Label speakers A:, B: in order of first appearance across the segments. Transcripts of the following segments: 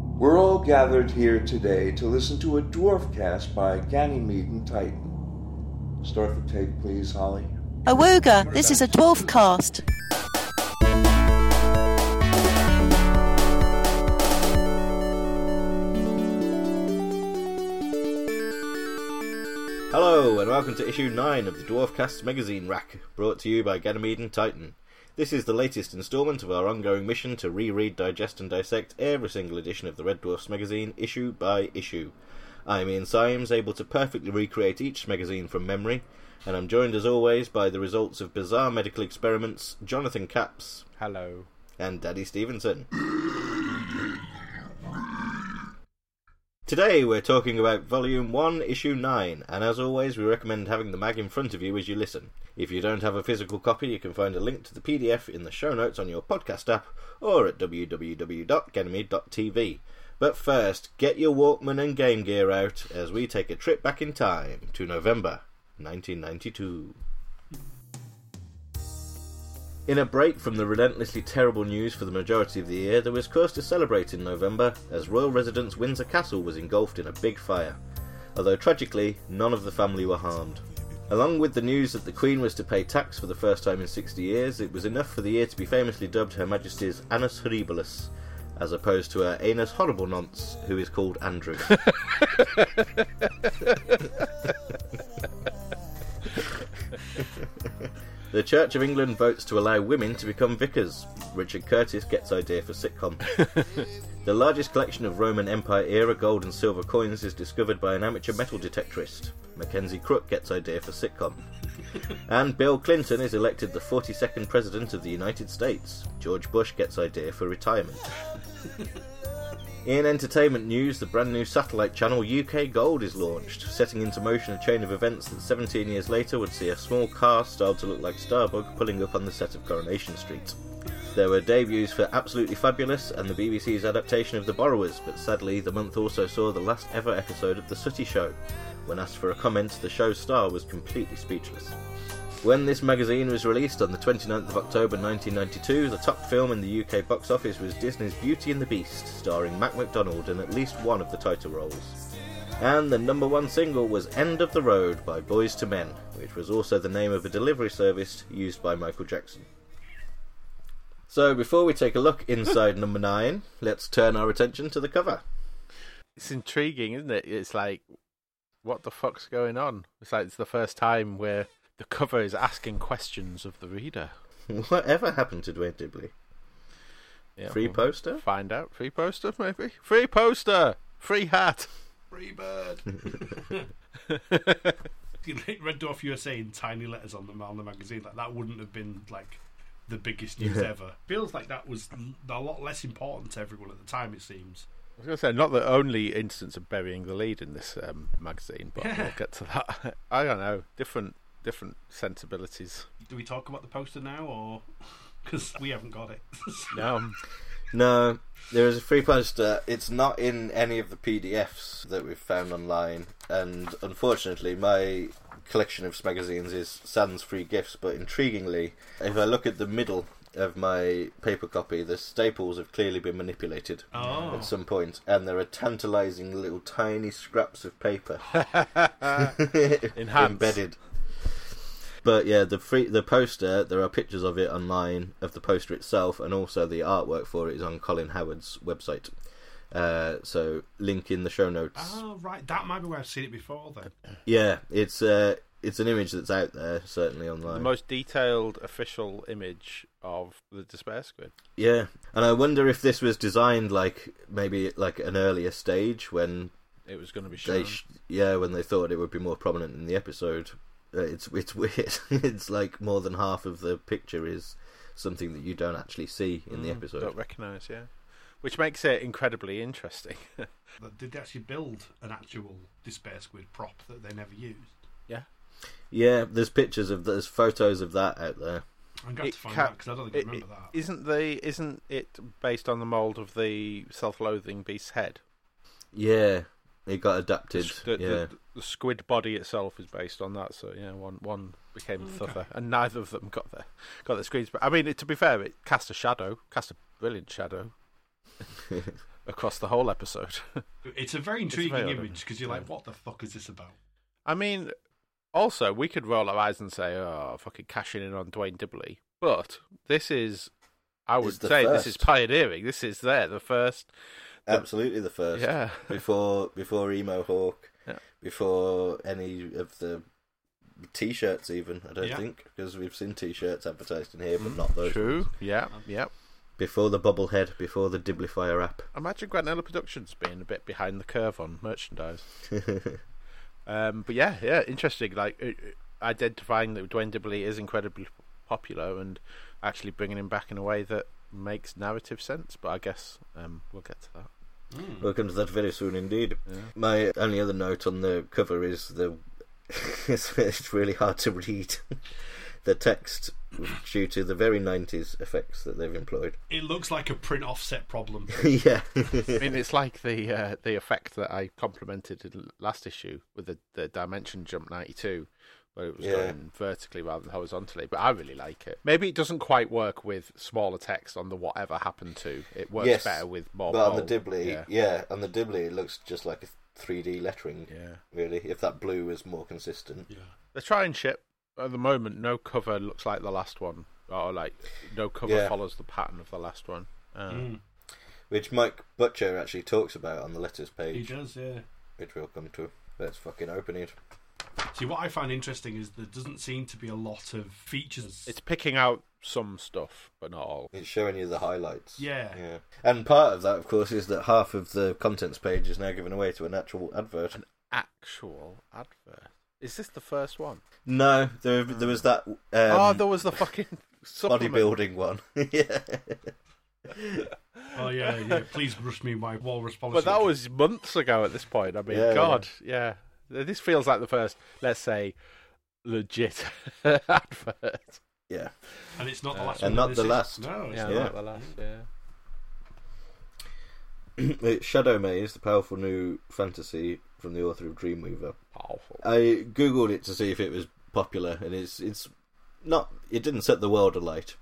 A: We're all gathered here today to listen to a dwarf cast by Ganymede and Titan. Start the tape, please, Holly.
B: Awoga, this is a dwarf cast.
C: Hello, and welcome to issue 9 of the Dwarfcast magazine rack, brought to you by Ganymede and Titan. This is the latest instalment of our ongoing mission to reread, digest, and dissect every single edition of the Red Dwarfs magazine, issue by issue. I'm Ian Symes, able to perfectly recreate each magazine from memory, and I'm joined as always by the results of bizarre medical experiments, Jonathan Capps
D: Hello.
C: and Daddy Stevenson. Today we're talking about Volume 1, Issue 9, and as always, we recommend having the mag in front of you as you listen. If you don't have a physical copy, you can find a link to the PDF in the show notes on your podcast app or at www.ganymede.tv. But first, get your Walkman and Game Gear out as we take a trip back in time to November 1992. In a break from the relentlessly terrible news for the majority of the year, there was cause to celebrate in November as royal residence Windsor Castle was engulfed in a big fire. Although tragically, none of the family were harmed. Along with the news that the Queen was to pay tax for the first time in 60 years, it was enough for the year to be famously dubbed Her Majesty's Annus Horribilis, as opposed to her Anus Horrible Nonce, who is called Andrew. The Church of England votes to allow women to become vicars. Richard Curtis gets idea for sitcom. the largest collection of Roman Empire era gold and silver coins is discovered by an amateur metal detectorist. Mackenzie Crook gets idea for sitcom. and Bill Clinton is elected the 42nd President of the United States. George Bush gets idea for retirement. In entertainment news, the brand new satellite channel UK Gold is launched, setting into motion a chain of events that 17 years later would see a small car styled to look like Starbug pulling up on the set of Coronation Street. There were debuts for Absolutely Fabulous and the BBC's adaptation of The Borrowers, but sadly, the month also saw the last ever episode of The Sooty Show. When asked for a comment, the show's star was completely speechless. When this magazine was released on the 29th of October 1992, the top film in the UK box office was Disney's Beauty and the Beast, starring Mac McDonald in at least one of the title roles. And the number one single was End of the Road by Boys to Men, which was also the name of a delivery service used by Michael Jackson. So before we take a look inside number 9, let's turn our attention to the cover.
D: It's intriguing, isn't it? It's like, what the fuck's going on? It's like it's the first time where the cover is asking questions of the reader.
C: Whatever happened to Dwayne Dibley?
D: Yeah,
C: Free
D: we'll
C: poster?
D: Find out. Free poster, maybe? Free poster! Free hat!
E: Free bird. Red Dwarf USA in tiny letters on the on the magazine. Like that wouldn't have been like the biggest news ever. Feels like that was a lot less important to everyone at the time. It seems.
D: I was going to say, not the only instance of burying the lead in this um, magazine, but we'll get to that. I don't know. Different different sensibilities.
E: Do we talk about the poster now, or because we haven't got it?
D: No.
C: No, there is a free poster. It's not in any of the PDFs that we've found online, and unfortunately, my collection of magazines is sans free gifts. But intriguingly, if I look at the middle of my paper copy, the staples have clearly been manipulated
E: Oh.
C: at some point, and there are tantalising little tiny scraps of paper
D: Enhanced.
C: embedded. But yeah, the free, the poster, there are pictures of it online of the poster itself, and also the artwork for it is on Colin Howard's website. Uh, so link in the show notes.
E: oh right, that might be where I've seen it before. Then
C: Yeah, it's uh, it's an image that's out there certainly
D: The
C: online.
D: most detailed official image of the Despair Squid.
C: Yeah, and I wonder if this was designed like maybe like an earlier stage when
D: It was going to be
C: they
D: shown.
C: sh- yeah when they thought it would be more prominent in the episode. Uh, it's it's weird. it's like more than half of the picture is something that you don't actually see in the episode.
D: Mm, Don't recognise, yeah. Which makes it incredibly interesting.
E: But did they actually build an actual despair squid prop that they never used?
D: yeah.
C: Yeah, there's pictures of there's photos of that out there.
E: I'm going to have to find
D: ca-
E: out because I don't think
D: it-
E: I remember
D: it-
E: that.
D: Isn't the isn't it based on the mould of the self-loathing beast's head?
C: Yeah, it got adapted.
D: The,
C: yeah,
D: the, the squid body itself is based on that. So yeah, one one became
E: Oh,
D: the other, and neither of them got their got their screens. But I mean, it, to be fair, it cast a shadow, cast a brilliant shadow across the whole episode.
E: It's a very intriguing
D: very odd, isn't
E: image
D: it?
E: because you're like,
D: Yeah.
E: what the fuck is this about?
D: I mean, also we could roll our eyes and say, "Oh, fucking cashing in on Dwayne Dibley," but this is, I
C: It's
D: would
C: the
D: say, this is
C: first.
D: pioneering. This is there the first.
C: Absolutely the first.
D: Yeah.
C: Before before emo hawk.
D: Yeah.
C: Before any of the t-shirts even. I don't
E: Yeah.
C: think because we've seen t-shirts advertised in here, but not those.
D: Mm, True. Yeah. Yeah.
C: Before the bobblehead. Before the Diblifier app.
D: Imagine Granella Productions being a bit behind the curve on merchandise. um, but yeah, yeah, interesting. Like it- it- identifying that Dwayne Dibley is incredibly p- popular and actually bringing him back in a way that makes narrative sense. But I guess um, we'll get to that.
C: Welcome to that very soon indeed. My only other note on the cover is the it's, it's really hard to read the text due to the very 90s effects that they've employed.
E: It looks like a print offset problem.
C: yeah.
D: I mean, it's like the uh, the effect that I complimented in last issue with the, the Dimension Jump 92, where it was
C: Yeah.
D: going vertically rather than horizontally. But I really like it. Maybe it doesn't quite work with smaller text on the whatever happened to. It works
C: Yes,
D: better with more.
C: But on the
D: bold.
C: Dibley, yeah.
D: Yeah.
C: on the Dibley it looks just like a 3D lettering,
D: Yeah.
C: really, if that blue was more consistent.
E: Yeah.
D: They're trying shit. At the moment, no cover looks like the last one, or like no cover
C: Yeah.
D: follows the pattern of the last one. Uh,
E: Mm.
C: Which Mike Butcher actually talks about on the letters
E: He
C: page,
E: does, yeah.
C: which we'll come to. Let's fucking open it.
E: See, what I find interesting is there doesn't seem to be a lot of features.
D: It's picking out some stuff, but not all.
C: It's showing you the highlights.
E: Yeah.
C: Yeah. And part of that, of course, is that half of the contents page is now given away to an actual advert.
D: An actual advert. Is this the first one?
C: No, there, there was that um,
D: oh, there was the fucking supplement.
C: bodybuilding one. yeah.
E: oh, yeah, yeah. Please rush me my walrus policy.
D: But that was months ago at this point. I mean,
C: Yeah,
D: God, yeah. This feels like the first, let's say, legit advert.
C: Yeah.
E: And it's not the last
C: and
E: one
C: not
E: in
C: the
E: this
C: last.
E: season. No, it's
D: Yeah,
E: not.
C: Yeah.
D: like the last, yeah.
C: It's Shadow Maze, the powerful new fantasy from the author of Dreamweaver.
D: Powerful.
C: I googled it to see if it was popular, and it's it's not. It didn't set the world alight.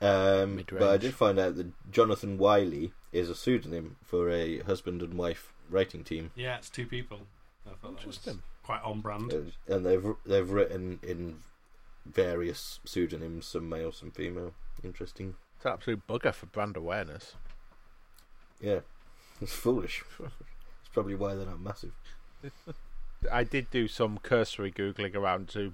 C: Um, but I
D: Mid-range.
C: did find out that Jonathan Wiley is a pseudonym for a husband and wife writing team.
E: Yeah, it's two people. I thought that was
D: Interesting.
E: quite on brand.
C: and and they've they've written in various pseudonyms, some male, some female. Interesting.
D: It's an absolute bugger for brand awareness.
C: Yeah, it's foolish. it's probably why they're not massive.
D: I did do some cursory googling around to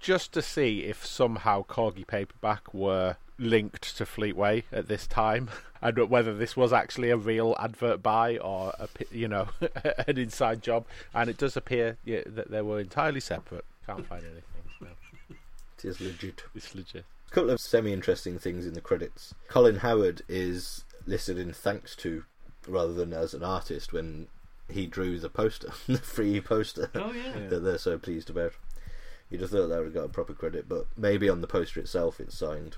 D: just to see if somehow Corgi paperback were linked to Fleetway at this time, and whether this was actually a real advert buy or a pi- you know an inside job. And it does appear yeah, that they were entirely separate. Can't find anything. So
C: It is legit.
D: it's legit.
C: A couple of semi-interesting things in the credits. Colin Howard is listed in thanks to rather than as an artist when he drew the poster, the free poster
E: Oh, yeah.
C: that they're so pleased about. You'd have thought that would have got a proper credit, but maybe on the poster itself it's signed.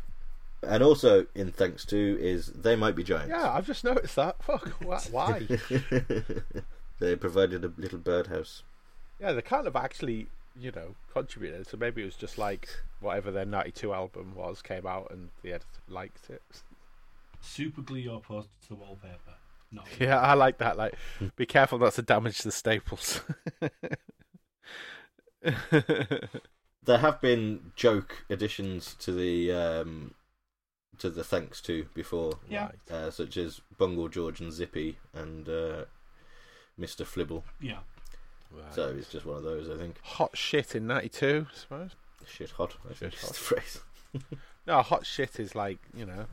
C: And also in thanks to is they might be giants.
D: Yeah, I've just noticed that. Fuck. wh- Why?
C: They provided a little birdhouse.
D: yeah, they can't have actually you know contributed. So maybe it was just like whatever their '92 album was came out and the editor liked it.
E: Super glue your poster to the wallpaper. No.
D: Yeah, I like that. Like, be careful not to damage the staples.
C: There have been joke additions to the um, to the thanks to before,
E: Yeah.
C: uh, such as Bungle George and Zippy and uh, Mister Flibble.
E: Yeah.
C: So it's just one of those, I think.
D: hot shit in '92, I suppose.
C: Shit hot, I think
D: Shit
C: is
D: hot.
C: the phrase.
D: No, hot shit is like you know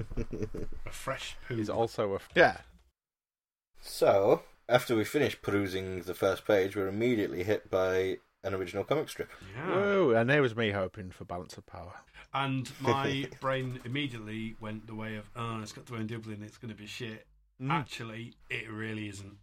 E: A fresh poo.
D: is also a yeah.
C: So after we finish perusing the first page, we're immediately hit by an original comic strip.
E: Yeah.
D: Woo, and there was me hoping for balance of power.
E: And my brain immediately went the way of, oh, it's got to end Dublin, it's going to be shit. Actually, it really isn't.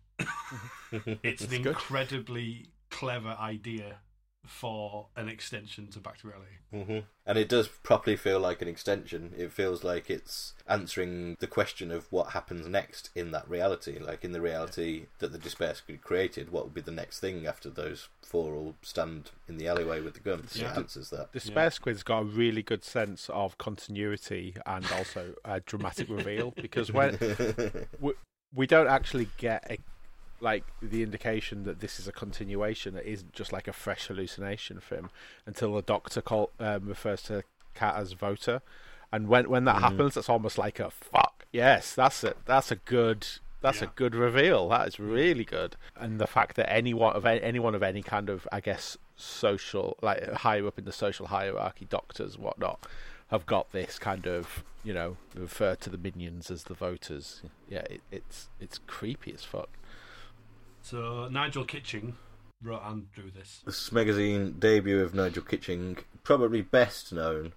E: it's an
D: It's good.
E: incredibly clever idea for an extension to Back to Reality.
C: hmm And it does properly feel like an extension. It feels like it's answering the question of what happens next in that reality. Like in the reality that the Despair Squad created, what would be the next thing after those four all stand in the alleyway with the guns?
E: Yeah.
C: It answers that.
D: Despair Squid's got a really good sense of continuity and also a dramatic reveal because when w- we don't actually get a, like the indication that this is a continuation. It isn't just like a fresh hallucination for him until the doctor call, um, refers to Cat as voter, and when when that happens, it's almost like a fuck. Yes, that's it. That's a good. That's
E: Yeah.
D: a good reveal. That is really good. And the fact that anyone of any, anyone of any kind of, I guess, social like higher up in the social hierarchy, doctors, whatnot, have got this kind of you know refer to the minions as the voters. Yeah, it, it's it's creepy as fuck.
E: So Nigel Kitching wrote and drew this.
C: This magazine debut of Nigel Kitching, probably best known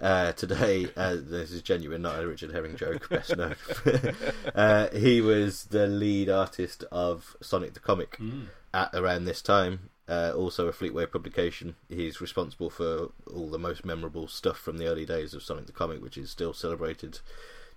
C: uh, today. Uh, this is genuine, not a Richard Herring joke. Best known. uh, he was the lead artist of Sonic the Comic
D: Hmm.
C: at around this time. Uh, also a Fleetway publication. He's responsible for all the most memorable stuff from the early days of Sonic the Comic, which is still celebrated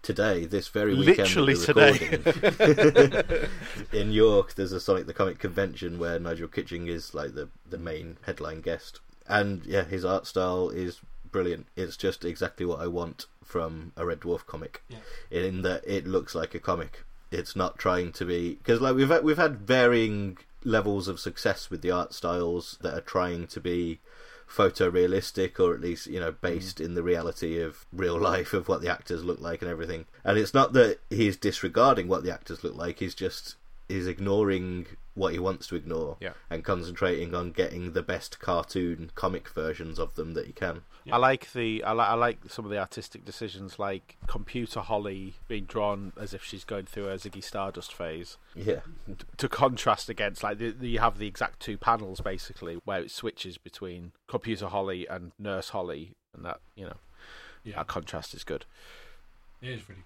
C: today. This very weekend, that
D: Literally
C: we're
D: today.
C: recording in York, there's a Sonic the Comic convention where Nigel Kitching is like the, the main headline guest. And yeah, his art style is brilliant. It's just exactly what I want from a Red Dwarf comic.
E: Yeah.
C: In that it looks like a comic. It's not trying to be because like we've had, we've had varying levels of success with the art styles that are trying to be photorealistic or at least you know based in the reality of real life of what the actors look like and everything and it's not that he's disregarding what the actors look like he's just he's ignoring what he wants to ignore
D: Yeah.
C: and concentrating on getting the best cartoon comic versions of them that he can
D: I like the I, li- I like some of the artistic decisions, like computer Holly being drawn as if she's going through her Ziggy Stardust phase.
C: yeah
D: to contrast against like the, the, you have the exact two panels basically where it switches between computer holly and nurse holly and that you know
E: Yeah.
D: that contrast is good
E: It is really good.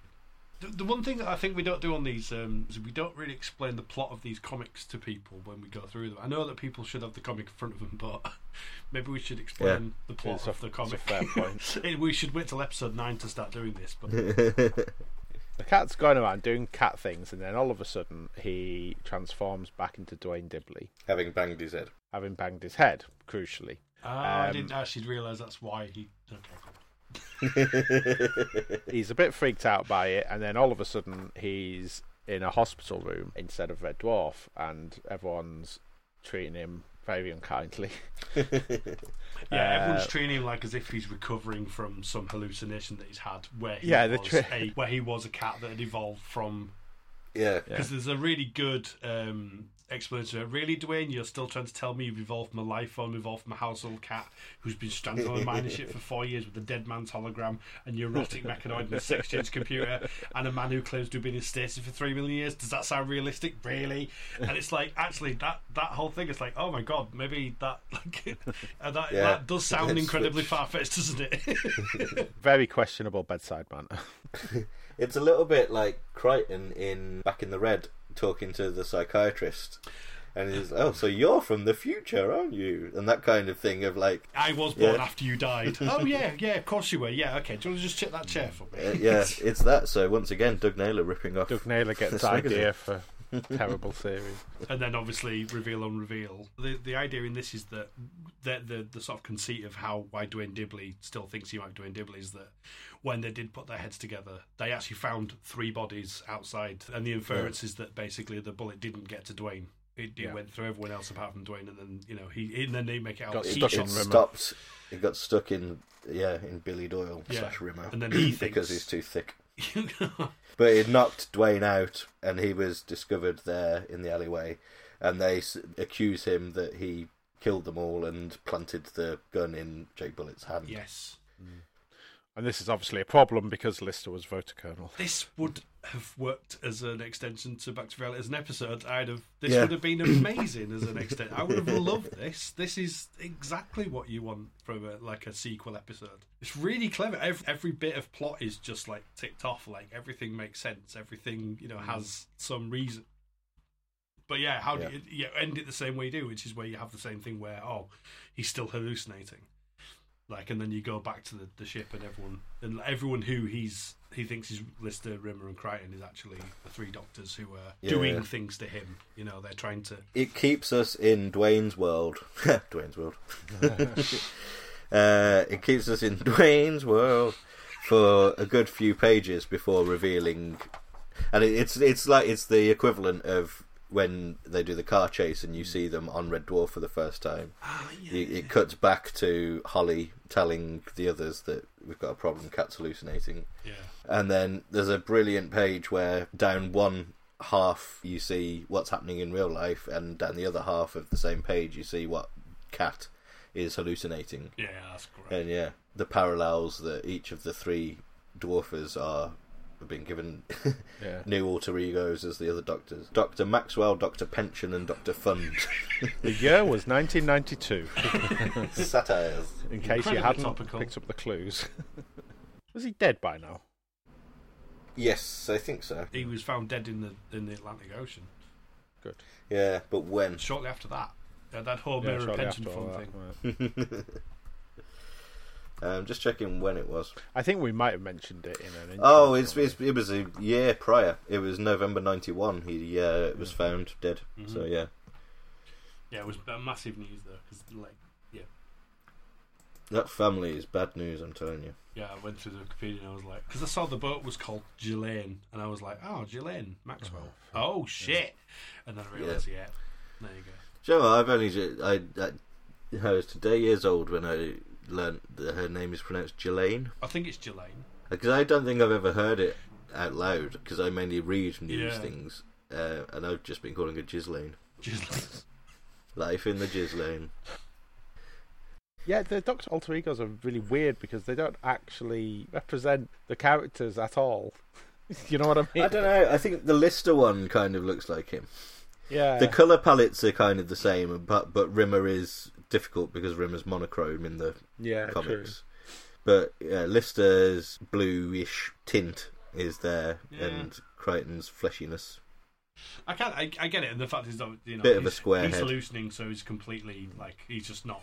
E: The, the one thing that I think we don't do on these um, is we don't really explain the plot of these comics to people when we go through them. I know that people should have the comic in front of them, but maybe we should explain the plot
D: It's a-
E: of the
D: it's a
E: comic.
D: fair point.
E: Eh, we should wait till episode nine to start doing this. But
D: the cat's going around doing cat things and then all of a sudden he transforms back into dwayne dibley
C: having banged his head
D: having banged his head crucially
E: Ah, I
D: Um,
E: didn't actually realise that's why he. Okay, cool.
D: he's a bit freaked out by it, and then all of a sudden he's in a hospital room instead of Red Dwarf, and everyone's treating him very unkindly.
E: Yeah,
D: Uh,
E: everyone's treating him like as if he's recovering from some hallucination that he's had, where he
D: Yeah, the
E: was
D: tra-
E: a, where he was a cat that had evolved from
C: yeah
E: Because there's a really good um, explanation. of it. Really, Dwayne, you're still trying to tell me you've evolved my life form, evolved my household cat, who's been stranded on a mine and shit for four years with a dead man's hologram, an neurotic mechanoid, and a sex change computer, and a man who claims to have been in stasis for three million years. Does that sound realistic? Really? And it's like, actually, that that whole thing is like, oh my god, maybe that like, uh, that,
C: Yeah.
E: that does sound
C: Head
E: incredibly
C: switch.
E: far fetched, doesn't it?
D: Very questionable bedside manner.
C: It's a little bit like Crichton in Back in the Red talking to the psychiatrist. And he's, oh, so you're from the future, aren't you? And that kind of thing of like,
E: I was born
C: Yeah.
E: after you died. oh yeah, yeah, of course you were. Yeah, okay. Do you want to just check that chair for me?
C: uh, yeah, it's that. So once again, Doug Naylor ripping off.
D: Doug Naylor gets
C: This
D: the idea
C: magazine.
D: for terrible series.
E: and then obviously reveal on reveal. The the idea in this is that the the, the sort of conceit of how why Dwayne Dibley still thinks he might be Dwayne Dibley is that when they did put their heads together, they actually found three bodies outside, and the inference is that basically the bullet didn't get to Dwayne. It, it
D: Yeah.
E: went through everyone else apart from Dwayne, and then you know he and then they make it out.
D: Got
E: that he
D: stuck in
E: shot
C: It
D: Rimmer.
C: stopped. It got stuck in, yeah, in Billy Doyle
E: Yeah.
C: slash Rimmer.
E: And then he
C: because
E: thinks-
C: he's too thick. But it knocked Dwayne out, and he was discovered there in the alleyway. And they s- accuse him that he killed them all and planted the gun in Jake Bullet's hand.
E: yes,
D: And this is obviously a problem because Lister was voter colonel.
E: this would have worked as an extension to Back to Reality as an episode. I'd have this
C: Yeah.
E: would have been amazing as an extent. I would have loved this. This is exactly what you want from a, like a sequel episode. It's really clever. Every, every bit of plot is just like ticked off. Like everything makes sense. Everything you know has some reason. But yeah, how do
C: Mm. Yeah.
E: you, you end it the same way you do, which is where you have the same thing where oh, he's still hallucinating like and then you go back to the, the ship and everyone and everyone who he's he thinks is Lister, Rimmer, and Crichton is actually the three doctors who are
C: Yeah.
E: doing things to him. You know, they're trying to.
C: it keeps us in Dwayne's world. Dwayne's world. uh, it keeps us in Dwayne's world for a good few pages before revealing and it, it's it's like it's the equivalent of when they do the car chase and you see them on Red Dwarf for the first time.
E: Ah, yeah.
C: It, it cuts back to Holly telling the others that we've got a problem. Cat's hallucinating.
E: yeah.
C: And then there's a brilliant page where down one half you see what's happening in real life, and down the other half of the same page you see what cat is hallucinating.
E: Yeah, that's great.
C: And yeah, the parallels that each of the three dwarfers are have been given
D: Yeah.
C: new alter egos as the other doctors Dr. Maxwell, Dr. Pension, and Dr. Fund.
D: The year was 1992.
C: Satires.
D: In case you
E: Incredibly
D: hadn't
E: topical.
D: picked up the clues, was he dead by now?
C: Yes, I think so.
E: He was found dead in the in the Atlantic Ocean.
D: Good.
C: Yeah, but when?
E: Shortly after that, uh, that whole
D: Yeah,
E: mirror
D: shortly
E: pension
D: after all
E: fund
D: that,
E: thing.
D: right.
C: Um, just checking when it was.
D: I think we might have mentioned it in an. intro
C: Oh, it's,
D: somewhere.
C: it's it was a year prior. It was November ninety one. He uh, was found dead. So yeah,
E: Yeah, it was uh, massive news though, because like, yeah,
C: that family is bad news. I'm telling you.
E: yeah, I went through the Wikipedia and I was like, because I saw the boat was called Gillane, and I was like, oh, Gillane Maxwell. Oh, shit! And then I realised, yeah. there you go.
C: Do you know what? I've only ju- I, I I was today years old when I learnt that her name is pronounced Jelaine
E: I think it's Gillane.
C: because I don't think I've ever heard it out loud because I mainly read news
E: Yeah.
C: things uh, and I've just been calling it Ghislaine.
E: Ghislaine.
C: Life in the Ghislaine.
D: Yeah, the Doctor alter egos are really weird because they don't actually represent the characters at all. you know what I mean?
C: I don't know. I think the Lister one kind of looks like him.
D: Yeah.
C: The colour palettes are kind of the same, but but Rimmer is difficult because Rimmer's monochrome in the
D: yeah.
C: comics. But yeah, Lister's bluish tint is there,
E: Yeah.
C: and Crichton's fleshiness.
E: I can't. I, I get it, and the fact is that you know,
C: Bit of a
E: he's-
C: square
E: He's
C: head.
E: hallucinating, so he's completely like he's just not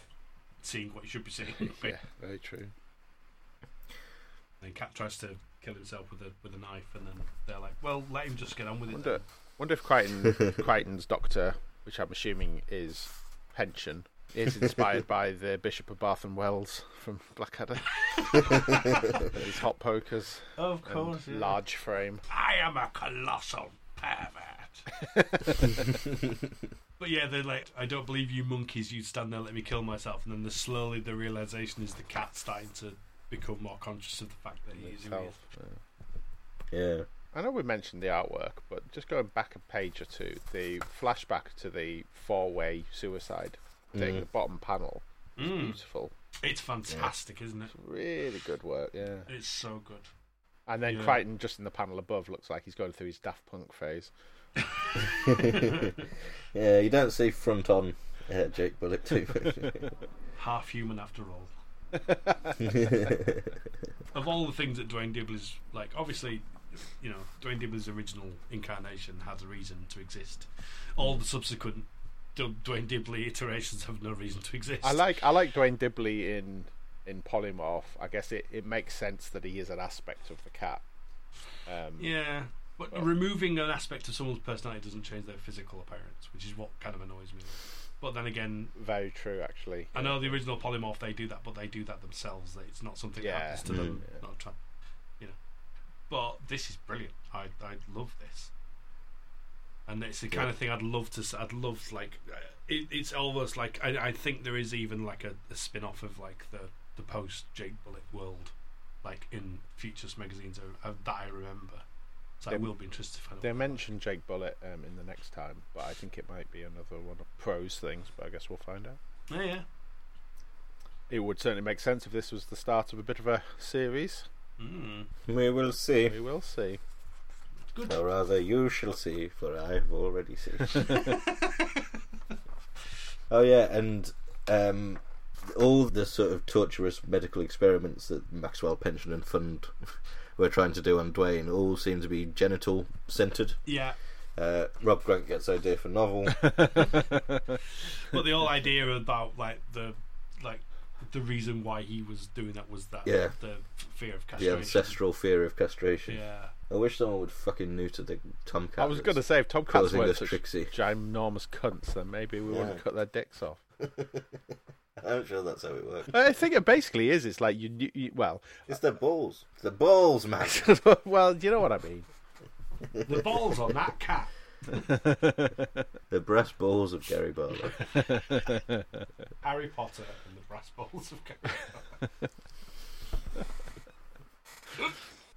E: seeing what he should be seeing.
D: True. Yeah, very true.
E: And Cat tries to kill himself with a with a knife, and then they're like, "Well, let him just get on with it."
D: Wonder, wonder if Crichton, Crichton's Doctor, which I'm assuming is Pension, is inspired by the Bishop of Bath and Wells from Blackadder. His hot pokers,
E: then." Of
D: and
E: course, yeah.
D: large frame.
E: I am a colossal pervert. but yeah, they're like, "I don't believe you monkeys. You stand there, let me kill myself." And then the, slowly the realization is the cat's starting to become more conscious of the fact that he is who he is.
D: itself. Yeah.
C: Yeah.
D: I know we mentioned the artwork, but just going back a page or two, the flashback to the four-way suicide thing, the bottom panel, is
E: Hmm.
D: beautiful.
E: Mm. It's fantastic, isn't it?
D: Really good work, yeah.
E: It's so good.
D: And then
E: Yeah.
D: Crichton, just in the panel above, looks like he's going through his Daft Punk phase.
C: Yeah, you don't see front on uh, Jake Bullock too much.
E: half human after all. of all the things that Dwayne Dibley's like, obviously, you know, Dwayne Dibley's original incarnation has a reason to exist. All the subsequent Du- Dwayne Dibley iterations have no reason to exist.
D: I like I like Dwayne Dibley in in Polymorph. I guess it, it makes sense that he is an aspect of the cat. Um,
E: yeah, but removing an aspect of someone's personality doesn't change their physical appearance, which is what kind of annoys me. But then again,
D: Very true, actually.
E: I know the original polymorph they do that, but they do that themselves. That it's not something
D: Yeah.
E: that happens to them. Not trying, you know. But this is brilliant. I I love this, and it's the kind of thing I'd love to. s- I'd love like uh, it, it's almost like I, I think there is even like a, a spin off of like the the post Jake Bullet world, like in Futures magazines uh, uh, that I remember. So I
D: They-
E: will be interested to find
D: They
E: out.
D: mentioned Jake Bullet um, in the next time, but I think it might be another one of Pro's things. But I guess we'll find out.
E: Yeah, Oh, yeah.
D: It would certainly make sense if this was the start of a bit of a series.
E: Mm.
C: we will see.
D: We will see.
C: Or rather, you shall see, for I've already seen. oh, yeah, and um, all the sort of torturous medical experiments that Maxwell Pension and Fund were trying to do on Dwayne all seem to be genital centred.
E: Yeah.
C: Uh, Rob Grant gets idea for novel.
E: but the whole idea about like the like the reason why he was doing that was that
C: Yeah.
E: the f- fear of
C: the
E: castration.
C: ancestral fear of castration.
E: Yeah.
C: I wish someone would fucking neuter the tomcat.
D: I was going to
C: that's
D: say if Tom Cats
C: causing
D: weren't
C: us
D: such
C: Trixie.
D: ginormous cunts, then maybe we
C: Yeah.
D: wouldn't cut their dicks off.
C: I'm sure that's how it works.
D: I think it basically is. It's like you, you, you well,
C: It's the balls. It's the balls, man.
D: well, you know what I mean.
E: The balls on that cat.
C: The brass balls of Gary Barlow.
E: Harry Potter and the brass balls of Gary.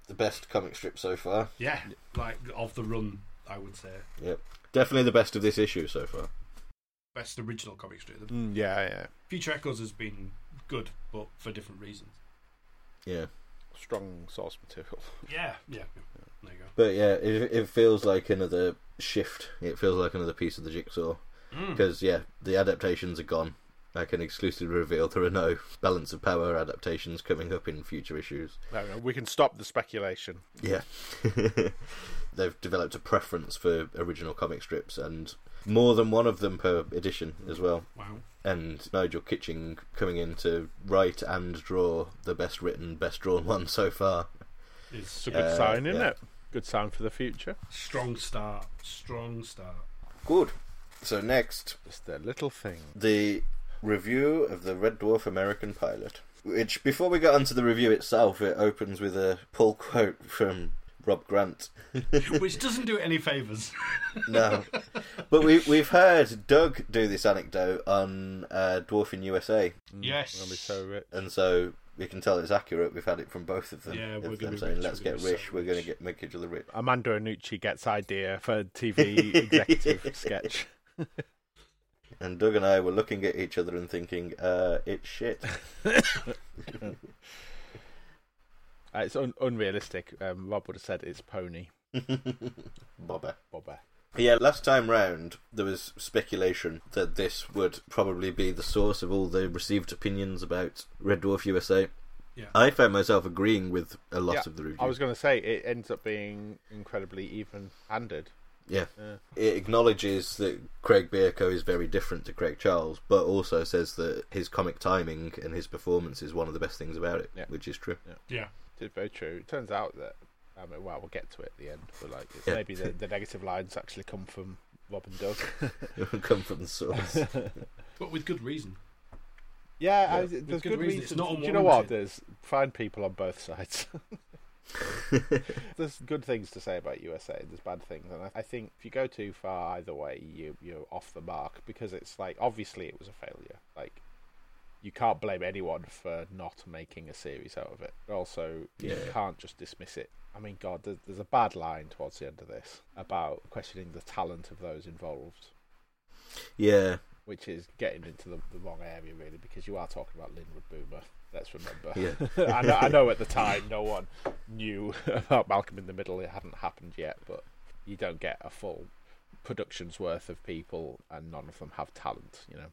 C: the best comic strip so far.
E: Yeah, like of the run, I would say.
C: Yep. Definitely the best of this issue so far.
E: Best original comic strip. The
D: Mm, yeah, yeah.
E: Future Echoes has been good, but for different reasons.
C: Yeah.
D: Strong source material.
E: Yeah, yeah. There you go.
C: But yeah, it, it feels like another shift. It feels like another piece of the jigsaw. Because, yeah, the adaptations are gone. I can exclusively reveal there are no balance of power adaptations coming up in future issues.
D: No, no, we can stop the speculation.
C: Yeah. They've developed a preference for original comic strips and more than one of them per edition as well.
E: Wow.
C: And Nigel Kitching coming in to write and draw the best written, best drawn one so far.
E: It's
D: It's a good
C: Uh,
D: sign, isn't
C: yeah.
D: it? Good sign for the future.
E: strong start. Strong start.
C: Good. So next,
D: Just a little thing.
C: the review of the Red Dwarf American pilot. Which, before we get onto the review itself, it opens with a pull quote from Rob Grant.
E: Which doesn't do it any favours.
C: No, but we we've heard Doug do this anecdote on uh, Dwarf in USA,
D: Mm,
E: yes.
D: Gonna be so rich.
C: and so we can tell it's accurate. We've had it from both of them.
E: Yeah,
C: of
E: we're
C: them
E: gonna be
C: saying,
E: rich,
C: "Let's
E: we're
C: get
E: gonna be
C: rich.
E: so
C: We're going to
E: rich."
C: get make each other rich."
D: Amanda Anucci gets idea for TV executive sketch.
C: And Doug and I were looking at each other and thinking, uh, "It's shit."
D: Uh, it's un- unrealistic. Um, Rob would have said it's pony
C: Bobber.
D: bobber.
C: Yeah, last time round there was speculation that this would probably be the source of all the received opinions about Red Dwarf USA.
E: Yeah.
C: I found myself agreeing with a lot
D: Yeah,
C: of the reviews.
D: I was going to say it ends up being incredibly even-handed.
C: Yeah.
D: Yeah.
C: It acknowledges that Craig Bierko is very different to Craig Charles, but also says that his comic timing and his performance is one of the best things about it,
D: Yeah.
C: which is true.
E: Yeah.
D: It's very true. It turns out that, I mean, well, we'll get to it at the end, but like, it's
C: Yeah.
D: maybe the, the negative lines actually come from Rob and Doug.
C: It would come from the source.
E: But with good reason.
D: yeah, I,
C: With
D: there's
E: good
D: good
E: reason.
D: reasons.
E: It's not
D: Do you know what?
E: unwarranted.
D: There's fine people on both sides. there's good things to say about USA. There's bad things, and I, I think if you go too far either way, you you're off the mark because it's like obviously it was a failure. Like you can't blame anyone for not making a series out of it. Also, you
C: Yeah.
D: can't just dismiss it. I mean, God, there's, there's a bad line towards the end of this about questioning the talent of those involved,
C: yeah.
D: which is getting into the, the wrong area really because you are talking about Linwood Boomer. Let's remember.
C: Yeah.
D: I, know, I know at the time no one knew about Malcolm in the Middle. It hadn't happened yet, but you don't get a full production's worth of people, and none of them have talent. You know,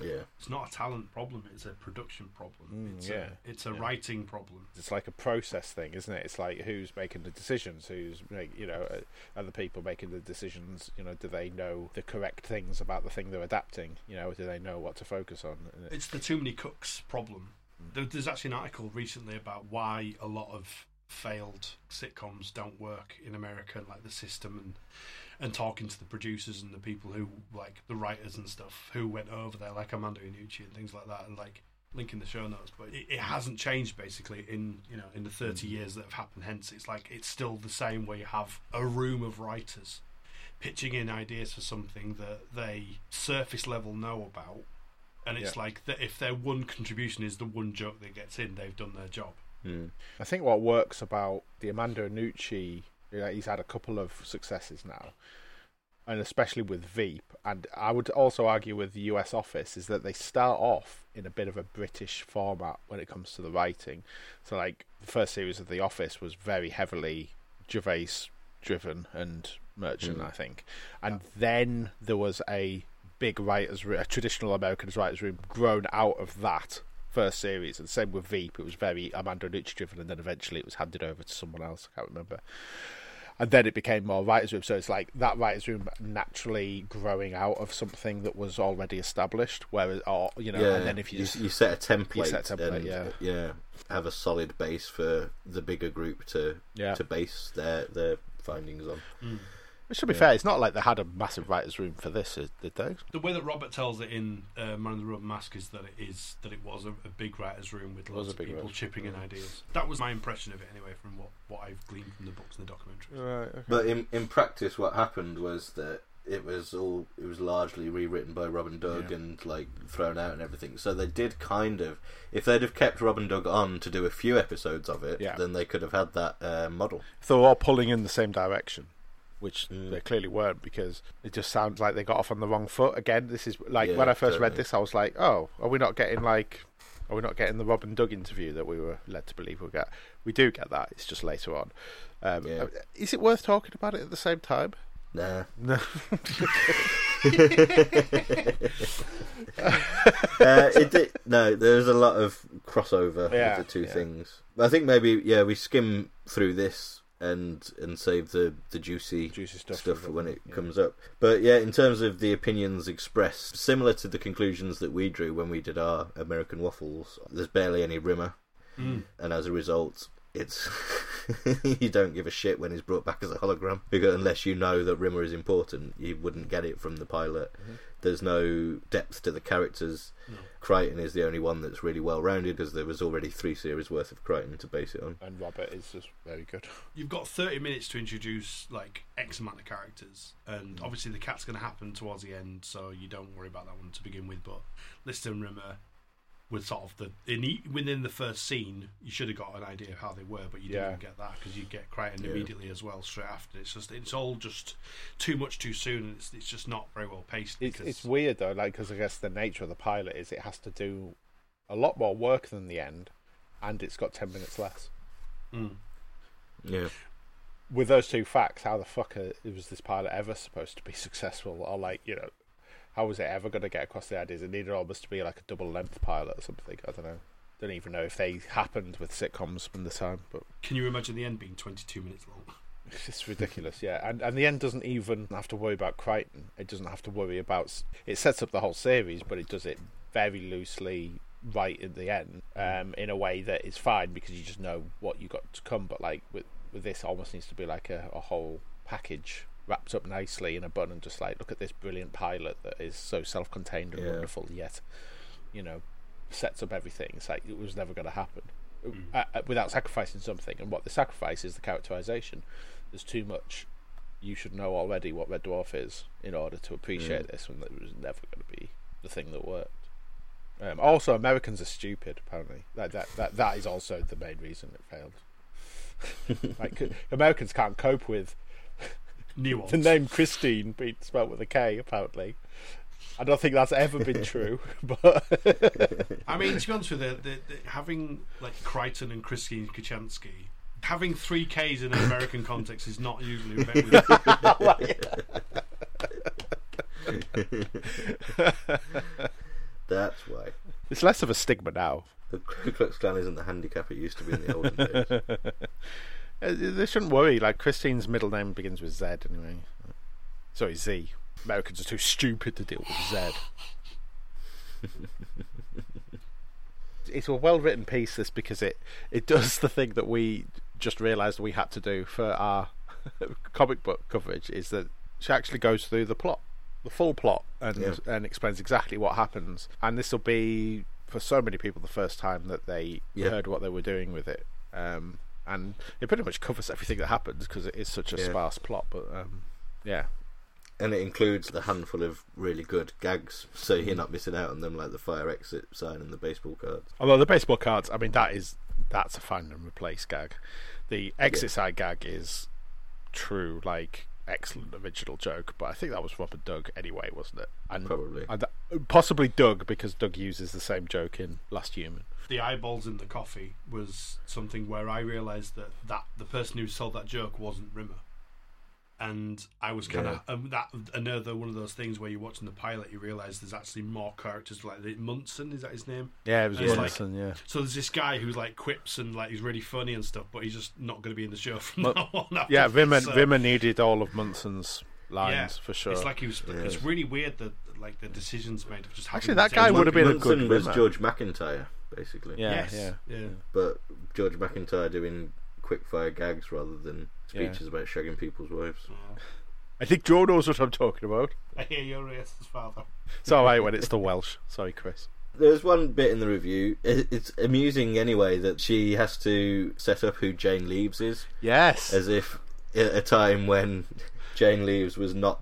C: Yeah.
E: It's not a talent problem, it's a production problem.
D: Mm,
E: it's
D: yeah,
E: a, it's a
D: yeah.
E: writing problem.
D: it's like a process thing, isn't it? It's like who's making the decisions, who's make, you know, uh, are the people making the decisions. You know, do they know the correct things about the thing they're adapting? You know, do they know what to focus on? And it-
E: It's the too many cooks problem. There, there's actually an article recently about why a lot of failed sitcoms don't work in America, and like the system and and talking to the producers and the people who like the writers and stuff who went over there, like Amanda Inucci and things like that, and like link in the show notes. But it, it hasn't changed basically in you know in the 30 years that have happened. Hence, it's like it's still the same where you have a room of writers pitching in ideas for something that they surface level know about and it's
D: Yeah.
E: like that if their one contribution is the one joke that gets in, they've done their job.
C: Mm.
D: I think what works about the Amanda Nucci, you know, he's had a couple of successes now, and especially with Veep, and I would also argue with the US Office, is that they start off in a bit of a British format when it comes to the writing. So, like, the first series of The Office was very heavily Gervais driven and merchant, I think. And then there was a big writers, ro- a traditional American writers room grown out of that first series. And same with Veep, it was very Amanda Nucci driven, and then eventually it was handed over to someone else. I can't remember. And then it became more writers' room. So it's like that writers' room naturally growing out of something that was already established. Whereas, or you know,
C: yeah.
D: and then if you, just,
C: you set a template,
D: you set a template,
C: and,
D: yeah.
C: yeah, have a solid base for the bigger group to
D: Yeah.
C: to base their their findings on.
D: Which, to be fair, it's not like they had a massive writers' room for this, is- did they?
E: The way that Robert tells it in uh, Man in the Rubber Mask is that it is that it was a, a big writers' room with
D: was
E: lots
D: a
E: of
D: big
E: people
D: writers'
E: chipping in ideas. That was my impression of it, anyway, from what, what I've gleaned from the books and the documentaries.
D: Right.
C: But in, in practice, what happened was that it was all it was largely rewritten by Robin Doug
D: Yeah.
C: and like thrown out and everything. So they did kind of, if they'd have kept Robin Doug on to do a few episodes of it,
D: Yeah.
C: then they could have had that uh, model.
D: So they're all pulling in the same direction, which
C: Mm.
D: they clearly weren't because it just sounds like they got off on the wrong foot. Again, this is like
C: Yeah,
D: when I first read
C: totally.
D: this, I was like, "Oh, are we not getting like, are we not getting the Robin Doug interview that we were led to believe we get? We do get that. It's just later on. Um,
C: Yeah.
D: Is it worth talking about it at the same time?
C: Nah.
D: No.
C: uh, it did, no, there's a lot of crossover
D: Yeah,
C: with the two
D: yeah.
C: things. I think maybe yeah, we skim through this and and save the the juicy
D: Juicy stuff for
C: for when
D: the-
C: it
D: yeah.
C: comes up. But yeah, in terms of the opinions expressed, similar to the conclusions that we drew when we did our American waffles, there's barely any rimmer, and as a result. It's you don't give a shit when he's brought back as a hologram because unless you know that Rimmer is important, you wouldn't get it from the pilot. There's no depth to the characters. Crichton is the only one that's really well rounded because there was already three series worth of Crichton to base it on.
D: And Robert is just very good.
E: You've got 30 minutes to introduce like X amount of characters,
D: Mm.
E: and obviously the cat's going to happen towards the end, so you don't worry about that one to begin with. But Liston Rimmer was sort of the in e- within the first scene, you should have got an idea of how they were, but you
D: Yeah.
E: didn't get that because you get Crichton
C: Yeah.
E: immediately as well straight after. It's just it's all just too much too soon, and it's, it's just not very well paced.
D: It's,
E: because
D: it's weird though, like because I guess the nature of the pilot is it has to do a lot more work than the end, and it's got ten minutes less.
E: Mm.
C: Yeah,
D: with those two facts, how the fuck uh, was this pilot ever supposed to be successful? Or like, you know, how was it ever going to get across the ideas? It needed almost to be like a double length pilot or something. I don't know. Don't even know if they happened with sitcoms from the time, but
E: Can you imagine the end being 22 minutes long?
D: it's just ridiculous. Yeah, and and the end doesn't even have to worry about Crichton. It doesn't have to worry about. s- It sets up the whole series, but it does it very loosely right at the end um, in a way that is fine because you just know what you got to come. But like with with this, almost needs to be like a, a whole package wrapped up nicely in a bun and just like look at this brilliant pilot that is so self-contained and
C: Yeah.
D: wonderful yet you know sets up everything. It's like it was never going to happen uh, uh, without sacrificing something. And what the sacrifice is the characterization. There's too much. You should know already what Red Dwarf is in order to appreciate this, and it was never going to be the thing that worked. Um, also, Americans are stupid. Apparently, like that that that is also the main reason it failed. like c- Americans can't cope with
E: Nuance.
D: the name Christine being spelled with a K. Apparently, I don't think that's ever been true. But
E: I mean, to be honest with you, the, the, having like Crichton and Christine Kachansky, having three Ks in an American context is not usually effective.
C: that's why
D: it's less of a stigma now.
C: the Ku Klux Klan isn't the handicap it used to be in the olden days.
D: Uh, They shouldn't worry. Like Christine's middle name begins with Z anyway. Sorry, Z. Americans are too stupid to deal with Z. it's a well-written piece. This because it it does the thing that we just realised we had to do for our comic book coverage. Is that she actually goes through the plot, the full plot, and
C: Yeah.
D: and explains exactly what happens. And this will be for so many people the first time that they
C: Yeah.
D: heard what they were doing with it. Um, and it pretty much covers everything that happens because it is such a
C: Yeah.
D: sparse plot. But um, yeah,
C: and it includes the handful of really good gags, so you're not missing out on them, like the fire exit sign and the baseball cards.
D: although the baseball cards, I mean, that is that's a find and replace gag. The exit side gag is true, like excellent original joke. But I think that was Robert Doug anyway, wasn't it? And,
C: Probably.
D: and that- possibly Doug because Doug uses the same joke in Last Human.
E: the eyeballs in the coffee was something where I realised that, that the person who sold that joke wasn't Rimmer. And I was kind of um, that another one of those things where you're watching the pilot, you realise there's actually more characters. Like Munson, is that his name?
D: Yeah, it was
E: It's like-
D: Wilson. yeah,
E: So there's this guy who's like quips and like he's really funny and stuff, but he's just not going to be in the show from
D: Well,
E: now on.
D: yeah. Rimmer,
E: So-
D: Rimmer needed all of Munson's lines for sure.
E: uh, It's like he was. It's really weird that like the decisions made of just
D: Actually,
E: having
D: that
E: these
D: guy
E: eggs.
D: would have been a
C: Munson
D: good
C: was
D: winner.
C: George McIntyre, basically.
D: yeah,
E: yes,
D: yeah.
C: but George McIntyre doing quick fire gags rather than
D: Yeah.
C: speeches about shagging people's wives.
D: I think Joe knows what I'm talking about.
E: I hear you're racist, father.
D: It's all right when it's the Welsh. Sorry, Chris.
C: There's one bit in the review. i- It's amusing anyway that she has to set up who Jane Leaves is,
D: Yes.
C: as if at a time when Jane Leaves was not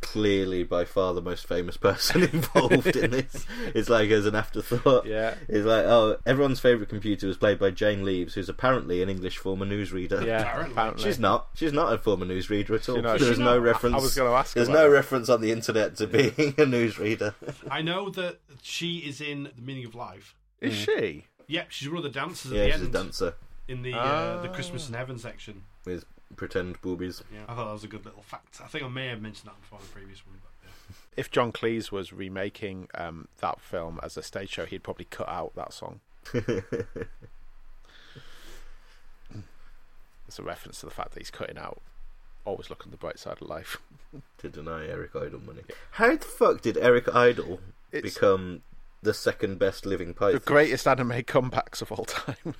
C: clearly by far the most famous person involved in this. It's like as an afterthought.
D: Yeah.
C: It's like, oh, everyone's favourite computer was played by Jane Leaves, who's apparently an English former newsreader.
D: yeah.
E: Apparently.
D: Apparently.
C: She's not. She's not a former newsreader at all.
D: not.
C: There's
D: She's
C: no
D: not. I- I
C: reference.
D: was gonna ask
C: There's
D: about
C: no
D: that.
C: reference on the internet to being a newsreader.
E: I know that she is in The Meaning of Life.
D: Is she?
E: Yep, she's one of the dancers at
C: yeah,
E: the
C: she's a
E: end
C: dancer
E: in the uh, the
D: Ah.
E: Christmas in Heaven section.
C: with pretend boobies.
E: Yeah, I thought that was a good little fact. I think I may have mentioned that before in the previous one. But yeah.
D: If John Cleese was remaking um, that film as a stage show, he'd probably cut out that song. It's a reference to the fact that he's cutting out. Always look on the bright side of life.
C: to deny Eric Idle money. How the fuck did Eric Idle
D: It's-
C: become the second best living
D: The
C: python?
D: greatest anime comebacks of all time.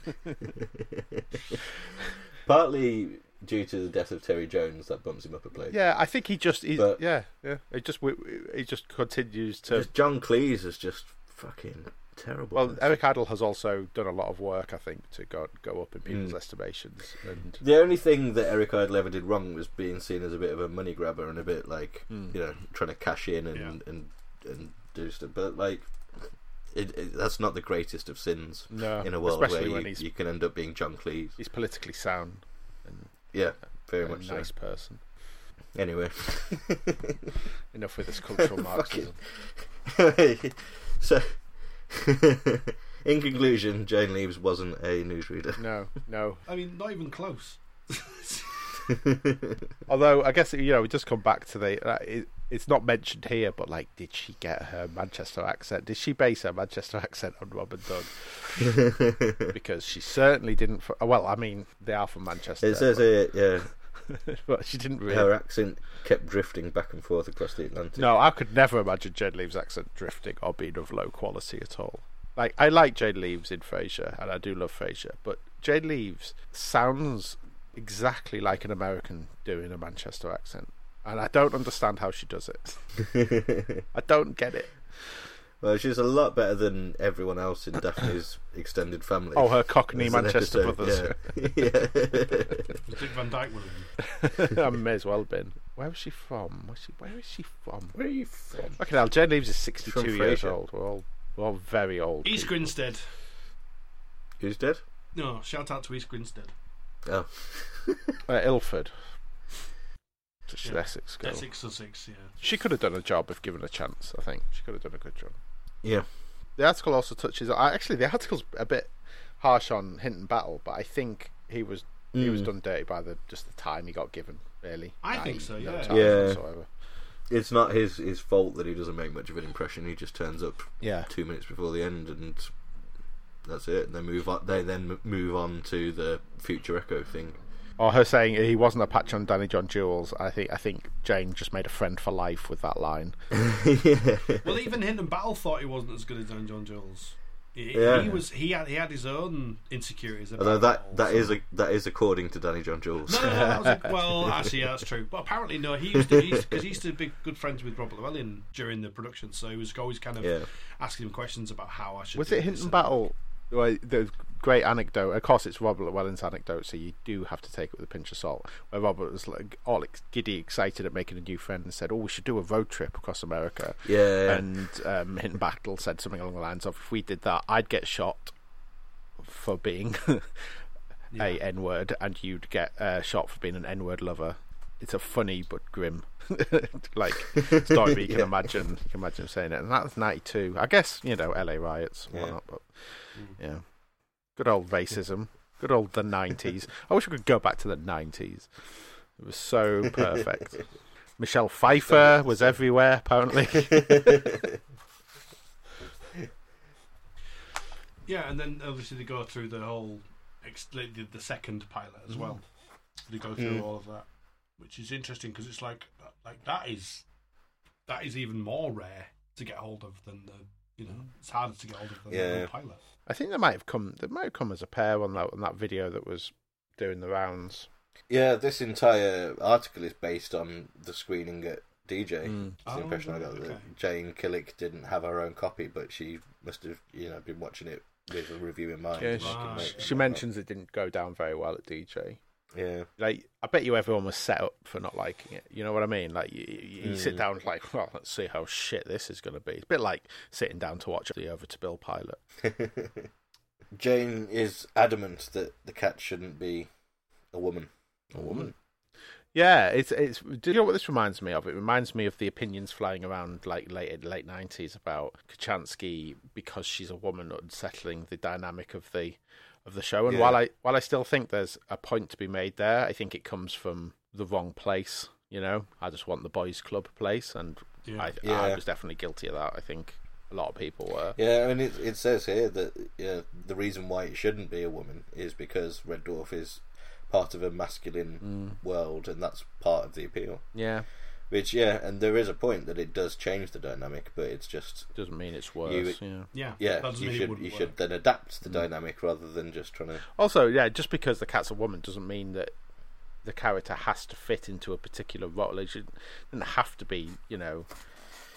C: Partly due to the death of Terry Jones, that bumps him up a place.
D: yeah, I think he just. He,
C: But-
D: yeah, yeah. It just w- he just continues to.
C: Just John Cleese is just fucking terrible.
D: Well, Eric Idle has also done a lot of work, I think, to go go up in people's
C: Mm.
D: estimations. And
C: the only thing that Eric Idle ever did wrong was being seen as a bit of a money grabber and a bit like
D: Mm.
C: you know trying to cash in and
E: Yeah.
C: and, and do stuff. But like, it, it, that's not the greatest of sins
D: No,
C: in a world
D: especially
C: where
D: when
C: you,
D: he's-
C: you can end up being John Cleese.
D: he's politically sound,
C: Yeah, very
D: and
C: much
D: a nice
C: so.
D: person.
C: Anyway.
D: Enough with this cultural Marxism.
C: so, in conclusion, Jane Leaves wasn't a newsreader.
D: No, no.
E: I mean, not even close.
D: Although I guess you know, it does come back to the. Uh, it, it's not mentioned here, but like, did she get her Manchester accent? Did she base her Manchester accent on Robin Dunn? because she certainly didn't. fr- well, I mean, they are from Manchester.
C: It says here, yeah,
D: but, but she didn't really.
C: her accent kept drifting back and forth across the Atlantic.
D: No, I could never imagine Jane Leaves' accent drifting or being of low quality at all. Like I like Jane Leaves in Frasier, and I do love Frasier, but Jane Leaves sounds exactly like an American doing a Manchester accent, and I don't understand how she does it. I don't get it.
C: Well, she's a lot better than everyone else in Daphne's extended family.
D: Oh, her Cockney
C: There's an
D: Manchester
C: episode,
D: brothers.
C: Yeah.
E: Was Dick Van Dyke one of them?
D: I may as well have been. Where was she from? Was she, where is she from?
C: Where are you from?
D: Okay, now Jane Leaves is
C: From
D: sixty-two years
C: Frasier.
D: old. We're all, we're all very old.
E: East
D: people.
E: Grinstead.
C: Who's dead?
E: No, shout out to East Grinstead.
C: Oh,
D: uh, Ilford. Just
E: Yeah.
D: Essex girl.
E: Essex, Sussex, yeah.
D: She could have done a job if given a chance. I think she could have done a good job.
C: yeah.
D: The article also touches. I actually the article's a bit harsh on Hinton Battle, but I think he was he was
C: Mm.
D: done dirty by the just the time he got given. Really,
E: I
D: Like,
E: think so,
D: no
E: yeah.
D: time
C: Yeah.
D: whatsoever.
C: It's not his his fault that he doesn't make much of an impression. He just turns up
D: yeah.
C: two minutes before the end, and that's it. And they move on. They then m- move on to the future echo thing.
D: Or her saying he wasn't a patch on Danny John Jules. I think I think Jane just made a friend for life with that line.
E: Well, even Hinton Battle thought he wasn't as good as Dan John Jules. He,
C: Yeah.
E: he was. He had. He had his own insecurities. About
C: Although that
E: Battle,
C: that
E: so-
C: is a, that is according to Danny John Jules.
E: No, no, no, that was like, well, actually, yeah, that's true. But apparently, no, he used to because he used to be good friends with Robert Llewellyn during the production, so he was always kind of
C: Yeah.
E: asking him questions about how I should.
D: Was
E: do
D: it
E: this
D: Hinton
E: and-
D: Battle? Well, the great anecdote. Of course, it's Robert Llewellyn's anecdote, so you do have to take it with a pinch of salt. Where Robert was like all ex- giddy, excited at making a new friend, and said, "Oh, we should do a road trip across America."
C: Yeah.
D: And um, Hinton Battle said something along the lines of, "If we did that, I'd get shot for being a N word, and you'd get uh, shot for being an N word lover." It's a funny but grim, like story. But you can imagine, you can imagine him saying it, and that was '92. I guess you know LA riots, and
C: Yeah.
D: whatnot, but yeah, good old racism, good old the '90s. I wish we could go back to the '90s. It was so perfect. Michelle Pfeiffer was everywhere, apparently.
E: Yeah, and then obviously they go through the whole ex- the, the- the second pilot as well.
C: Mm.
E: They go through all of that, which is interesting because it's like like that is that is even more rare to get hold of than the you know it's harder to get hold of than
C: Yeah.
E: the real pilot.
D: I think they might have come. They might have come as a pair on that on that video that was doing the rounds.
C: Yeah, this entire article is based on the screening at DJ. It's the
E: Oh,
C: impression I got
E: right,
C: that
E: okay.
C: Jane Killick didn't have her own copy, but she must have, you know, been watching it with a review in mind.
D: Yeah,
C: and
D: she,
C: could make
E: Right.
C: it
D: she
C: and
D: mentions it didn't go down very well at DJ.
C: whatnot. Yeah,
D: Like, I bet you everyone was set up for not liking it. You know what I mean? Like, you, you you sit down like, well, let's see how shit this is going to be. It's a bit like sitting down to watch the Over to Bill pilot.
C: Jane is adamant that the cat shouldn't be a woman. A woman.
D: Yeah, it's it's. Do you know what this reminds me of? It reminds me of the opinions flying around like late late nineties about Kachansky because she's a woman unsettling the dynamic of the of the show. And while I while I still think there's a point to be made there, I think it comes from the wrong place. You know, I just want the boys' club place, and
E: Yeah.
D: I, I
C: Yeah.
D: was definitely guilty of that. I think a lot of people were.
C: Yeah, I mean, it, it says here that yeah, the reason why it shouldn't be a woman is because Red Dwarf is part of a masculine world, and that's part of the appeal.
D: Yeah,
C: Which, yeah, and there is a point that it does change the dynamic, but it's just
D: doesn't mean it's worse. yeah.
E: Yeah,
C: yeah,
E: that doesn't
C: you
E: mean it
C: should
E: wouldn't
C: you
E: work.
C: should then adapt the dynamic rather than just trying to.
D: Also, yeah, just because the cat's a woman doesn't mean that the character has to fit into a particular role. It should- doesn't have to be, you know,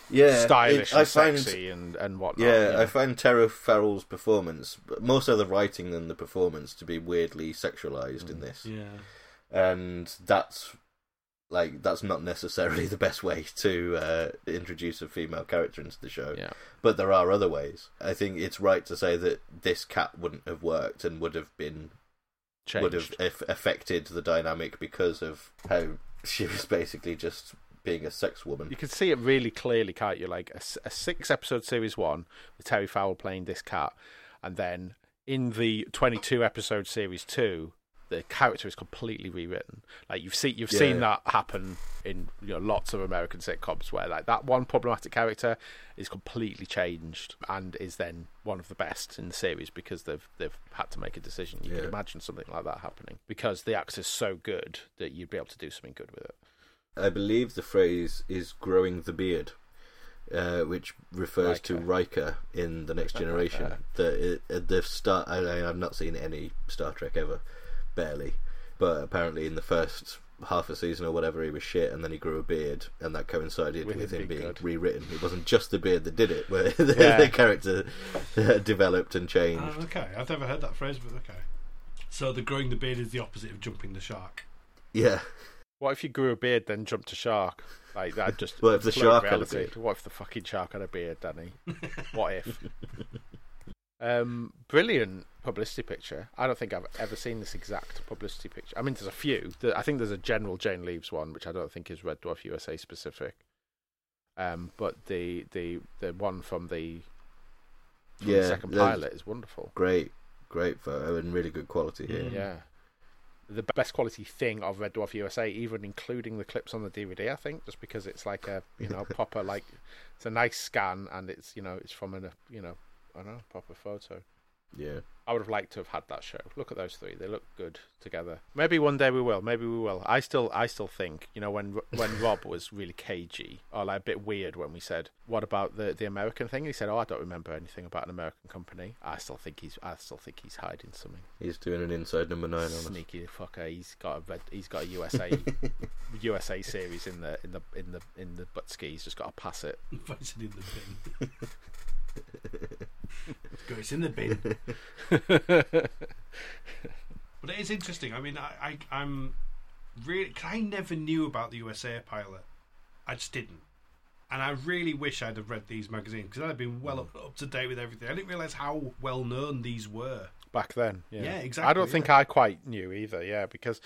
C: Yeah,
D: stylish
C: I
D: and
C: find
D: sexy and, and whatnot.
C: yeah,
D: you
C: I
D: know.
C: find Tara Farrell's performance, but more so the writing than the performance, to be weirdly sexualized in this,
E: Yeah,
C: and that's like that's not necessarily the best way to uh, introduce a female character into the show.
D: yeah.
C: But there are other ways. I think it's right to say that this cat wouldn't have worked and would have been would have
D: Changed.
C: aff- affected the dynamic because of how she was basically just being a sex
D: You
C: woman.
D: can see it really clearly, can't you? Like a, s- a six episode series one with Terry Farrell playing this cat, and then in the 22 episode series two, the character is completely rewritten. Like you've seen, you've
C: Yeah,
D: seen
C: yeah.
D: that happen in you know lots of American sitcoms where like that one problematic character is completely changed and is then one of the best in the series because they've they've had to make a decision. You can
C: Yeah.
D: imagine something like that happening because the actor's so good that you'd be able to do something good with it.
C: I believe the phrase is growing the beard, uh, which refers to Riker in The Next Generation. the, it, the star, I, I- I've not seen any Star Trek ever, barely. But apparently, in the first half a season or whatever, he was shit, and then he grew a beard, and that coincided with,
D: With him
C: him
D: being
C: being
D: good.
C: rewritten. It wasn't just the beard that did it, where the,
D: Yeah. Um,
C: the character uh, developed and changed.
E: Ah, okay. I've never heard that phrase, but okay. So the growing the beard is the opposite of jumping the shark.
C: Yeah.
D: What if you grew a beard then jumped a shark? Like that just
C: What if the
D: flood
C: shark had a
D: reality.
C: beard?
D: What if the fucking shark had a beard, Danny? What if? um, brilliant publicity picture. I don't think I've ever seen this exact publicity picture. I mean, there's a few. There- I think there's a General Jane Leaves one, which I don't think is Red Dwarf USA specific. Um, but the the the one from the, from
C: Yeah,
D: the second
C: there's-
D: pilot is wonderful.
C: Great, great photo and really good quality here.
D: Yeah. The best quality thing of Red Dwarf USA, even including the clips on the DVD, I think, just because it's like a you know proper like it's a nice scan and it's you know it's from a you know I don't know proper photo.
C: Yeah.
D: I would have liked to have had that show. Look at those three; they look good together. Maybe one day we will. Maybe we will. I still, I still think you know when when Rob was really cagey or like a bit weird when we said, "What about the the American thing?" He said, "Oh, I don't remember anything about an American company." I still think he's, I still think he's hiding something.
C: He's doing an inside number nine on us.
D: Sneaky fucker. He's got a red, he's got a USA USA series in the in the in the in the butt ski. He's just got to pass it.
E: It's in the bin. Let's go, it's in the bin. but it is interesting. I mean, I, I I'm really. 'cause I never knew about the USA pilot. I just didn't. And I really wish I'd have read these magazines because I'd have been
C: Mm.
E: well up, up to date with everything. I didn't realize how well known these were.
D: Back then, yeah,
E: Yeah,
D: I
E: exactly,
D: don't think I quite knew either. Yeah, because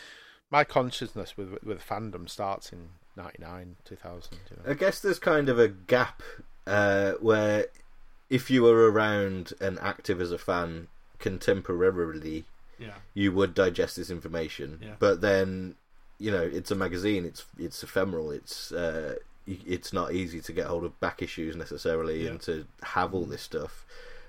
D: my consciousness with with fandom starts in '99, 2000. You know.
C: I guess there's kind of a gap uh, where if you were around and active as a fan contemporarily,
E: Yeah.
C: you would digest this information.
E: Yeah.
C: But then, you know, it's a magazine. It's it's ephemeral. It's uh, y- it's not easy to get hold of back issues necessarily
E: Yeah.
C: and to have all this stuff.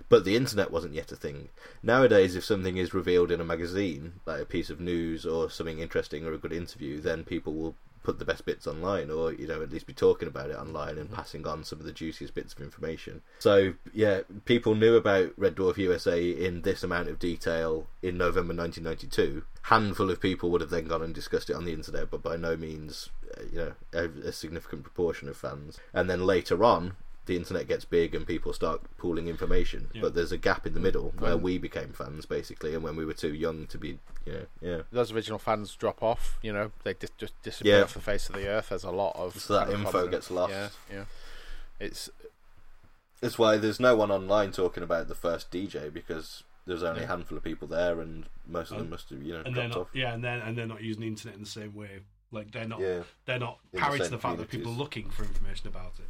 C: But the internet wasn't yet a thing. Nowadays, if something is revealed in a magazine, like a piece of news or something interesting or a good interview, then people will put the best bits online, or you know at least be talking about it online and passing on some of the juiciest bits of information. So yeah, people knew about Red Dwarf USA in this amount of detail in November 1992. Handful of people would have then gone and discussed it on the internet, but by no means uh, you know a, a significant proportion of fans. And then later on, the internet gets big and people start pooling information. But there's a gap in the middle where we became fans basically, and when we were too young to be, you know, yeah.
D: Those original fans drop off. You know, they dis- just disappear
C: Yeah.
D: off the face of the earth. There's a lot of
C: So that
D: kind of
C: info
D: content.
C: gets lost.
D: Yeah, yeah. It's
C: That's why there's no one online talking about the first DJ because there's only a handful of people there, and most of
D: Oh.
C: them must have you know
E: and they're
C: dropped
E: not
C: off.
E: yeah, and then and they're not using the internet in the same way. Like they're not
C: Yeah.
E: they're not
C: In the
E: parried to
C: same
E: the fact that people are looking for information about it.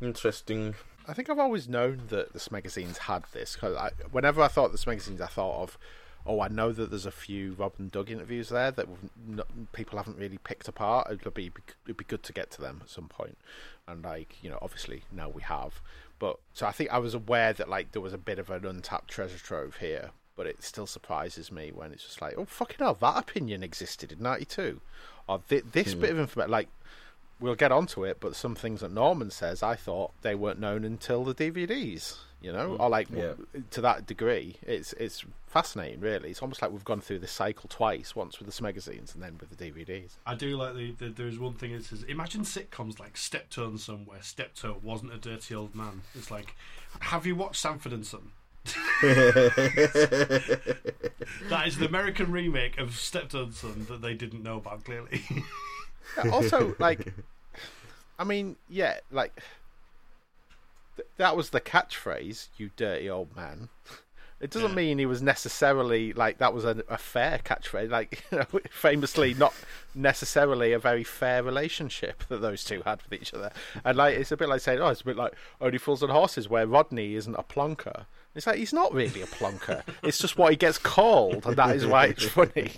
C: Interesting.
D: I think I've always known that the magazines had this because I, whenever I thought of this magazines, I thought of, oh, I know that there's a few Rob and Doug interviews there that we've not, people haven't really picked apart. It'd be it'd be good to get to them at some point, and like you know, obviously now we have. But so I think I was aware that like there was a bit of an untapped treasure trove here, but it still surprises me when it's just like, oh fucking hell, that opinion existed in '92, or thi this bit of information like we'll get onto it, but some things that Norman says, I thought they weren't known until the DVDs, you know, or like
C: Yeah.
D: to that degree. It's it's fascinating, really. It's almost like we've gone through this cycle twice: once with the magazines and then with the DVDs.
E: I do like the, the there is one thing it says imagine sitcoms like Steptoe and somewhere Steptoe wasn't a dirty old man. It's like have you watched Sanford and Son? that is the American remake of Steptoe and Son that they didn't know about clearly.
D: Yeah, also, like, I mean, yeah, like th- that was the catchphrase, "You dirty old man." It doesn't
E: Yeah.
D: mean he was necessarily like that was a, a fair catchphrase. Like, you know, famously, not necessarily a very fair relationship that those two had with each other. And like, it's a bit like saying, "Oh, it's a bit like Only Fools and Horses," where Rodney isn't a plonker. It's like he's not really a plonker. it's just what he gets called, and that is why it's funny.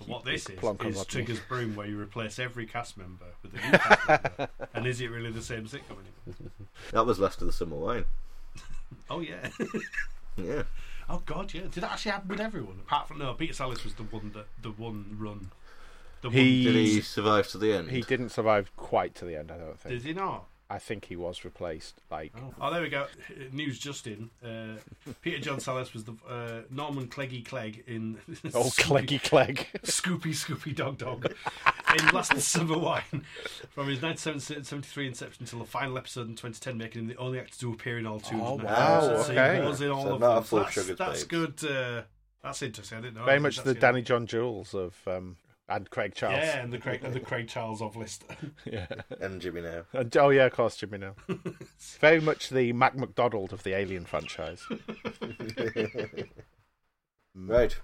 E: And what this is
D: plonk on
E: is
D: Rodney.
E: Trigger's Broom, where you replace every cast member with a new cast member. And is it really the same sitcom anymore?
C: That was Last of the Summer Wine.
E: Oh yeah.
C: Yeah.
E: oh god, yeah. Did that actually happen with everyone? Apart from no, Peter Sellers was the one that the one run. The
D: He-
C: Did
E: one,
C: he survive to the end?
D: He didn't survive quite to the end, I don't think.
E: did he not?
D: I think he was replaced. Like,
E: Oh, oh, there we go. News just in. Uh, Peter John Sellers was the uh, Norman Cleggy Clegg in.
D: oh, Cleggy Clegg.
E: Scoopy Scoopy Dog Dog in Last Summer Wine from his 1973 inception until the final episode in 2010, making him the only actor to appear in all two.
D: Oh,
E: of them.
D: wow,
E: So
D: okay.
E: he was in all
C: So
E: of
C: not
E: them.
C: a full
E: that's
C: Sugar Babes.
E: that's good. Uh, that's interesting. I didn't know.
D: Very
E: Oh, that.
D: much
E: That's
D: the
E: good.
D: Danny John Jules of um, and Craig Charles.
E: Yeah, and the Craig and the Craig Charles of list.
C: And Jimmy now.
D: And, oh yeah, of course, Jimmy. Now, very much the Mac McDonald of the Alien franchise.
C: Right.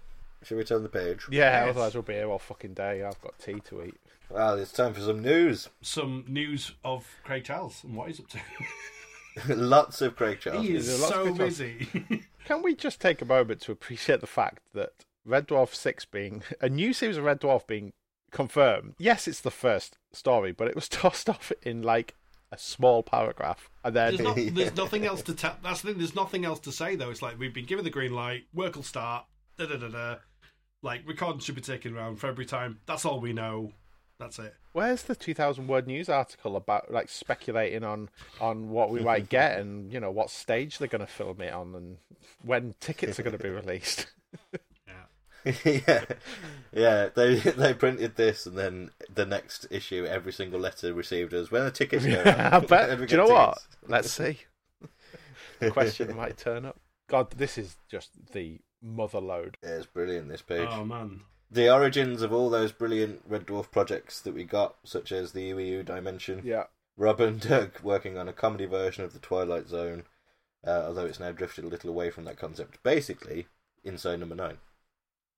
C: Shall we turn the page?
D: Yeah,
E: Yes.
D: otherwise we'll be here all fucking day. I've got tea to eat.
C: Well, it's time for some news.
E: Some news of Craig Charles and what he's up to.
C: Lots of Craig Charles.
E: he
C: news.
E: is
D: a lot of
E: so
D: Craig Charles.
E: busy.
D: Can we just take a moment to appreciate the fact that Red Dwarf Six being a new series of Red Dwarf being confirmed? Yes, it's the first story, but it was tossed off in like a small paragraph, and then
E: There's, not, there's nothing else to tap. That's the thing. There's nothing else to say though. It's like we've been given the green light. Work will start. Da da da da. Like recording should be taken around February time. That's all we know. That's it.
D: Where's the 2,000 word news article about like speculating on on what we might get and you know what stage they're going to film it on and when tickets are going to be released?
E: Yeah.
C: yeah, yeah. They they printed this, and then the next issue, every single letter received was when the tickets go. out?"
D: I bet.
C: Ever
D: Do
C: get
D: you know what?
C: tickets?
D: Let's see. The question might turn up. God, this is just the mother load.
C: Yeah, it's brilliant. This page.
E: Oh man.
C: the origins of all those brilliant Red Dwarf projects that we got, such as the UEU Dimension,
D: Yeah.
C: Rob and Doug working on a comedy version of The Twilight Zone, uh, although it's now drifted a little away from that concept. Basically, Inside Number 9.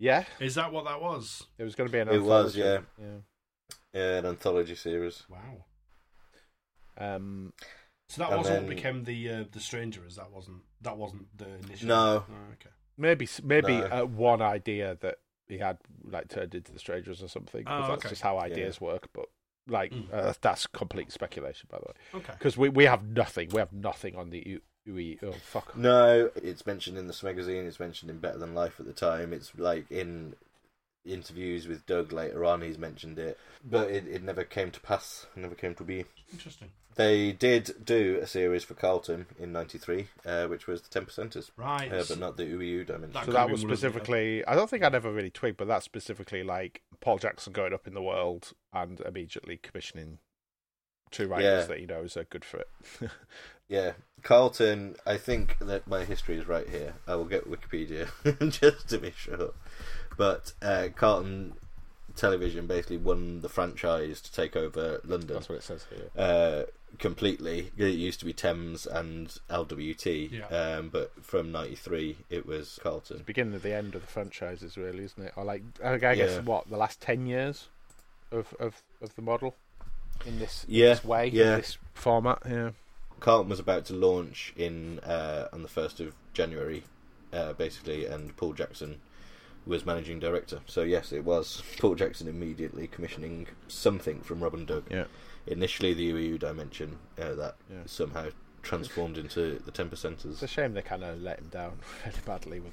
D: Yeah,
E: Is that what that was?
D: it was going to be an
C: It was,
D: anthology.
C: yeah.
D: yeah.
C: Yeah, an anthology series.
E: Wow.
D: Um,
E: So that
C: And
E: wasn't
C: then-
E: what became the uh, the stranger. Is that wasn't that wasn't the initial?
C: No.
E: Oh, okay.
D: maybe maybe
C: No.
D: uh, one idea that he had like turned into the strangers or something. 'cause
E: Oh,
D: that's
E: okay.
D: just how ideas work. But like,
E: Mm.
D: uh, that's complete speculation, by the way.
E: Okay.
D: because we, we have nothing. We have nothing on the U- UE. Oh fuck!
C: No, it's mentioned in this magazine, it's mentioned in Better Than Life at the time, it's like in interviews with Doug later on, he's mentioned it, but it, it never came to pass, never came to be.
E: Interesting.
C: They did do a series for Carlton in '93, uh, which was the Ten Percenters,
E: Right.
C: uh, but not the UEU dimension.
E: That
D: So
E: could
D: that
E: be
D: was
E: one of the-
D: specifically. I don't think I'd ever really twigged, but that's specifically like Paul Jackson going up in the world and immediately commissioning two writers
C: Yeah.
D: that he knows are good for it.
C: Yeah, Carlton. I think that my history is right here. I will get Wikipedia just to be sure. But uh, Carlton Television basically won the franchise to take over London
D: that's what it says here.
C: uh, completely. It used to be Thames and LWT,
E: Yeah.
C: um, but from '93 it was Carlton.
D: Beginning of the end of the franchises, really, isn't it? Or like, I guess
C: Yeah.
D: what the last ten years of of, of the model in this, in
C: Yeah,
D: this way, in
C: yeah.
D: this format. Yeah,
C: Carlton was about to launch in uh, on the first of January, uh, basically, and Paul Jackson was managing director. So yes, it was Paul Jackson immediately commissioning something from Robin Doug.
D: yeah.
C: Initially, the UEU dimension uh, that
D: Yeah.
C: somehow transformed into the ten percenters.
D: It's a shame they kind of let him down really badly with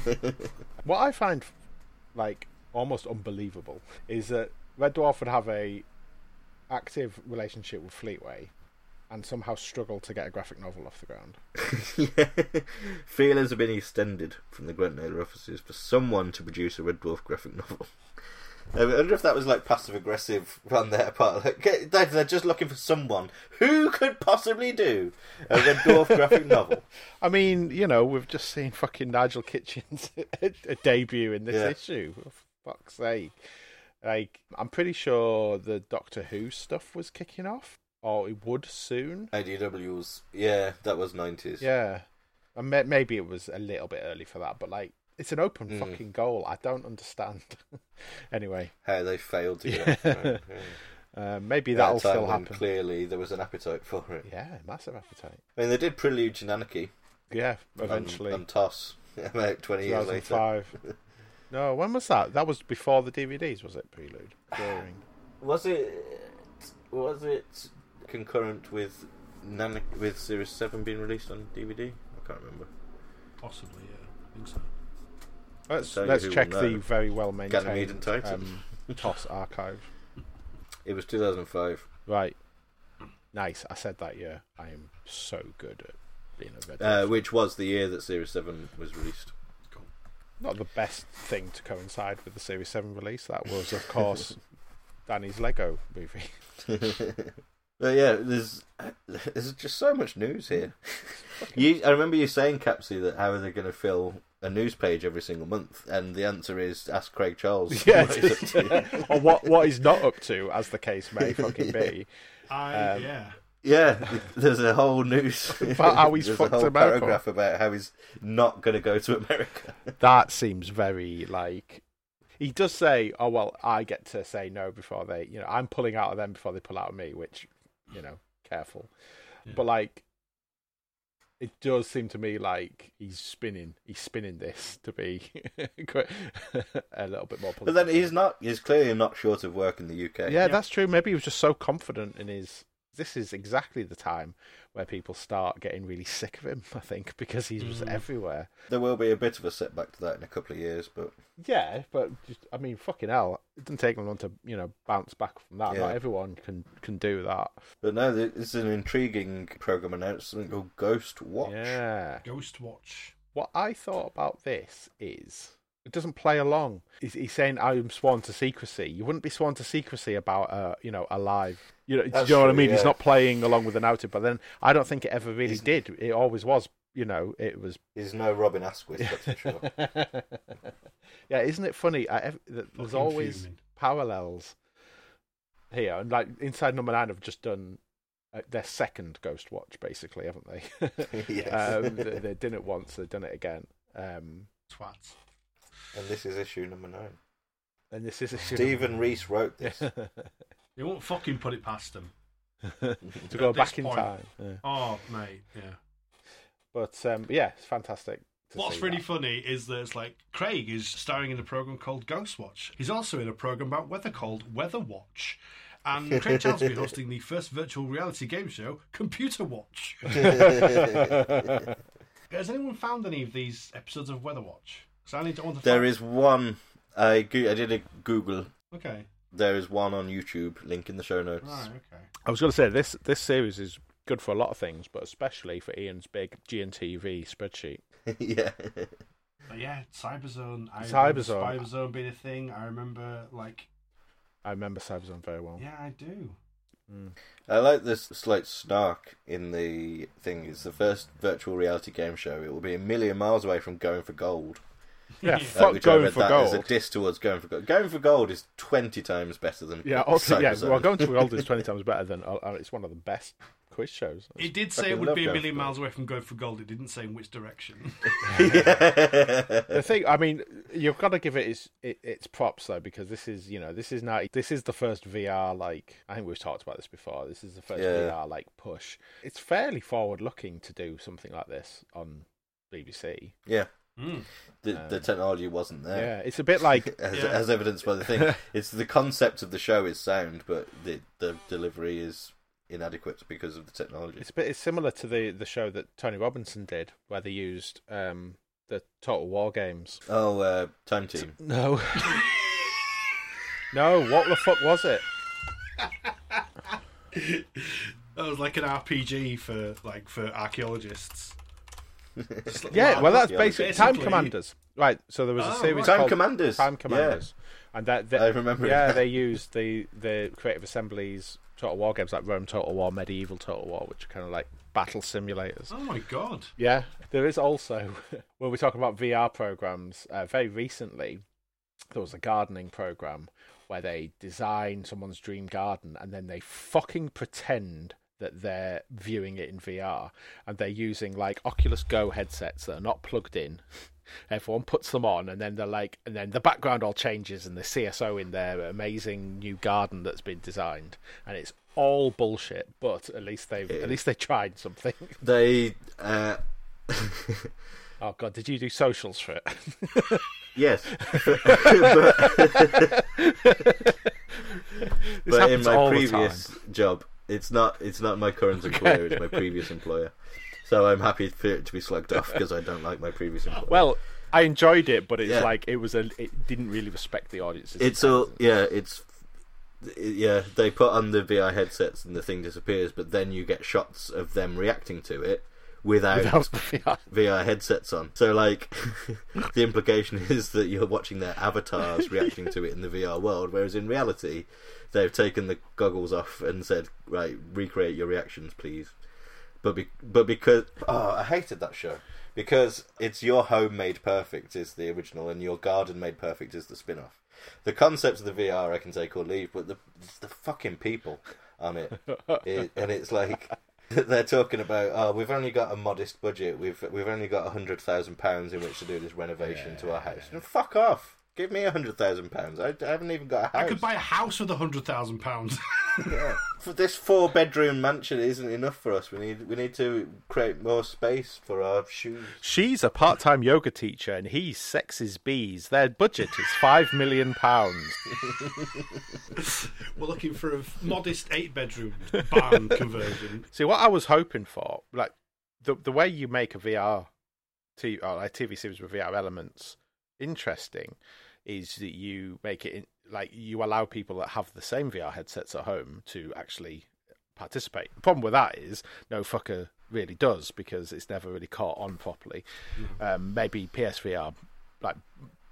D: what I find like almost unbelievable is that Red Dwarf would have a active relationship with Fleetway and somehow struggle to get a graphic novel off the ground.
C: Feelers have been extended from the Grantnaylor offices for someone to produce a Red Dwarf graphic novel. Um, I wonder if that was like passive aggressive on their part. Like, get- they're- they're just looking for someone who could possibly do a Red Dwarf graphic novel.
D: I mean, you know, we've just seen fucking Nigel Kitchen's debut in this
C: Yeah.
D: issue. For fuck's sake. Like, I'm pretty sure the Doctor Who stuff was kicking off, or it would soon.
C: IDW's, yeah, that was 90s.
D: Yeah, and may- maybe it was a little bit early for that, but like it's an open
C: Mm.
D: fucking goal. I don't understand. anyway,
C: How they failed to get yeah.
D: Yeah. uh, maybe that'll still happen.
C: Clearly, there was an appetite for it.
D: Yeah, massive appetite.
C: I mean, they did Prelude to Anarchy
D: Yeah,
C: and-
D: eventually.
C: and Toss about 20 years um, later.
D: 2005. no, when was that? That was before the DVDs, was it? Prelude. During.
C: Was it was it concurrent with Nan- with Series Seven being released on DVD? I can't remember.
E: Possibly, yeah. I think so.
D: Let's,
C: Tell you
D: let's
C: who
D: check
C: will
D: the
C: know.
D: very well
C: Ganymede and
D: maintained
C: Titan.
D: Toss archive.
C: It was 2005.
D: Right. Nice. I said that year. I am so good at being a red.
C: Uh, which was the year that Series Seven was released.
D: not the best thing to coincide with the Series 7 release. That was, of course, Danny's Lego movie.
C: But yeah, there's there's just so much news here. you, I remember you saying, Capsy, that how are they going to fill a news page every single month? And the answer is ask Craig Charles.
D: Yeah.
C: what he's up to.
D: or what, what he's not up to, as the case may fucking be.
E: I
D: Um,
E: yeah.
C: Yeah, there's a whole news
D: About how he's
C: there's
D: fucked
C: a whole
D: America.
C: paragraph about how he's not going to go to America.
D: That seems very like. He does say, oh, well, I get to say no before they, you know, I'm pulling out of them before they pull out of me, which, you know, careful. But like, it does seem to me like he's spinning. He's spinning this to be quite- a little bit more.
C: But then
D: political.
C: he's not. He's clearly not short of work in the UK.
D: Yeah, that's true. Maybe he was just so confident in his. This is exactly the time where people start getting really sick of him. I think because he was everywhere.
C: There will be a bit of a setback to that in a couple of years, but
D: Yeah, but just, I mean, fucking hell, it didn't take him long to you know bounce back from that.
C: Yeah.
D: Not everyone can can do that.
C: but no, th- it's an intriguing program announcement called Ghost Watch.
D: Yeah.
E: Ghost Watch.
D: What I thought about this is it doesn't play along. He's, he's saying I'm sworn to secrecy. You wouldn't be sworn to secrecy about uh, you know a live. You know, do you know
C: That's
D: what I
C: true,
D: mean?
C: yeah.
D: He's not playing along with the narrative. But then I don't think it ever really did. It always was. You know, it was.
C: He's no Robin Asquith, that's for sure.
D: yeah, isn't it funny? I, ev- that there's
E: Fucking
D: always
E: fuming.
D: parallels here, and like Inside Number Nine have just done uh, their second Ghost Watch, basically, haven't they?
C: Yes.
D: um, they, they've done it once, they've done it again. Um,
E: Twats.
C: and this is issue number nine.
D: and this is issue
C: Stephen Reese wrote this.
D: number-
E: They won't fucking put it past them.
D: to go
E: At this
D: back in
E: point.
D: time. Yeah.
E: Oh mate, yeah.
D: But um, yeah, it's fantastic. to
E: What's
D: see
E: really
D: that.
E: funny is that it's like Craig is starring in a program called Ghost Watch. He's also in a program about weather called Weather Watch. And Craig Charles will be hosting the first virtual reality game show, Computer Watch. Has anyone found any of these episodes of Weather Watch? Because I need to. I want to
C: There
E: find-
C: is one I go- I did a Google.
E: Okay.
C: There is one on YouTube. Link in the show notes.
E: Right. Okay.
D: I was going to say this this series is good for a lot of things, but especially for Ian's big GNTV spreadsheet.
C: yeah.
E: But yeah, Cyberzone. I remember
D: Cyberzone.
E: Cyberzone being a thing. I remember, like,
D: I remember Cyberzone very well.
E: yeah, I do.
C: I like this slight snark in the thing. It's the first virtual reality game show. It will be a million miles away from going for gold.
D: Yeah,
E: Yeah.
C: Uh,
D: fuck
C: which I
D: going
C: read
D: for
C: that as
D: gold.
C: a diss towards going for gold. Going for gold is twenty times better than
D: yeah, obviously, yeah.
C: Cyberzone.
D: Well, going to gold is twenty times better than. Uh, uh, it's one of the best quiz shows.
E: It did say it
C: fucking
E: would
C: love
E: be a
C: going
E: million
C: for gold.
E: miles away from going for gold. It didn't say in which direction.
D: The thing, I mean, you've got to give it its it, its props though, because this is you know this is now this is the first VR like I think we've talked about this before. This is the first
C: Yeah.
D: VR like push. It's fairly forward looking to do something like this on BBC.
C: yeah,
E: Mm.
C: the, the technology wasn't
D: Um, Yeah,
C: there.
D: it's a bit like
C: As,
E: Yeah.
C: as evidenced by the thing, it's the concept of the show is sound, but the the delivery is inadequate because of the technology.
D: it's a bit it's similar to the the show that Tony Robinson did, where they used um the Total War games.
C: Oh, uh, time team.
D: No. No, what the fuck was it?
E: That was like an RPG for like for archaeologists. Just like
D: Yeah,
E: lab-
D: well, that's
C: yeah,
D: basically, Time
E: basically-
D: Commanders. Right, so there was a
E: Oh,
D: series
E: right.
C: Time
D: called
C: Commanders,
D: Time
C: yeah.
D: Commanders, and that, that
C: I remember
D: Yeah,
C: that.
D: they used the the Creative Assembly's Total War games like Rome Total War, Medieval Total War, which are kind of like battle simulators.
E: Oh my god.
D: Yeah, there is also when we're talking about VR programs. Uh, very recently, there was a gardening program where they design someone's dream garden and then they fucking pretend that they're viewing it in VR and they're using like Oculus Go headsets that are not plugged in. Everyone puts them on, and then they're like, and then the background all changes, and the CSO in their amazing new garden that's been designed, and it's all bullshit. But at least they've, at least they tried something.
C: They, uh,
D: Oh god, did you do socials for it?
C: yes, but, but in
D: happens all
C: my
D: the
C: previous job, it's not it's not my current employer, it's my previous employer. So I'm happy for it to be slugged off because I don't like my previous employer.
D: well, I enjoyed it, but it's
C: Yeah.
D: like it was a it didn't really respect the audiences.
C: it's all yeah, it's yeah. They put on the VR headsets and the thing disappears, but then you get shots of them reacting to it
D: Without the VR.
C: VR headsets on. So, like, the implication is that you're watching their avatars reacting to it in the VR world, whereas in reality, they've taken the goggles off and said, "Right, recreate your reactions, please." But be- but because oh, I hated that show because it's your home made perfect is the original, and your garden made perfect is the spin off. The concept of the VR I can take or leave, but the it's the fucking people on it, it and it's like they're talking about oh we've only got a modest budget we've we've only got a hundred thousand pounds in which to do this renovation to our house and fuck off give me a hundred thousand pounds I, I haven't even got a house
E: I could buy a house with a hundred thousand pounds.
C: For this four bedroom mansion isn't enough for us we need we need to create more space for our shoes
D: She's a part-time yoga teacher, and he sexes bees. Their budget is five million pounds.
E: We're looking for a modest eight bedroom barn conversion.
D: See, what I was hoping for, like the the way you make a VR, t- or like TV series with VR elements interesting, is that you make it in, like you allow people that have the same VR headsets at home to actually participate. The problem with that is no fucker really does because it's never really caught on properly. Um, maybe PSVR, like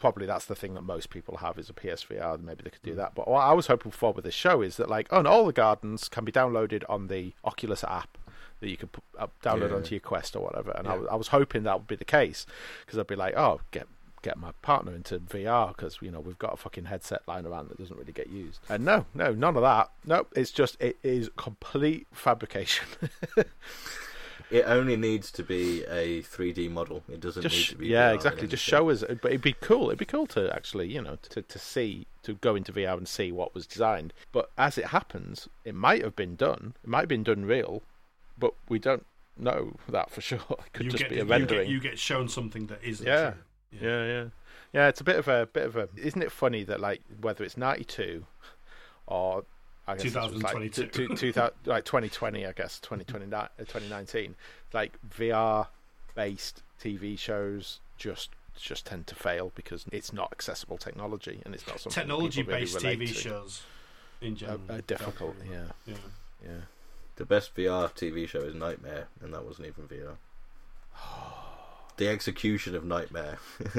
D: probably that's the thing that most people have is a PSVR. Maybe they could do that. But what I was hoping for with this show is that like, oh, and all the gardens can be downloaded on the Oculus app that you could put, up, download
C: Yeah.
D: onto your Quest or whatever. And I, was, I was hoping that would be the case because I'd be like, oh, get get my partner into VR because you know we've got a fucking headset lying around that doesn't really get used. And no, no, none of that. No, it's just it is complete fabrication.
C: it only needs to be a 3D model it doesn't need
D: just
C: to be
D: yeah,
C: VR or
D: exactly. Just
C: anything.
D: show us. But it'd be cool. It'd be cool to actually you know to to see to go into VR and see what was designed. But as it happens, it might have been done. It might have been done real, but we don't know that for sure. It could just be a rendering.
E: You get, you get shown something that isn't.
D: Yeah.
E: true.
D: yeah, yeah, yeah. It's a bit of a bit of a. Isn't it funny that like whether it's ninety two or I guess this was, like,
E: 2022.
D: two- two- two thou- like twenty twenty, I guess 2020, uh, 2019, like VR based TV shows just just tend to fail because it's not accessible technology and it's not something
E: Technology
D: people really
E: based
D: relate
E: TV
D: to.
E: shows Mm. in
D: Are-
E: general.
D: are difficult. Yeah,
E: Yeah.
D: yeah.
C: The best VR TV show is Nightmare, and that wasn't even VR. the execution of Nightmare.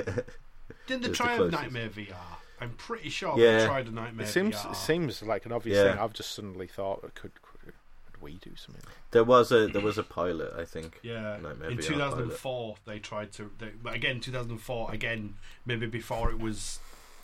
E: Didn't they
C: It's the
E: try a
C: closest.
E: Nightmare VR? I'm pretty sure
C: Yeah.
E: they tried a Nightmare
D: It seems
E: VR.
D: it seems like an obvious
C: Yeah.
D: thing. I've just suddenly thought, could could, could we do something?
C: there was a there was a pilot, I think.
E: yeah,
C: Nightmare
E: in
C: VR
E: 2004 they tried to. They, but again, 2004 again, maybe before it was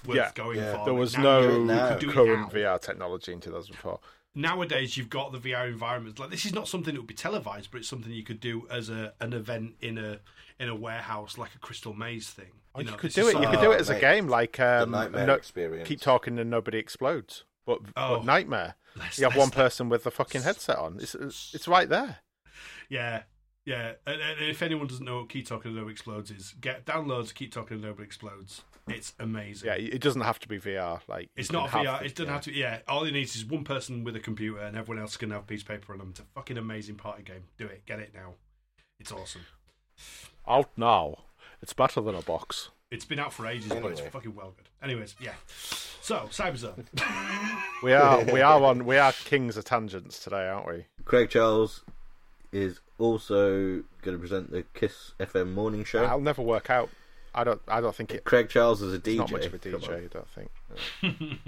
E: worth
D: Yeah.
E: going
A: Yeah.
E: for.
D: There
E: but
D: was
E: now
D: no
E: you could
A: now.
E: do it now.
D: current VR technology in 2004.
E: nowadays you've got the VR environments. Like this is not something that would be televised, but it's something you could do as a an event in a in a warehouse, like a Crystal Maze thing.
D: You,
E: know,
D: could
E: this
D: do it. You
E: is
D: could
E: something-
D: do
A: Oh,
D: it as a
A: mate.
D: game, like um,
A: Nightmare
D: no-
A: Experience.
D: Keep talking and nobody explodes. But,
E: Oh.
D: but nightmare.
E: Let's-
D: You have
E: let's-
D: one person with the fucking headset on. It's it's it's right there.
E: Yeah. Yeah, and, and if anyone doesn't know what Keep Talking and Nobody Explodes is, get downloads Keep Talking and Nobody Explodes. It's amazing.
D: Yeah, it doesn't have to be VR. Like you
E: It's
D: can
E: not
D: have
E: VR.
D: the-
E: It doesn't have to. Yeah, all it needs is one person with a computer, and everyone else can have a piece of paper on them. It's a fucking amazing party game. Do it. Get it now. It's awesome.
D: Out now. It's better than a box.
E: It's been out for ages, but it's
A: Anyway.
E: fucking well good. Anyways, yeah. So Cyberzone.
D: We are we are on we are kings of tangents today, aren't we?
C: Craig Charles is also going to present the Kiss FM morning show.
D: I'll never work out. I don't I don't think it,
C: Craig Charles is a
D: it's
C: DJ.
D: not much of a
C: Come on.
D: DJ. I don't think.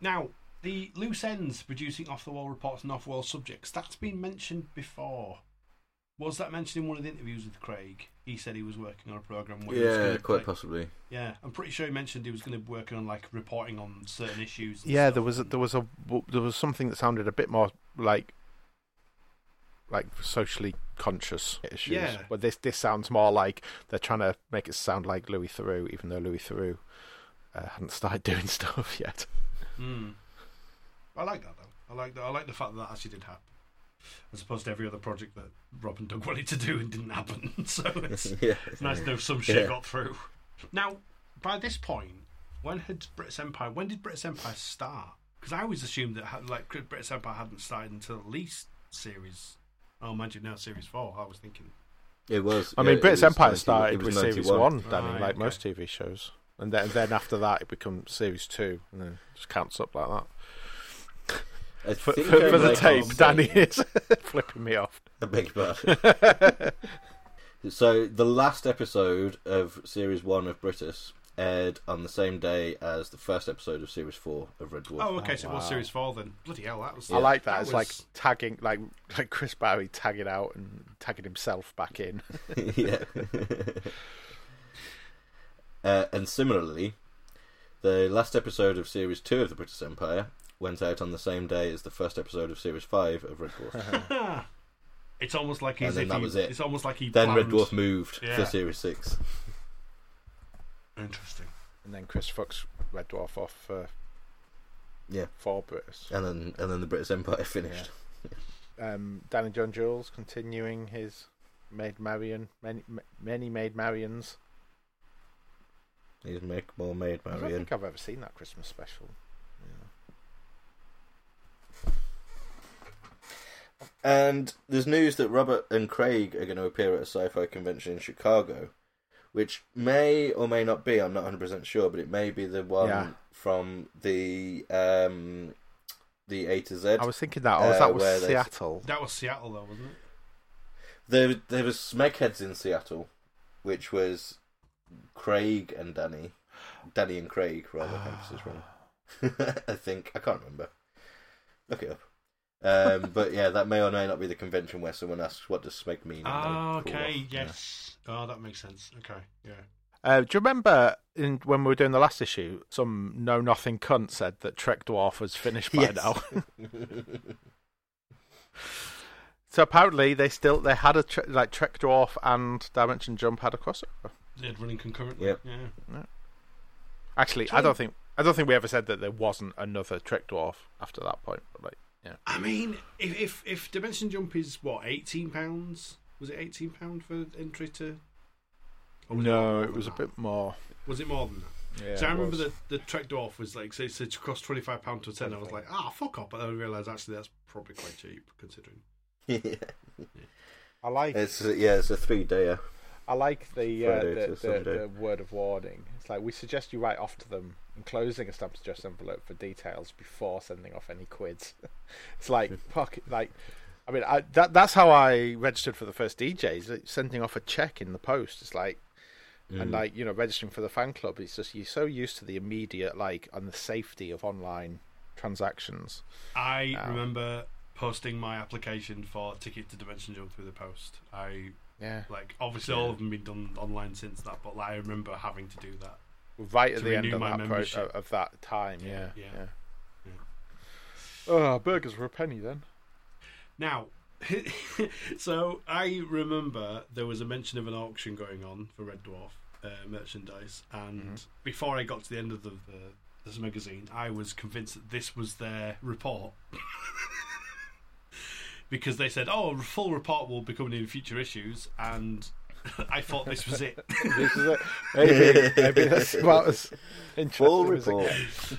E: now the loose ends producing off-the-wall reports and off-the-wall subjects. That's been mentioned before. Was that mentioned in one of the interviews with Craig? He said he was working on a program. Where he was
C: Yeah,
E: gonna
C: quite
E: like-
C: possibly.
E: Yeah, I'm pretty sure he mentioned he was going to be working on like reporting on certain issues. and
D: Yeah,
E: stuff.
D: there was a, there was a there was something that sounded a bit more like like socially conscious issues.
E: Yeah.
D: But this this sounds more like they're trying to make it sound like Louis Theroux, even though Louis Theroux uh, hadn't started doing stuff yet.
E: Mm. I like that though. I like that. I like the fact that that actually did happen, as opposed to every other project that Rob and Doug wanted to do and didn't happen. so it's,
C: yeah.
E: it's nice to know some shit
C: Yeah.
E: got through. Now, by this point, when had British Empire? When did British Empire start? Because I always assumed that had- like British Empire hadn't started until at least series. Oh, imagine now series four. I was thinking.
C: It was.
D: I
C: yeah,
D: mean,
C: it
D: British
C: was
D: Empire
C: 90
D: started
C: it
D: with
C: was Ah,
D: series
C: 91.
D: one, Danny,
E: Right,
D: like
E: okay.
D: most TV shows, and then then after that it becomes series two, and then it just counts up like that.
C: I
D: For,
C: think
D: for,
C: I
D: for the
C: might
D: tape,
C: have
D: Danny
C: seen-
D: is flipping me off.
C: I beg your pardon. so the last episode of series one of British aired on the same day as the first episode of series four of Red Dwarf.
E: Oh, okay, so it was series four then. Bloody hell, that was.
D: I like that.
E: that
D: it's
E: was-
D: like tagging, like like Chris Barry tagging out and tagging himself back in.
C: yeah. uh, and similarly, the last episode of series two of the British Empire went out on the same day as the first episode of series five of Red Dwarf.
E: It's almost like he's.
C: then
E: if
C: that
E: he-
C: was it.
E: It's almost like he.
C: then Red
E: planned-
C: Dwarf moved
E: Yeah.
C: to series six.
E: Interesting.
D: And then Chris fucks Red Dwarf off for
C: Yeah.
D: four Brits.
C: And then and then the British Empire finished.
D: Um, Danny John Jules continuing his Maid Marian, many, many Maid Marians.
C: He's make more made
D: I don't
C: Marion.
D: think I've ever seen that Christmas special.
C: And there's news that Robert and Craig are going to appear at a sci-fi convention in Chicago, which may or may not be. I'm not 100 percent sure, but it may be the one
D: Yeah.
C: from the um, the A to Z.
D: I was thinking that. Oh,
C: Uh,
D: that
C: where
D: was
C: they-
D: Seattle.
E: That was Seattle, though, wasn't it?
C: There, there was Smegheads in Seattle, which was Craig and Danny, Danny and Craig rather.
E: Ah.
C: emphasis wrong. I think I can't remember. Look it up. Um, but yeah, that may or may not be the convention where someone asks, "What does smeg mean?" and they
E: Ah,
C: call
E: okay,
C: off.
E: yes. Oh, that makes sense. Okay, yeah.
D: Uh, do you remember in, when we were doing the last issue, some know nothing cunt said that Trek Dwarf was finished by
C: Yes.
D: now. so apparently they still they had a tre- like Trek Dwarf and Dimension Jump had a crossover.
E: They're running concurrently.
C: Yep.
E: Yeah.
D: Actually, I don't think I don't think we ever said that there wasn't another Trek Dwarf after that point. But like, yeah,
E: I mean, if if, if Dimension Jump is what eighteen pounds? Was it eighteen pound for entry to? or was more
D: no,
E: than
D: it was a
E: that?
D: bit more.
E: Was it more than that?
D: Yeah,
E: so I
D: it
E: remember
D: was.
E: the the Trek Dwarf was like, so it said it cost twenty five pound to ten. I was like, ah, fuck off. But then I realised actually that's probably quite cheap considering.
C: yeah.
D: I like Eh,
C: It's yeah, it's a three dayer.
D: I like the, uh,
C: Friday
D: the,
C: to
D: the,
C: Sunday.
D: the word of warning. It's like we suggest you write off to them, enclosing a stamp suggest envelope for details before sending off any quids. it's like fuck, like. I mean, I, that that's how I registered for the first DJs. Like sending off a check in the post. It's like,
C: Mm.
D: and like you know, registering for the fan club. It's just you're so used to the immediate like and the safety of online transactions.
E: I
D: Um,
E: remember posting my application for Ticket to Dimension Jump through the post. I
D: Yeah,
E: like obviously all of them been done online since that, but like, I remember having to do that.
D: right at
E: To
D: the end
E: renew
D: of
E: my
D: that, pro-
E: membership.
D: of that time. Yeah,
E: Yeah,
D: yeah.
E: yeah,
D: Oh, burgers were a penny then.
E: Now, so I remember there was a mention of an auction going on for Red Dwarf uh, merchandise, and before I got to the end of the, the this magazine, I was convinced that this was their report. Because they said, "Oh, a full report will be coming in future issues," and I thought this was it.
D: This is it. Maybe, maybe that's about as interesting
C: Full
D: as it
C: report.
D: gets.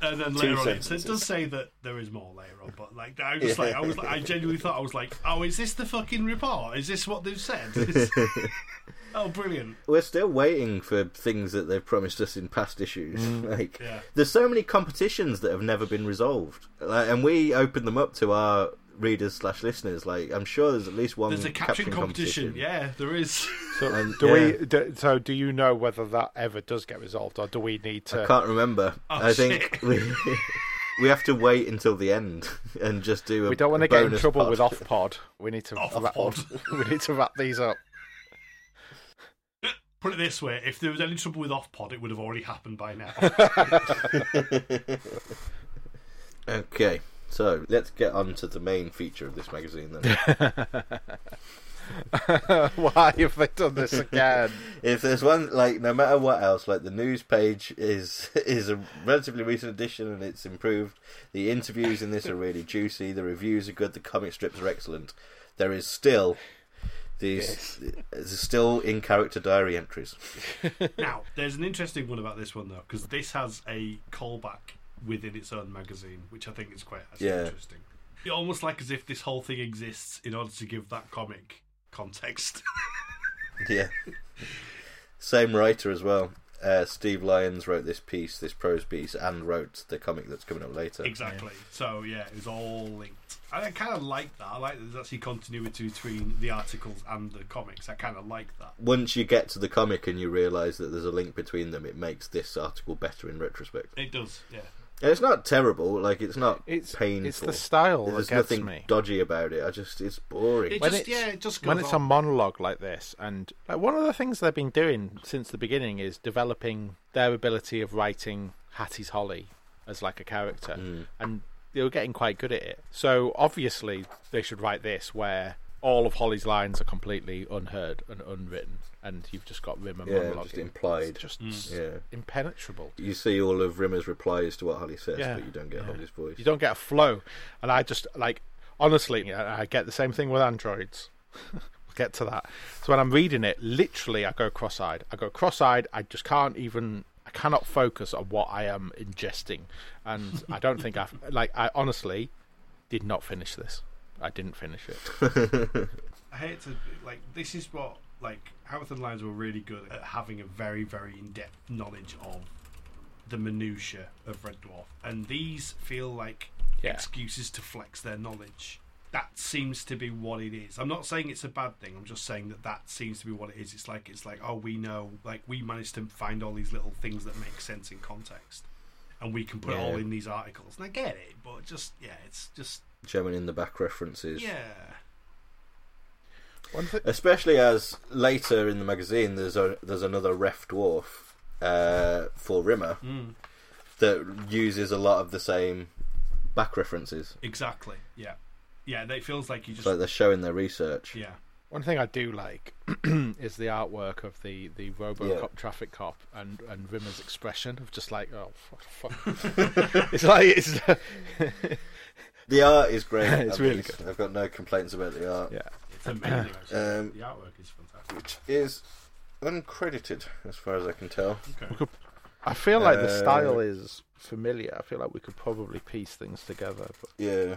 E: and then
C: Two
E: later on, it, it
C: sentences.
E: does say that there is more later on. But like, I was just like, I was, like, I genuinely thought I was like, "Oh, is this the fucking report? Is this what they've said?" oh, brilliant!
C: We're still waiting for things that they've promised us in past issues.
D: Mm.
C: like,
E: Yeah.
C: there's so many competitions that have never been resolved, like, and we open them up to our readers slash listeners. Like, I'm sure there's at least one.
E: There's a caption, competition. Yeah, there is.
D: So,
C: And-
D: do
C: Um, yeah.
D: we? Do, so, do you know whether that ever does get resolved, or do we need to?
C: I can't remember.
E: Oh,
C: I think
E: shit.
C: we, we have to wait until the end and just do. A,
D: we don't want
C: a
D: to get in
C: bonus
D: trouble
C: part.
D: with off pod. We need to
E: Off
D: wrap,
E: pod.
D: we need to wrap these up.
E: Put it this way: if there was any trouble with Offpod, it would have already happened by now.
C: Okay, so let's get on to the main feature of this magazine then.
D: Why have they done this again?
C: if there's one like no matter what else like the news page is is a relatively recent addition and it's improved the interviews in this are really juicy the reviews are good the comic strips are excellent there is still these there's still in character diary entries
E: now, there's an interesting one about this one though, because this has a callback within its own magazine, which I think is quite actually
C: Yeah.
E: interesting. It's almost like as if this whole thing exists in order to give that comic context.
C: yeah same writer as well uh, Steve Lyons wrote this piece, this prose piece, and wrote the comic that's coming up later.
E: Exactly. So yeah, it was all linked. And I kind of like that. I like that there's actually continuity between the articles and the comics. I kind of like that.
C: Once you get to the comic and you realise that there's a link between them, it makes this article better in retrospect.
E: It does. Yeah.
C: And It's not terrible. Like it's not
D: It's
C: painful.
D: it's the style
C: There's
D: that gets
C: nothing
D: me.
C: dodgy about it. I just it's boring.
E: It
D: When
E: just
D: it's-
E: yeah, it just goes
D: when it's a
E: on.
D: monologue like this and like, one of the things they've been doing since the beginning is developing their ability of writing hattie's holly as like a character
C: Mm.
D: and they were getting quite good at it so obviously they should write this where all of holly's lines are completely unheard and unwritten and you've just got rim and
C: Yeah,
D: monologue
C: just
D: in.
C: implied.
D: It's just
E: Mm.
D: s-
C: Yeah.
D: impenetrable
C: You see all of Rimmer's replies to what Holly says,
D: Yeah.
C: but you don't get Holly's voice.
D: you don't get a flow and i just like honestly i I get the same thing with androids we'll get to that so when i'm reading it literally i go cross-eyed i go cross-eyed i just can't even i cannot focus on what i am ingesting and i don't think i've like i honestly did not finish this i didn't finish it
E: I hate to like this is what like Howard and Lions were really good at having a very very in depth knowledge of the minutia of Red Dwarf, and these feel like
D: Yeah.
E: excuses to flex their knowledge. That seems to be what it is. I'm not saying it's a bad thing. I'm just saying that that seems to be what it is. It's like it's like oh we know like we managed to find all these little things that make sense in context, and we can put it all
C: Yeah.
E: in these articles. And I get it, but just yeah, it's just
C: German in the back references.
E: yeah.
D: One thi-
C: Especially as later in the magazine, there's a there's another ref dwarf uh, for Rimmer
D: Hmm.
C: that uses a lot of the same back references.
E: Exactly. Yeah. Yeah, that it feels like you just
C: It's like they're showing their research.
E: yeah.
D: One thing I do like is the artwork of the the RoboCop
C: Yeah.
D: traffic cop and and Rimmer's expression of just like oh fuck, fuck. it's like it's
C: The art is great.
D: It's
C: I've-
D: really good.
C: I've got no complaints about the art.
D: yeah
E: It's amazing. Actually.
C: Um,
E: the artwork is fantastic.
C: which is uncredited as far as I can tell.
D: I feel like the
C: Uh,
D: style is familiar. I feel like we could probably piece things together. But
C: Yeah.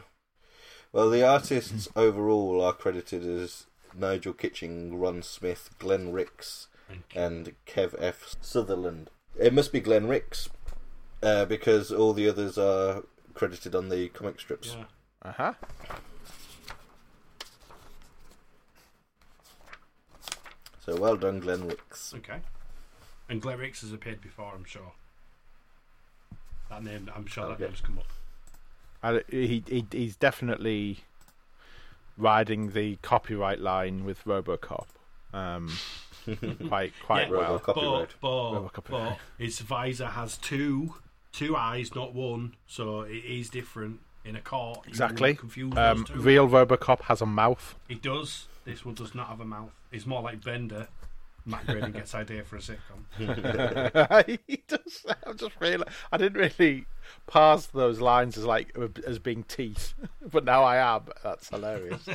C: Well, the artists overall are credited as Nigel Kitching, Ron Smith, Glenn Ricks, and Kev F. Sutherland. It must be Glenn Ricks uh, because all the others are credited on the comic strips.
E: Yeah.
D: Uh huh.
C: So well done, Glenn Ricks.
E: Okay. And Glenn Ricks has appeared before, I'm sure. That name, I'm sure that
C: Okay.
E: name's come up.
D: And he, he he's definitely riding the copyright line with RoboCop. Um, quite quite
E: Yeah.
D: well.
C: Robocop. Copyright.
E: But, but,
D: Well, copyright.
E: but its visor has two two eyes, not one, so it is different in a court. You
D: Exactly.
E: wouldn't confuse those
D: Um,
E: two.
D: real RoboCop has a mouth.
E: It does. This one does not have a mouth. It's more like Bender. Matt Groening gets idea for a sitcom.
D: he does. I just realized, I didn't really parse those lines as like as being teeth, but now I am. That's hilarious.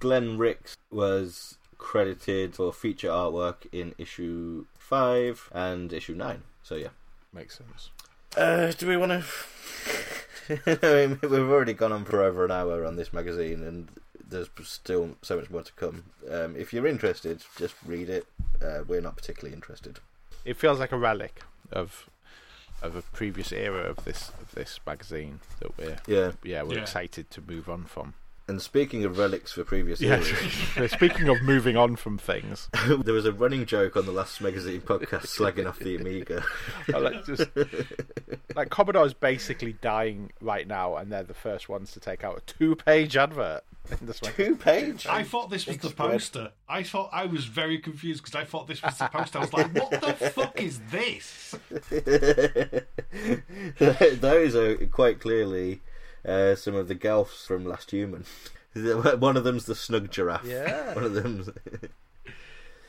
C: Glenn Ricks was credited for feature artwork in issue five and issue nine. So yeah.
D: Makes sense.
C: Uh, do we want to? I mean, we've already gone on for over an hour on this magazine, and there's still so much more to come. Um, if you're interested, just read it. Uh, we're not particularly interested.
D: It feels like a relic of of a previous era of this of this magazine that we're
C: Yeah.
D: yeah we're
E: Yeah.
D: excited to move on from.
C: And speaking of relics for previous
D: Yeah.
C: years,
D: Speaking of moving on from things,
C: there was a running joke on the last magazine podcast slagging off the Amiga.
D: I like just like Commodore's basically dying right now, and they're the first ones to take out a two-page advert. In this magazine.
C: Two page.
D: Um,
E: I thought this was the poster. I thought I was very confused because I thought this was the poster. I was like, "What the fuck is this?"
C: Those are quite clearly uh, some of the Gelfs from Last Human. One of them's the snug giraffe.
D: Yeah.
C: One of them's.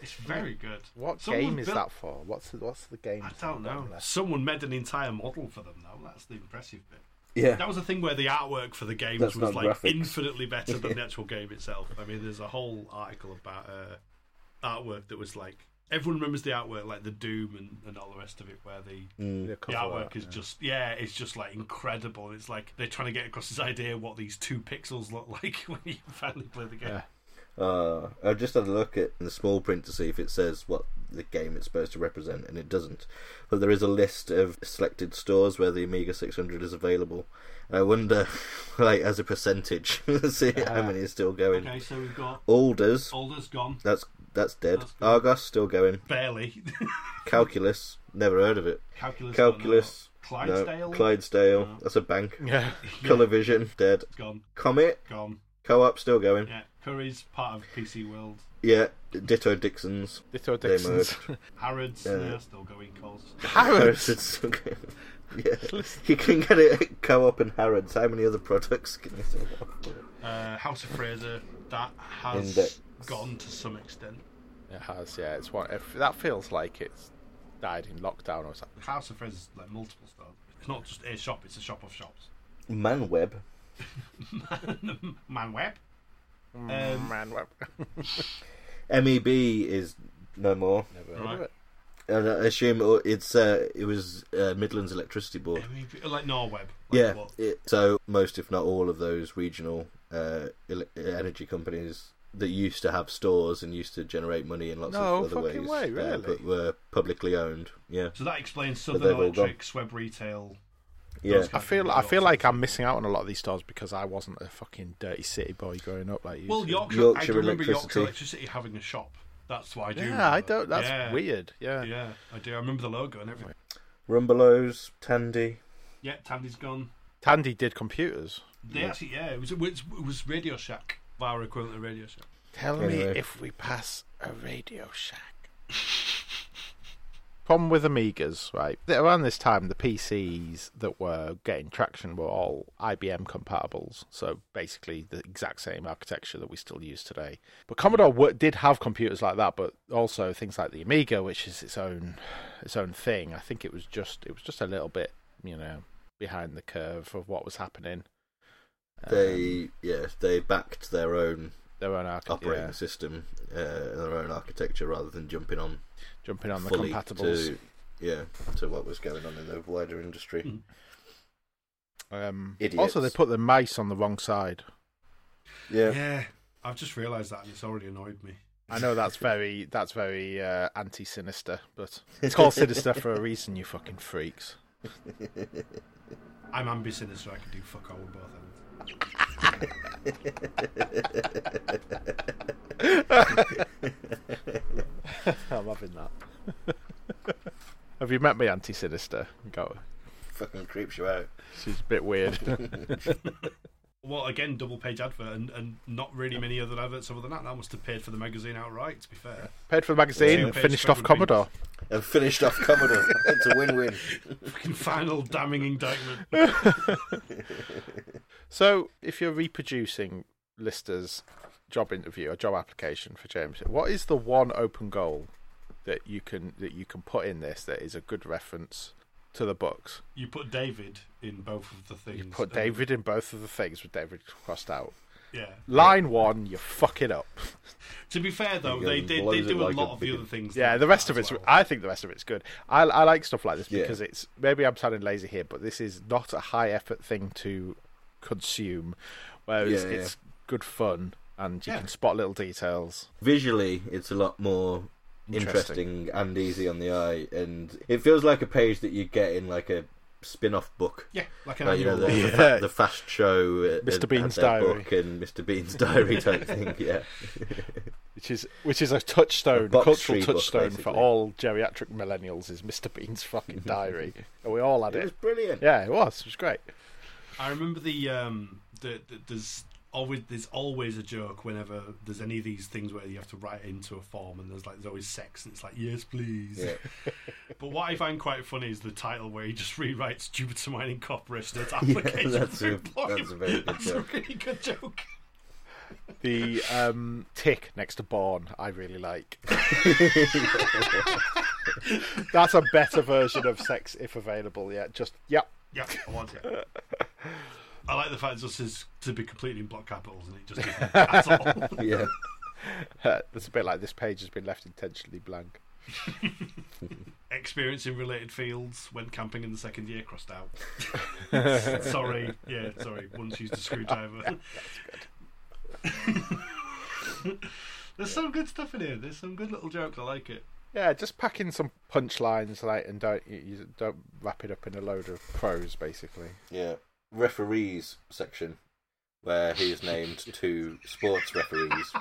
E: It's very good.
D: What
E: Someone
D: game is
E: built-
D: that for? What's the, what's the game?
E: I don't know. Someone made an entire model for them, though. That's the impressive bit.
C: yeah.
E: That was the thing where the artwork for the games
C: That's
E: was
C: not
E: like
C: graphics.
E: infinitely better than the actual game itself. I mean, there's a whole article about uh, artwork that was like everyone remembers the artwork, like the Doom and, and all the rest of it, where the,
C: Mm.
D: The
E: the artwork is just yeah, it's just like incredible. It's like they're trying to get across this idea what these two pixels look like when you finally play the game.
D: Yeah.
C: Uh, I just had a look at the small print to see if it says what the game it's supposed to represent, and it doesn't. But there is a list of selected stores where the Amiga 600 is available. I wonder, like, as a percentage, see how many is still going.
E: Okay, so we've got
C: Alders,
E: Alder's gone
C: that's that's dead.
E: That's good.
C: Argos still going.
E: barely.
C: Calculus, never heard of it.
E: Calculus, gone,
C: Calculus,
E: no.
C: no.
E: Clydesdale,
C: Clydesdale,
E: No.
C: that's a bank.
D: yeah.
C: Colour Vision, dead.
E: gone,
C: Comet,
E: gone.
C: co-op still going.
E: Yeah, Curry's part of PC World.
C: Yeah, Ditto Dixon's.
D: Ditto
C: They
D: Dixon's.
E: Harrods,
C: Yeah.
E: yeah, still going calls.
D: Harrods.
C: It's okay. Yeah. You can get it at Co-op and Harrods. How many other products can you sell?
E: Uh, House of Fraser, that has
C: Index.
E: gone to some extent.
D: It has, yeah. It's one. If, that feels like it's died in lockdown or something.
E: House of Fraser's like multiple stores. It's not just a shop, it's a shop of shops.
C: Manweb.
E: Man Web. Um,
D: Man, well,
C: MEB E is no more.
D: never
E: Right.
D: heard of it.
C: And I assume it's uh, it was uh, Midlands Electricity Board.
D: E
E: I mean, like Norweb. Like
C: yeah.
E: what-
C: It, so most, if not all, of those regional uh, ele- energy companies that used to have stores and used to generate money in lots
D: No
C: of other
D: fucking
C: ways,
D: way,
C: uh,
D: really?
C: but were publicly owned. Yeah.
E: So that explains
C: they've
E: Southern
C: all
E: Electric, Sweb Retail.
C: Yeah.
D: I feel I feel like I'm missing out on a lot of these stars because I wasn't a fucking dirty city boy growing up like you.
E: Well,
D: two.
E: Yorkshire, I
C: Yorkshire
E: do remember Yorkshire
C: Electricity.
E: Electricity having a shop. That's why I do.
D: yeah, I
E: remember.
D: don't. That's
E: Yeah.
D: weird. Yeah.
E: Yeah, I do. I remember the logo and everything.
C: Rumbelows, Tandy.
E: Yeah, Tandy's gone.
D: Tandy did computers.
E: They actually, yeah, it was it was, it was Radio Shack, our equivalent of Radio Shack.
D: Tell
C: Anyway.
D: me if we pass a Radio Shack. Problem with Amigas, right? Th- Around this time, the PCs that were getting traction were all IBM compatibles, so basically the exact same architecture that we still use today. But Commodore w- did have computers like that, but also things like the Amiga, which is its own its own thing. I think it was just it was just a little bit, you know, behind the curve of what was happening. Um,
C: They yeah they backed their own
D: their own architecture.
C: operating system, uh, their own architecture, rather than jumping on
D: jumping on the
C: fully
D: compatibles.
C: to yeah to what was going on in the wider industry.
D: Um,
C: Idiots.
D: also, they put the mice on the wrong side.
E: Yeah.
C: Yeah,
E: yeah. I've just realised that and it's already annoyed me.
D: I know that's very that's very uh, anti-sinister, but it's called sinister for a reason. You fucking freaks.
E: I'm ambisinister, so I can do fuck all with both ends.
D: I'm loving that. Have you met me, anti-sinister? Go.
C: Fucking creeps you out.
D: She's a bit weird.
E: Well, again, double page advert and, and not really many other adverts other than that. That must have paid for the magazine outright, to be fair.
D: Paid for the magazine,
E: Yeah.
D: finished off
E: Page
D: Commodore.
C: And finished off Commodore. it's a win win.
E: Fucking final damning indictment.
D: So, if you're reproducing Lister's job interview or job application for James, what is the one open goal that you can that you can put in this that is a good reference to the books?
E: You put David in both of the things.
D: You put
E: and-
D: David in both of the things with David crossed out.
E: Yeah.
D: Line one, you fuck it up.
E: To be fair, though,
C: Yeah,
E: they they,
C: blows
E: they
C: it
E: do a
C: like
E: lot
C: a
E: of the
C: big-
E: other things.
D: Yeah,
E: that-
D: the rest of
E: as
D: it's.
E: well.
D: I think the rest of it's good. I I like stuff like this
C: Yeah.
D: because it's maybe I'm sounding lazy here, but this is not a high effort thing to consume, whereas
C: Yeah, yeah.
D: it's good fun and you
E: Yeah.
D: can spot little details.
C: Visually, it's a lot more
D: Interesting.
C: interesting and easy on the eye, and it feels like a page that you get in like a spin off book.
E: Yeah, like an
C: Like, you know,
E: annual.
C: the, the,
D: Yeah.
C: fa- the fast show, uh,
D: Mr.
C: and-
D: Bean's
C: and their
D: Diary.
C: book and Mr. Bean's diary type thing. Yeah,
D: Which is which is a touchstone,
C: A box
D: cultural
C: tree book,
D: touchstone for
C: basically.
D: all geriatric millennials is Mr. Bean's fucking diary. and we all had
C: it was
D: it.
C: brilliant.
D: Yeah, it was. It was great.
E: I remember the um the, the there's always there's always a joke whenever there's any of these things where you have to write into a form and there's like there's always sex and it's like yes please. but what I find quite funny is the title where he just rewrites Jupiter Mining Corporation as application
C: that's
E: for
C: a-
E: employment.
C: that's a very good
E: That's a
C: joke.
E: really good joke.
D: The um, tick next to Born, I really like. That's a better version of sex if available. Yeah, just yep.
E: Yeah, I want it. I like the fact that this is to be completely in block capitals and it just isn't at all.
C: yeah.
D: it's a bit like this page has been left intentionally blank.
E: Experience in related fields when camping in the second year crossed out. sorry, yeah, sorry. Once used a screwdriver. There's some good stuff in here. There's some good little jokes. I like it.
D: Yeah, just pack in some punchlines like, and don't you- you don't wrap it up in a load of prose, basically.
C: Yeah. Referees section where he's named two sports referees.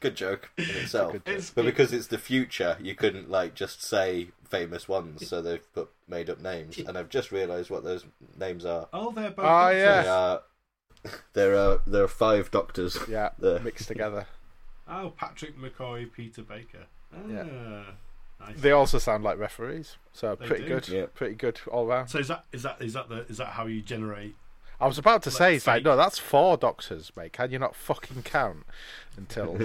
C: Good joke in itself.
D: Good
E: It's
C: But because it's the future, you couldn't like just say famous ones, so they've put made up names. And I've just realised what those names are.
E: oh, they're both.
D: Ah, yeah.
E: doctors.
C: They are there are there are five doctors.
D: Yeah,
C: there.
D: mixed together.
E: Oh, Patrick McCoy, Peter Baker. Ah, nice.
D: They also sound like referees, so
E: They
D: pretty
E: do.
D: good.
C: Yeah.
D: Pretty good all round.
E: So is that is that is that the is that how you generate?
D: I was about to say,
E: Like
D: it's like,
E: fake.
D: no, that's four doctors, mate. Can you not fucking count? Until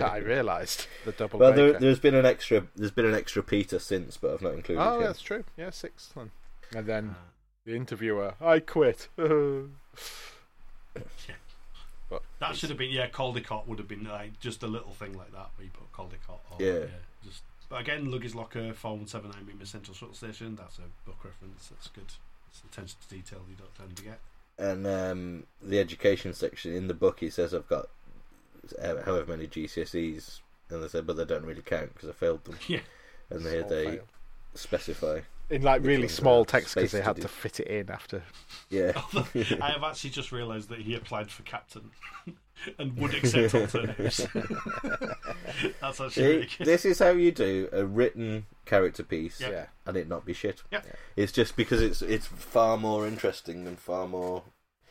D: I realised the double
C: Well, there,
D: baker.
C: there's been an extra. There's been an extra Peter since, but I've not included
D: oh,
C: him.
D: that's true. Yeah, six then. And then the interviewer, I quit. but
E: That should have been yeah. Caldecott would have been like just a little thing like that. Where you put Caldecott. Or,
C: Yeah.
E: Just but again, luggage locker four one seven nine meter central shuttle station. That's a book reference. That's good. It's attention to detail you don't tend to get.
C: and um, the education section in the book he says I've got uh, however many GCSEs and they said but they don't really count because I failed them
E: Yeah.
C: and they they specify
D: in like
C: Which
D: really
C: ones
D: small
C: are
D: text because
C: spaced
D: they
C: uh, to
D: had
C: do.
D: to fit it in after.
C: yeah
E: Oh, I have actually just realised that he applied for captain and would accept alternatives. That's actually
C: See,
E: really good.
C: this is how you do a written character piece
E: Yeah.
D: Yeah.
C: and it not be shit
E: Yeah.
C: it's just because it's it's far more interesting and far more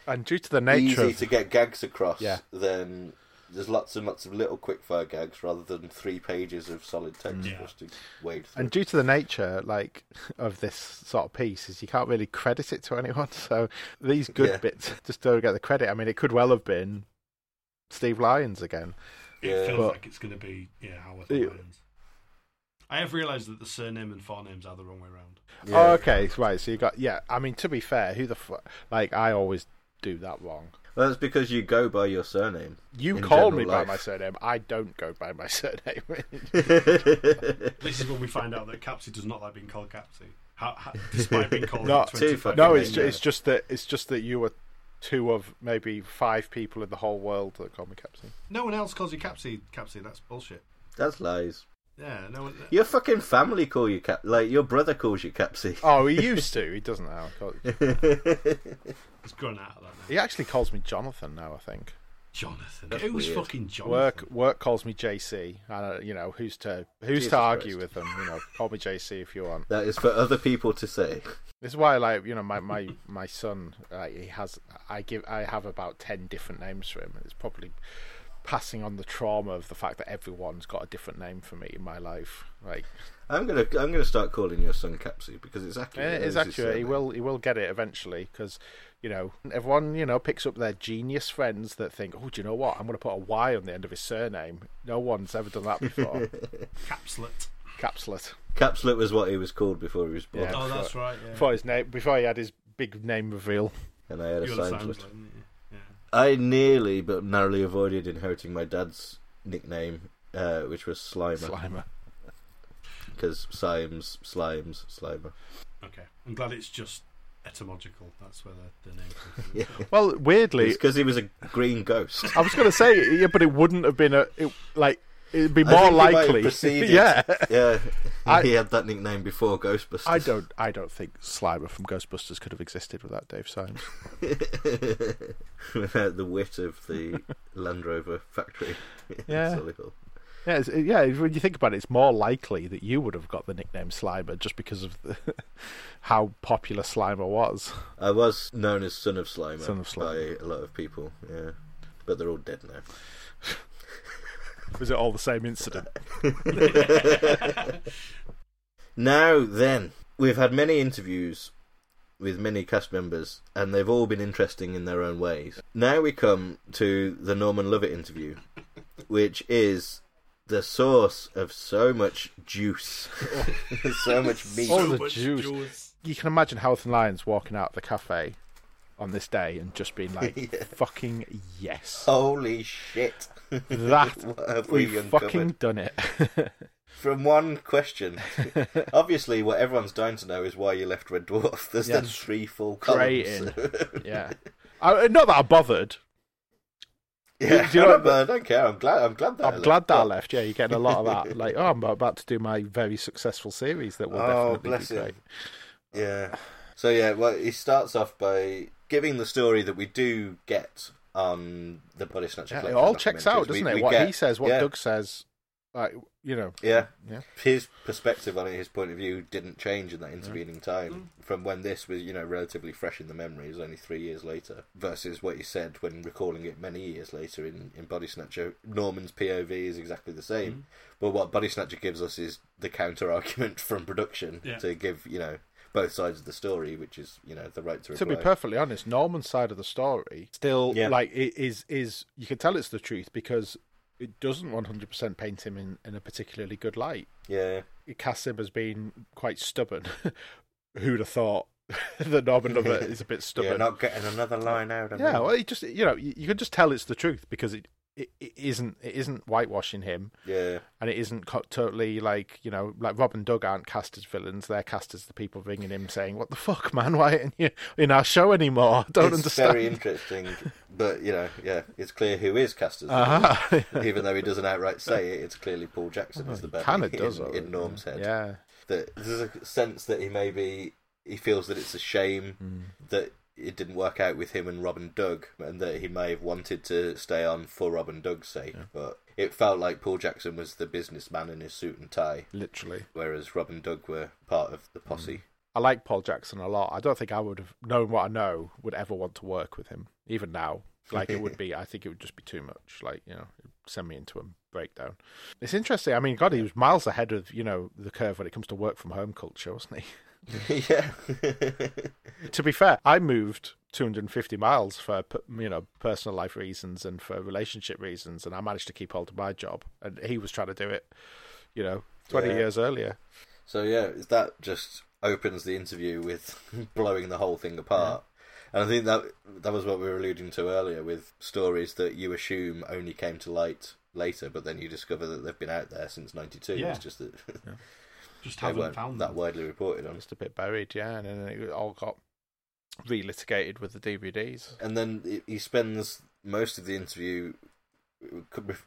D: And due to the nature
C: easy
D: of
C: to get gags across
D: Yeah.
C: than there's lots and lots of little quickfire gags rather than three pages of solid text
E: Yeah.
C: just to wade through
D: and due to the nature like of this sort of piece is you can't really credit it to anyone so these good
C: Yeah.
D: bits just don't get the credit i mean it could well have been steve lyons again
E: It feels
D: But-
E: like it's going to be yeah Howard
D: Yeah.
E: Lyons. I have realised that the surname and forenames are the wrong way around.
D: oh, okay right so you got yeah i mean to be fair who the fuck like i always do that wrong
C: Well, that's because you go by your surname.
D: you
C: in
D: call me
C: general
D: by my
C: life.
D: surname i don't go by my surname
E: This is when we find out that Capsy does not like being called Capsy, how, how, despite being called
D: No,
E: it 25
C: too fucking
D: no it's
E: times.
D: ju- it's just that it's just that you were two of maybe five people in the whole world that call me Capsine.
E: No one else calls you Capsine. Capsine, that's bullshit.
C: That's lies.
E: Yeah, no one.
C: Your fucking family call you Cap. Like your brother calls you Capsy.
D: Oh, he used to. He doesn't now. I call-
E: It's grown out of that now.
D: He actually calls me Jonathan now. I think
E: Jonathan.
C: That's
E: Who's
C: weird.
E: fucking Jonathan?
D: work work calls me JC. And uh, you know who's to who's
C: Jesus
D: to argue
C: Christ.
D: with them. You know, call me JC if you want.
C: that is for other people to say.
D: This is why, like you know, my my my son, uh, he has. I give. I have about ten different names for him, and it's probably passing on the trauma of the fact that everyone's got a different name for me in my life. Like
C: I'm gonna I'm gonna start calling your son Capsy because it's accurate.
D: it is
C: It's his
D: actually he
C: surname.
D: will he will get it eventually because you know everyone you know picks up their genius friends that think, oh, do you know what? I'm going to put a Y on the end of his surname. No one's ever done that before.
E: Capslet.
D: Capslet.
C: Capslet was what he was called before he was born,
D: Yeah.
E: Oh, that's right. Yeah.
D: Before his name, before he had his big name reveal.
C: and I had a
E: You're the
C: sign.
E: Sandslet, aren't you? Yeah.
C: I nearly but narrowly avoided inheriting my dad's nickname, uh, which was Slimer,
D: Slimer.
C: because Symes, Slimes, Slimer.
E: Okay. I'm glad it's just etymological. That's where the, the name comes from.
D: Well, weirdly,
C: It's because he was a green ghost.
D: I was going to say, yeah, but it wouldn't have been a it, like it'd be
C: I
D: more
C: think he might have
D: likely.
C: proceeded.
D: yeah,
C: yeah,
D: I-
C: he had that nickname before Ghostbusters.
D: I don't, I don't think Slimer from Ghostbusters could have existed without Dave Symes.
C: without the wit of the Land Rover factory. in
D: Yeah.
C: Solihull.
D: yeah, it's, yeah. When you think about it, it's more likely that you would have got the nickname Slimer just because of the, how popular Slimer was.
C: I was known as Son of Slimer,
D: Son of Slimer.
C: by a lot of people. Yeah, but they're all dead now.
D: Was it all the same incident?
C: Now then, we've had many interviews with many cast members, and they've all been interesting in their own ways. Now we come to the Norman Lovett interview, which is the source of so much juice, so much meat.
D: Oh, the
E: much
D: juice. You can imagine Howth and Lyons walking out of the cafe on this day and just being like, "Fucking yes,
C: Holy shit!
D: that
C: Oh, What have we
D: we've
C: uncovered?
D: fucking done it."
C: From one question, obviously, what everyone's dying to know is why you left Red Dwarf. There's
D: Yeah.
C: then three full
D: Great
C: columns.
D: yeah, I, not that I bothered.
C: yeah,
D: Do you know-
C: but I don't care. I'm glad. I'm glad that. I
D: I'm
C: left.
D: glad that I left. Yeah, you're getting a lot of that. Like, oh, I'm about to do my very successful series that will
C: Oh,
D: definitely
C: bless
D: be
C: him.
D: great.
C: Yeah. So yeah, well, he starts off by giving the story that we do get on the Body Snatcher.
D: Yeah, it
C: Collection
D: all checks
C: documentaries.
D: out,
C: We-
D: doesn't
C: we
D: it? What
C: get-
D: he says, what
C: yeah,
D: Doug says, like, you know,
C: Yeah.
D: Yeah.
C: His perspective on it, his point of view, didn't change in that intervening time from when this was, you know, relatively fresh in the memory. It was only three years later versus what he said when recalling it many years later in, in Body Snatcher. Norman's POV is exactly the same, but what Body Snatcher gives us is the counter argument from production
E: Yeah.
C: to give, you know, both sides of the story, which is, you know, the right to
D: to
C: reply.
D: be perfectly honest, Norman's side of the story still
C: Yeah.
D: like it is is you can tell it's the truth because it doesn't 100% paint him in, in a particularly good light.
C: Yeah.
D: It casts him as being quite stubborn. Who'd have thought that Norman Lovett is a bit stubborn?
C: Yeah, not getting another line out of
D: Yeah,
C: him.
D: well, it just you know you, you can just tell it's the truth because it, it it isn't it isn't whitewashing him,
C: yeah.
D: and it isn't co- totally like you know like Rob and Doug aren't cast as villains; they're cast as the people ringing him saying, "What the fuck, man? Why aren't you in our show anymore? I don't
C: it's
D: understand."
C: very interesting, but you know, yeah, it's clear who is cast as the
D: Uh-huh.
C: villain. even though he doesn't outright say it. It's clearly Paul Jackson is the bad
D: Kind of
C: in,
D: does
C: in Norm's head.
D: Yeah,
C: That there's a sense that he maybe he feels that it's a shame
D: Hmm.
C: that it didn't work out with him and Robin Doug, and that he may have wanted to stay on for Robin Doug's sake, but. It felt like Paul Jackson was the businessman in his suit and tie,
D: literally.
C: whereas Rob and Doug were part of the posse.
D: I like Paul Jackson a lot. I don't think I would have known what I know would ever want to work with him, even now. Like it would be, I think it would just be too much. Like you know, it'd send me into a breakdown. It's interesting. I mean, God, he was miles ahead of you know the curve when it comes to work from home culture, wasn't he?
C: yeah.
D: to be fair, I moved 250 miles for p- you know personal life reasons and for relationship reasons, and I managed to keep hold of my job, and he was trying to do it, you know, 20
C: Yeah.
D: years earlier.
C: So yeah, that just opens the interview with blowing the whole thing apart. And I think that that was what we were alluding to earlier with stories that you assume only came to light later, but then you discover that they've been out there since '92.
E: Yeah.
C: It's just that
E: Just
C: they
E: haven't
C: weren't
E: found
C: that
E: that.
C: widely reported on.
D: Just a bit buried, yeah, and then it all got relitigated with the DVDs.
C: And then he- he spends most of the interview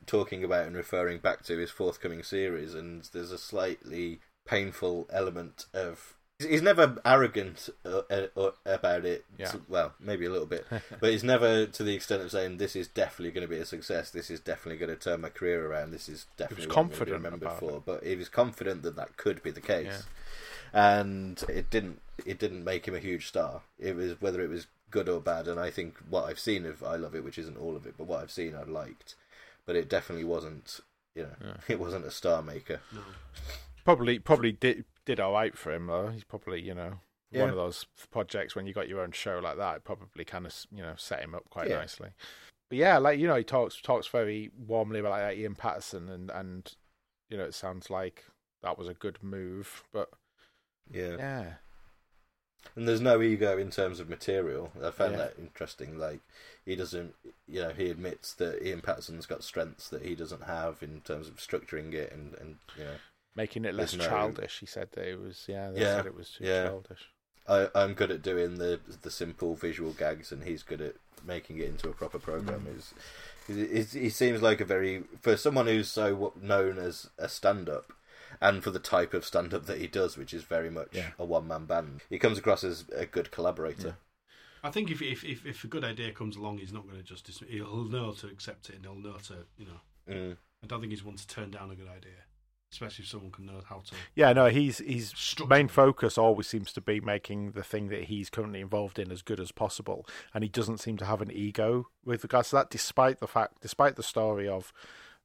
C: talking about and referring back to his forthcoming series, and there's a slightly painful element of. He's never arrogant uh, uh, uh, about it.
D: Yeah.
C: Well, maybe a little bit, but he's never to the extent of saying this is definitely going to be a success. This is definitely going to turn my career around. This is definitely what I'm gonna be
D: confident
C: remembered
D: about
C: for. But he was confident that that could be the case and it didn't it didn't make him a huge star. It was whether it was good or bad, and I think what I've seen of I Love It, which isn't all of it, but what I've seen I liked, but it definitely wasn't. You know, it wasn't a star maker.
D: Probably, probably did did all right for him though. He's probably you know
C: Yeah.
D: one of those projects when you got your own show like that. It probably kind of you know set him up quite
C: Yeah.
D: nicely. But yeah, like you know, he talks talks very warmly about like, Ian Patterson, and and you know, it sounds like that was a good move. But
C: Yeah.
D: yeah,
C: and there's no ego in terms of material. I found
D: Yeah.
C: that interesting. Like he doesn't, you know, he admits that Ian Patterson's got strengths that he doesn't have in terms of structuring it, and and you know,
D: making it less
C: There's no-
D: childish. He said that it was yeah. They
C: Yeah,
D: said it was too
C: yeah.
D: childish.
C: I, I'm good at doing the the simple visual gags, and he's good at making it into a proper program.
D: Mm.
C: Is is he seems like a very for someone who's so w- known as a stand up, and for the type of stand up that he does, which is very much
D: Yeah.
C: a one man band. He comes across as a good collaborator.
E: I think if, if if if a good idea comes along, he's not going to just dismiss. He'll know to accept it, and he'll know to you know.
C: Mm.
E: I don't think he's one to turn down a good idea, especially if someone can know how to.
D: Yeah, no, he's he's
E: Structure.
D: main focus always seems to be making the thing that he's currently involved in as good as possible, and he doesn't seem to have an ego with regards to that, despite the fact, despite the story of,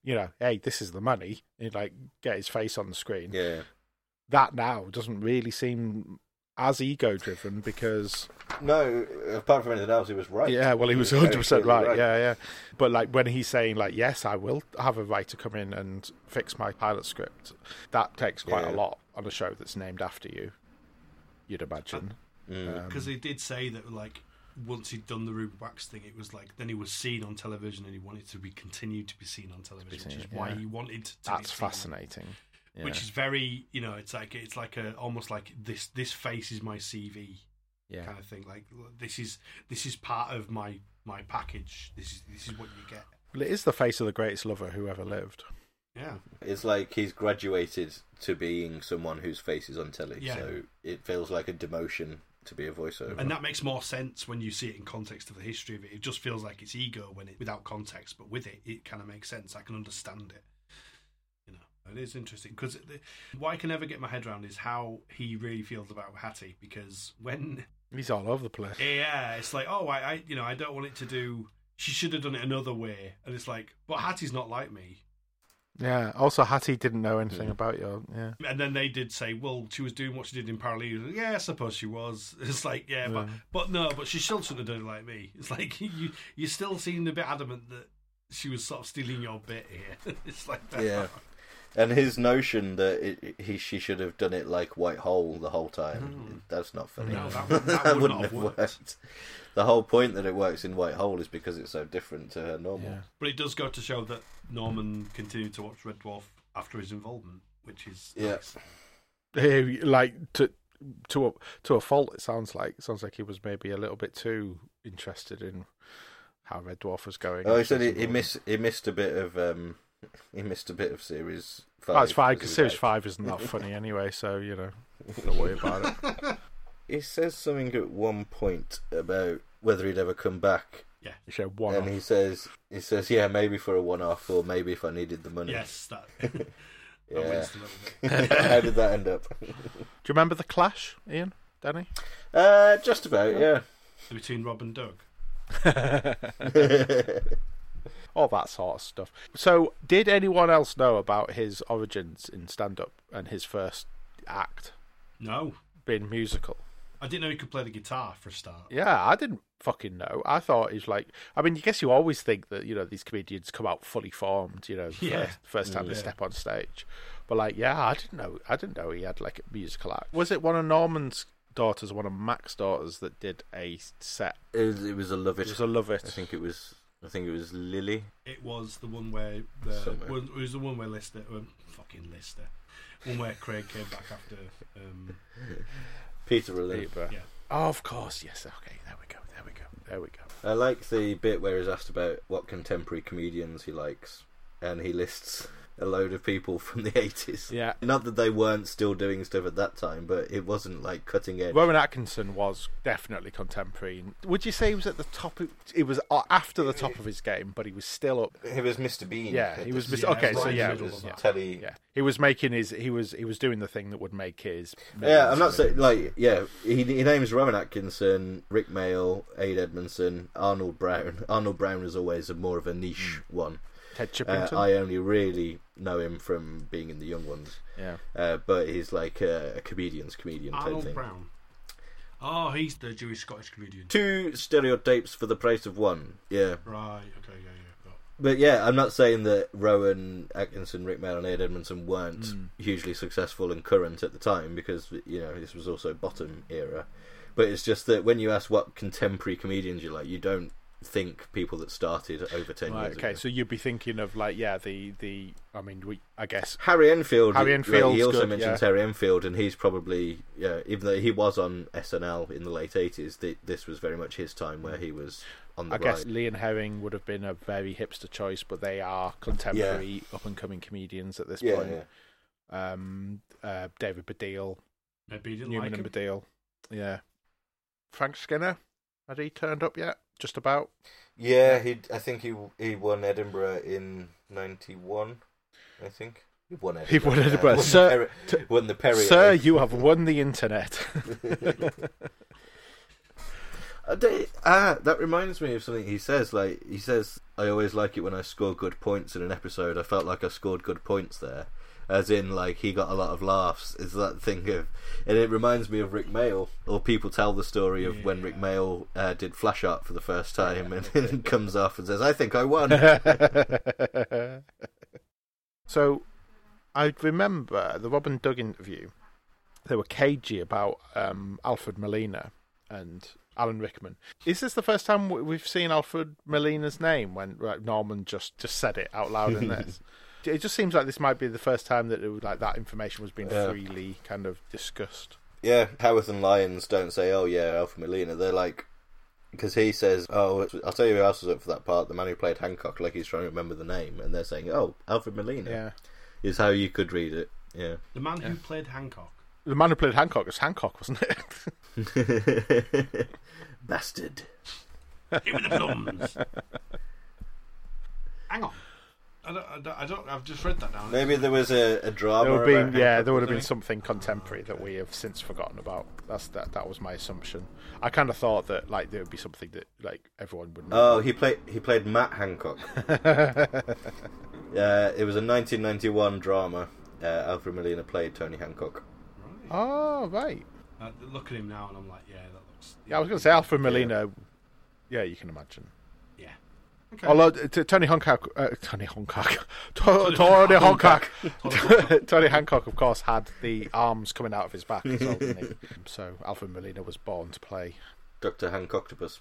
D: you know, hey, this is the money, and like get his face on the screen.
C: Yeah.
D: That now doesn't really seem as ego driven because
C: No, apart from anything else, he was right.
D: yeah, well, he was
C: very
D: hundred percent
C: clearly
D: right. Yeah, yeah. But like when he's saying like, yes, I will have a writer come in and fix my pilot script, that takes quite a
C: Yeah.
D: lot on a show that's named after you. You'd imagine.
C: Mm.
D: Uh,
C: Uh,
D: Um,
E: Because he did say that like once he'd done the Ruby Wax thing, it was like then he was seen on television, and he wanted to be continued to be seen on television,
D: seen,
E: which is why
D: yeah.
E: he wanted to. be
D: That's
E: seen.
D: fascinating. Yeah.
E: Which is very, you know, it's like it's like a almost like this. This face is my CV.
D: yeah.
E: kind of thing. Like this is this is part of my my package. This is this is what you get.
D: Well, it is the face of the greatest lover who ever lived.
E: Yeah,
C: It's like he's graduated to being someone whose face is on telly,
E: Yeah.
C: so it feels like a demotion to be a voiceover.
E: and that makes more sense when you see it in context of the history of it. It just feels like it's ego when it without context, but with it, it kind of makes sense. I can understand it. You know, it is interesting because what I can never get my head around is how he really feels about Hattie. Because when
D: He's all over the place.
C: Eh.
E: yeah, it's like oh, I, I you know I don't want it to do. She should have done it another way, and it's like, but Hattie's not like me.
D: Yeah. Also, Hattie didn't know
C: Hmm.
D: anything about your. Yeah.
E: And then they did say, well, she was doing what she did in Parallel. Yeah, I suppose she was. It's like, yeah, but
D: Yeah.
E: but no, but she still shouldn't have done it like me. It's like you you still seem a bit adamant that she was sort of stealing your bit here. it's like that.
C: Yeah. And his notion that it, he she should have done it like Whitehall the whole time, that's not funny.
E: Hmm. No, that would- that would not have worked.
C: The whole point that it works in Whitehall is because it's so different to her normal.
D: Yeah.
E: But it does go to show that Norman continued to watch Red Dwarf after his involvement, which is
C: Yeah.
E: nice.
D: Eh, like to to a to a fault. It sounds like sounds like he was maybe a little bit too interested in how Red Dwarf was going.
C: Oh, he said he, he
D: Wasn't-
C: missed he missed a bit of um he missed a bit of series five.
D: Oh, it's fine 'cause
C: because he
D: Series
C: was out.
D: Five isn't that funny anyway, so you know, don't worry about it.
C: He says something at one point about whether he'd ever come back
D: You show one.
C: and he says he says yeah maybe for a one off or maybe if I needed the money.
E: Yes, that, that
C: Yeah.
E: wins the little bit.
C: How did that end up?
D: Do you remember the Clash, Ian, Danny?
C: Uh, just about, yeah.
E: Between Rob and Doug.
D: All that sort of stuff. So, did anyone else know about his origins in stand-up and his first act
E: No.
D: being musical?
E: I didn't know he could play the guitar for a start.
D: Yeah, I didn't fucking know. I thought he's like, I mean, you guess you always think that you know these comedians come out fully formed, you know, the
E: Yeah.
D: first, first time they
E: Yeah.
D: step on stage. But like, yeah, I didn't know. I didn't know he had like a musical act. Was it one of Norman's daughters, one of Mac's daughters, that did a set?
C: It was, it was a love
D: It was a love it.
C: I think it was. I think it was Lily.
E: It was the one where the
C: Somewhere.
E: one, it was the one where Lister, um, fucking Lister, one where Craig came back after. Um,
C: Peter Lily.
D: Peterborough.
E: yeah,
D: Oh, of course, yes. Okay, there we go. There we go. There we go.
C: I like the bit where he's asked about what contemporary comedians he likes, and he lists a load of people from the 80s.
D: Yeah.
C: Not that they weren't still doing stuff at that time, but it wasn't like cutting edge.
D: Rowan Atkinson was definitely contemporary. Would you say he was at the top? Of, he was uh, after the top of his game, but he was still up.
C: he was Mr. Bean.
D: Yeah, he was
C: This-
D: Mr. Okay,
E: right
D: so
E: in the
D: yeah, it
E: middle
D: was-
E: of that.
C: telly.
D: yeah, he was making his. He was he was doing the thing that would make his.
C: Yeah, I'm not saying like yeah. He, he names Rowan Atkinson, Rick Mail, Aid Edmondson, Arnold Brown. Arnold Brown was always a more of a niche
D: Hmm.
C: one.
D: Ted
C: Uh,
D: Chippington.
C: I only really know him from being in the Young Ones,
D: yeah,
C: uh, but he's like a, a comedian's comedian type
E: Arnold
C: thing.
E: Brown. Oh, he's the Jewish Scottish comedian.
C: Two stereotypes for the price of one. Yeah,
E: Right. Okay. Yeah. Yeah. got-
C: but yeah, I'm not saying that Rowan Atkinson, Rick Mail, and Aid Edmondson weren't
D: Hmm.
C: hugely successful and current at the time because you know this was also bottom era. But it's just that when you ask what contemporary comedians you like, you don't think people that started over ten
D: Right,
C: years
D: okay,
C: ago.
D: so you'd be thinking of like yeah the the. I mean, we I guess
C: Harry Enfield.
D: Harry
C: like,
D: Enfield's
C: he also
D: good,
C: mentions
D: yeah.
C: Harry Enfield, and he's probably yeah. Even though he was on SNL in the late eighties, th- this was very much his time where he was on the
D: I guess
C: rise.
D: Lee and Herring would have been a very hipster choice, but they are contemporary up and coming comedians at this
C: Yeah,
D: point. Um, uh, David Baddiel,
E: Maybe he didn't
D: Newman
E: like him.
D: and Baddiel, yeah. Frank Skinner, had he turned up yet? Just about.
C: Yeah, he. I think he he won Edinburgh in '91. I think he won Edinburgh.
D: won
C: yeah.
D: Edinburgh.
C: Won,
D: Sir-
C: the Perry, won the Perry.
D: Sir, you have won the internet.
C: I don't- ah, that reminds me of something he says. Like he says, I always like it when I score good points in an episode. I felt like I scored good points there. As in, like he got a lot of laughs. It's that thing of, and it reminds me of Rick Mail. Or people tell the story of when Rick Mail uh, did flash art for the first time, and, and comes off and says, "I think I won."
D: so, I remember the Robin Doug interview. They were cagey about um, Alfred Molina and Alan Rickman. Is this the first time we- we've seen Alfred Molina's name when right, Norman just, just said it out loud in this? It just seems like this might be the first time that it was like that information was being
C: Yeah.
D: freely kind of discussed.
C: Yeah, Howarth and Lyons don't say, "Oh yeah, Alfred Molina." They're like, because he says, "Oh, I'll tell you who else was up for that part: the man who played Hancock." Like he's trying to remember the name, and they're saying, "Oh, Alfred Molina."
D: Yeah,
C: is how you could read it. Yeah,
E: The man who played Hancock.
D: the man who played Hancock was Hancock, wasn't it?
C: bastard.
E: Give me the plums. Hang on. I don't, I don't. I don't. I've just read that down.
C: Maybe there was a, a drama.
D: there would have
C: about
D: been yeah,
C: Hancock
D: there
C: or
D: would have been
C: something.
D: something contemporary that we have since forgotten about. That's that. That was my assumption. I kind of thought that like there would be something that like everyone would know.
C: Oh, he played he played Matt Hancock. uh, it was a 1991 drama. Uh, Alfred Molina played Tony Hancock.
D: oh right.
E: Uh, look at him now, and I'm like, yeah, that looks.
D: Yeah, I was going to say Alfred Molina. Yeah, you can imagine.
E: Yeah. Okay.
D: Although uh, t- Tony Hancock, uh, Tony Hancock, To- Tony Hancock, Tony Hancock, of course, had the arms coming out of his back. As well, didn't he? So Alfred Molina was born to play.
C: Doctor Hancocktopus.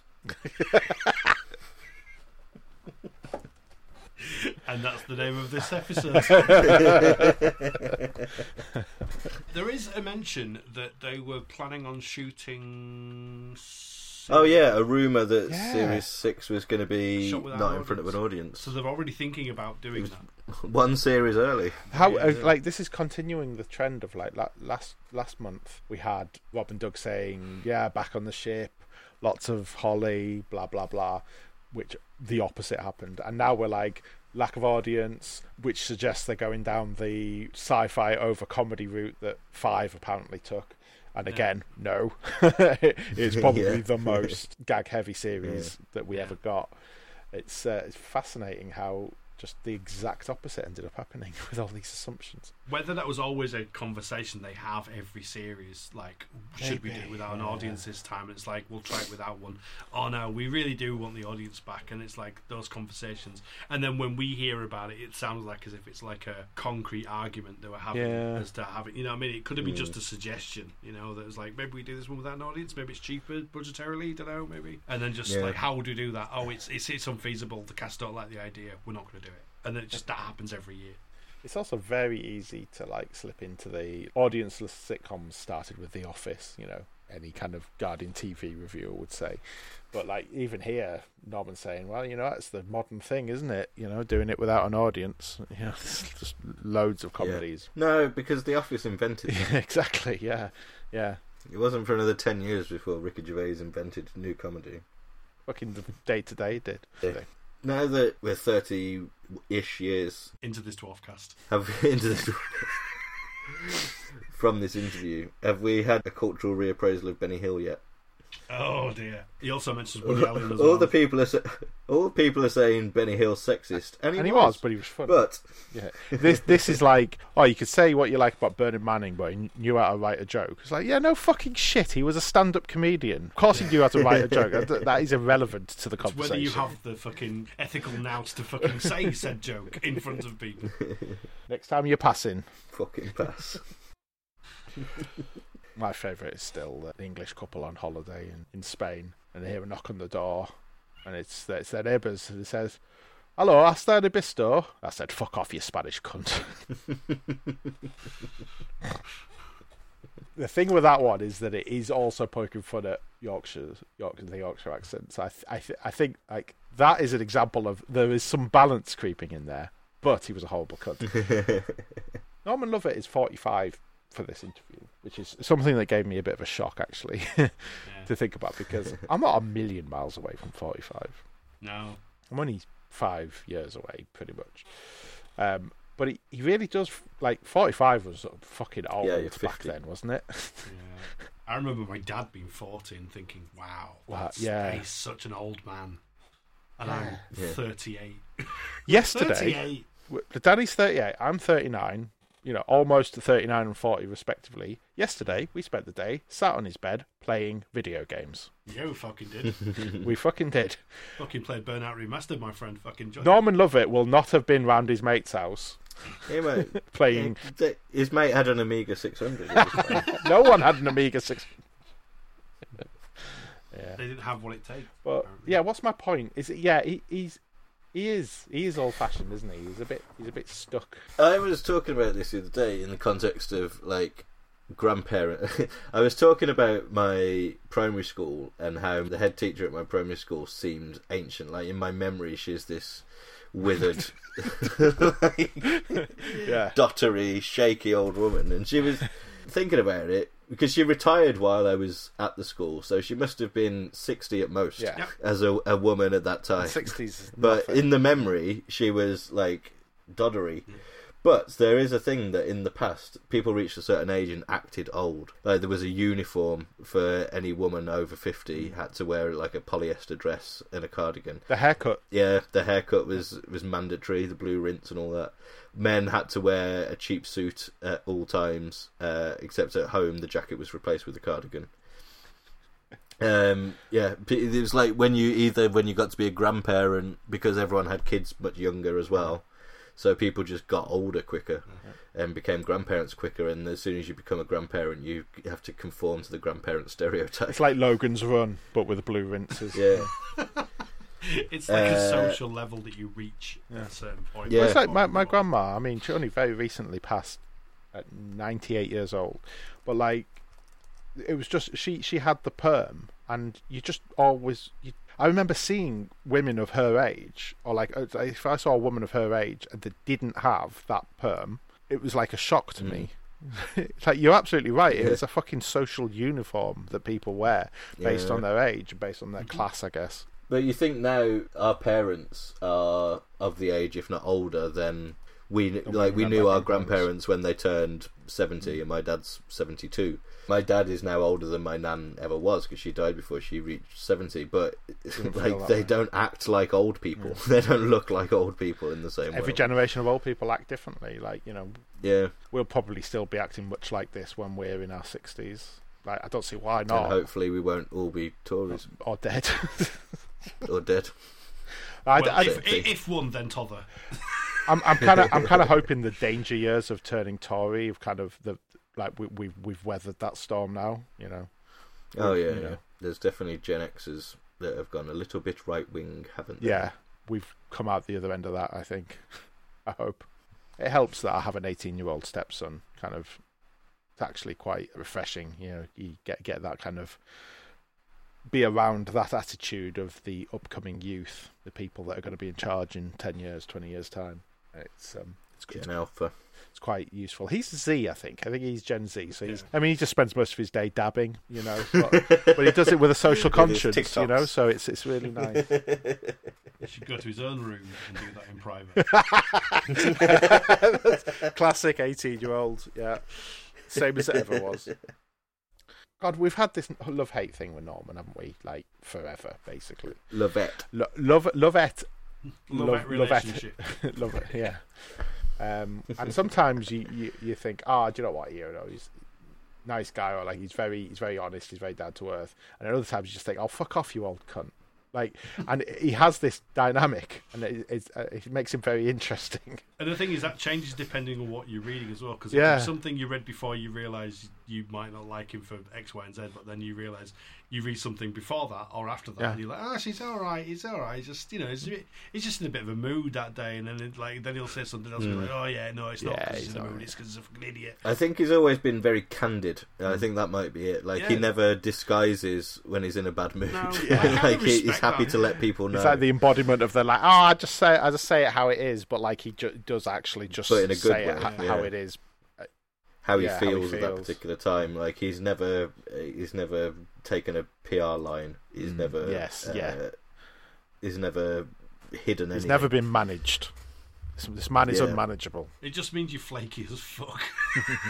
E: And that's the name of this episode. there is a mention that they were planning on shooting. s-
C: Oh yeah, a rumor that
D: Yeah.
C: Series Six was going to be
E: Shot without
C: not
E: an
C: in front of an audience.
E: So they're already thinking about doing that.
C: One series early.
D: How uh, like this is continuing the trend of like la- last last month we had Rob and Doug saying yeah back on the ship, lots of holly blah blah blah, which the opposite happened, and now we're like lack of audience, which suggests they're going down the sci-fi over comedy route that Five apparently took. And again, no, it's probably
C: Yeah.
D: the most gag-heavy series that we ever got. It's uh, it's fascinating how just the exact opposite ended up happening with all these assumptions.
E: Whether that was always a conversation they have every series, like should we do it without an audience this time? And it's like we'll try it without one. Oh no, we really do want the audience back, and it's like those conversations. And then when we hear about it, it sounds like as if it's like a concrete argument they were having
D: Yeah.
E: as to having. You know, what I mean, it could have been just a suggestion. You know, that was like maybe we do this one without an audience. Maybe it's cheaper budgetarily. Don't know. Maybe. And then just
C: Yeah.
E: like how would we do that? Oh, it's it's it's unfeasible. The cast don't like the idea. We're not going to do it. And then it just that happens every year.
D: It's also very easy to like slip into the audienceless sitcoms started with The Office, you know. any kind of Guardian TV reviewer would say. But like even here, Norman's saying, "Well, you know, that's the modern thing, isn't it? You know, doing it without an audience. You know, just loads of comedies.
C: No, because The Office invented that.
D: exactly. Yeah, yeah.
C: It wasn't for another 10 years before Ricky Gervais invented new comedy.
D: Fucking day to day did.
C: Yeah. Now that we're 30 ish years
E: into this dwarf cast.
C: have into this, from this interview, have we had a cultural reappraisal of Benny Hill yet?
E: Oh dear. He also mentions Woody Allen as
C: all
E: well.
C: the people are sa- all the people are saying Benny Hill's sexist, and he,
D: And he
C: was,
D: was, but he was funny.
C: but
D: Yeah. This this is like, oh, you could say what you like about Bernard Manning, but he knew how to write a joke. It's like, yeah, no fucking shit. He was a stand-up comedian. Of course, he knew how to write a joke. That, that is irrelevant to the
E: It's whether
D: conversation.
E: you have the fucking ethical nous to fucking say said joke in front of people.
D: Next time you're passing,
C: fucking pass.
D: my favourite is still the English couple on holiday in, in Spain, and they hear a knock on the door, and it's it's their neighbours, and it says. Hello, hasta de bisto. I said, fuck off, you Spanish cunt. the thing with that one is that it is also poking fun at Yorkshire, Yorkshire, the Yorkshire accent. So I, th- I, th- I think like that is an example of there is some balance creeping in there. But he was a horrible cunt. Norman Lovett is 45 for this interview, which is something that gave me a bit of a shock actually to think about because I'm not a million miles away from 45.
E: No.
D: I'm only five years away, pretty much. Um, but he, he really does like 45 was fucking old
C: Yeah, you're
D: back
C: 50.
D: then, wasn't it?
E: Yeah. I remember my dad being 14 thinking, wow,
D: Wow,
E: that's-
D: yeah.
E: he's such an old man. And I'm
C: Yeah.
E: 38.
D: Yesterday,
E: 38!
D: w- Danny's 38, I'm 39. You know, almost 39 and 40 respectively. Yesterday, we spent the day sat on his bed playing video games.
E: Yeah, we fucking did.
D: we fucking did.
E: fucking played Burnout Remastered, my friend. Fucking joy.
D: Norman Lovett will not have been round his mate's house
C: Hey, mate,
D: playing.
C: th- his mate had an Amiga 600. It was fine.
D: no one had an Amiga 6.
E: They didn't have what it takes.
D: But
E: apparently.
D: yeah, what's my point? Is it, yeah, he, he's he is he is old fashioned, isn't he? He's a bit he's a bit stuck.
C: I was talking about this the other day in the context of like grandparent. I was talking about my primary school and how the head teacher at my primary school seemed ancient. Like in my memory, she's this withered, like,
D: Yeah,
C: dottery, shaky old woman, and she was thinking about it because she retired while I was at the school, so she must have been sixty at most
D: Yeah. Yep.
C: as a, a woman at that time.
D: sixties.
C: But in the memory, she was like doddery. But there is a thing that in the past, people reached a certain age and acted old. Like there was a uniform for any woman over 50 had to wear like a polyester dress and a cardigan.
D: the haircut,
C: Yeah, the haircut was was mandatory, the blue rinse and all that. Men had to wear a cheap suit at all times, uh, except at home the jacket was replaced with a cardigan. Um, yeah, p- it was like when you either when you got to be a grandparent because everyone had kids much younger as well, so people just got older quicker and became grandparents quicker. And as soon as you become a grandparent, you have to conform to the grandparent stereotype.
D: it's like Logan's Run, but with blue rinses.
C: yeah.
E: It's like
C: Uh,
E: a social level that you reach at a certain point.
C: Yeah.
D: Well, it's like my, my grandma. I mean, she only very recently passed at 98 years old. But, like, it was just, she, she had the perm, and you just always. You, I remember seeing women of her age, or like, uh, if I saw a woman of her age that didn't have that perm, it was like a shock to
C: Mm.
D: me. It's like, you're absolutely right. It's a fucking social uniform that people wear based
C: Yeah. Mm-hmm.
D: on their age, based on their class, I guess.
C: But you think now our parents are of the age, if not older, than we like. We
D: not
C: knew our
D: like our parents.
C: grandparents when they turned seventy, and my dad's seventy-two. My dad is now older than my nan ever was because she died before she reached seventy. But
D: feel
C: like
D: that
C: they
D: way.
C: don't act like old people. they don't look like old people in the same
D: Every
C: way.
D: generation of old people act differently. Like, you know,
C: yeah,
D: we'll probably still be acting much like this when we're in our sixties. Like I don't see why
C: and
D: not
C: hopefully we won't all be Tories
D: or dead.
C: or dead.
D: I,
E: Well, if,
C: don't think-
E: if one, then t'other.
D: am I'm kind of I'm kind of hoping the danger years of turning Tory have kind of the like we, we've we've weathered that storm now. You know,
C: Oh yeah, yeah.
D: Yeah.
C: There's definitely Gen Xers that have gone a little bit right wing, haven't they?
D: yeah, we've come out the other end of that. I think. I hope it helps that I have an eighteen year old stepson, kind of It's actually quite refreshing. You know, you get get that kind of be around that attitude of the upcoming youth, the people that are going to be in charge in ten years, twenty years time. It's um, it's good.
C: Gen Alpha.
D: It's quite useful. He's Z, I think. I think he's Gen Z. So he's. I mean, he just spends most of his day dabbing, you know, but, but he does it with a social
C: With his
D: conscience, you know.
C: TikToks.
D: So it's it's really nice.
E: He should go to his own room and do that in private.
D: Classic 18 year old, yeah. Same as it ever was. God, we've had this love hate thing with Norman, haven't we? Like forever, basically.
C: Lovette.
D: Lo- love, loveette,
E: Love,
D: Love-
E: that relationship.
D: love it, yeah. Um, and sometimes you, you, you think, ah, do you know what? You know, he's a nice guy, or like he's very he's very honest, he's very down to earth. And at other times you just think, oh, fuck off, you old cunt. Like, and he has this dynamic, and it, it's, uh, it makes him very interesting.
E: And the thing is, that changes depending on what you're reading as well. Because
D: Yeah.
E: if it's something you read before, you realise you might not like him for X, Y, and Z, but then you realise you read something before that or after that,
D: Yeah.
E: and you're like, ah, she's all right, he's all right. He's just, you know, he's, a bit- he's just in a bit of a mood that day. And then it, like then he'll say something else, and be like, oh, yeah, no, it's not
D: Mm. Yeah,
E: 'cause
D: he's
E: he's in a
D: all
E: mood,
D: right.
E: it's because he's a fucking idiot.
C: I think he's always been very candid. and
D: Mm.
C: I think that might be it. Like he
E: Yeah.
C: never disguises when he's in a bad mood.
E: No, I kinda
C: like he, he's
E: respect
C: happy
E: that.
C: to let people know.
D: It's like the embodiment of the like. Oh, I just say, I just say it how it is, but like he ju- does actually just
C: But in a good
D: say it
C: way,
D: ho-
C: yeah.
D: how it is.
C: how he
D: Yeah, how he
C: feels at that
D: feels.
C: particular time. Like he's never he's never taken a PR line. He's never
D: Mm,
C: uh,
D: yes, yeah.
C: He's never hidden
D: He's
C: anything.
D: never been managed. This, this man is
C: Yeah.
D: unmanageable.
E: It just means you're flaky as fuck.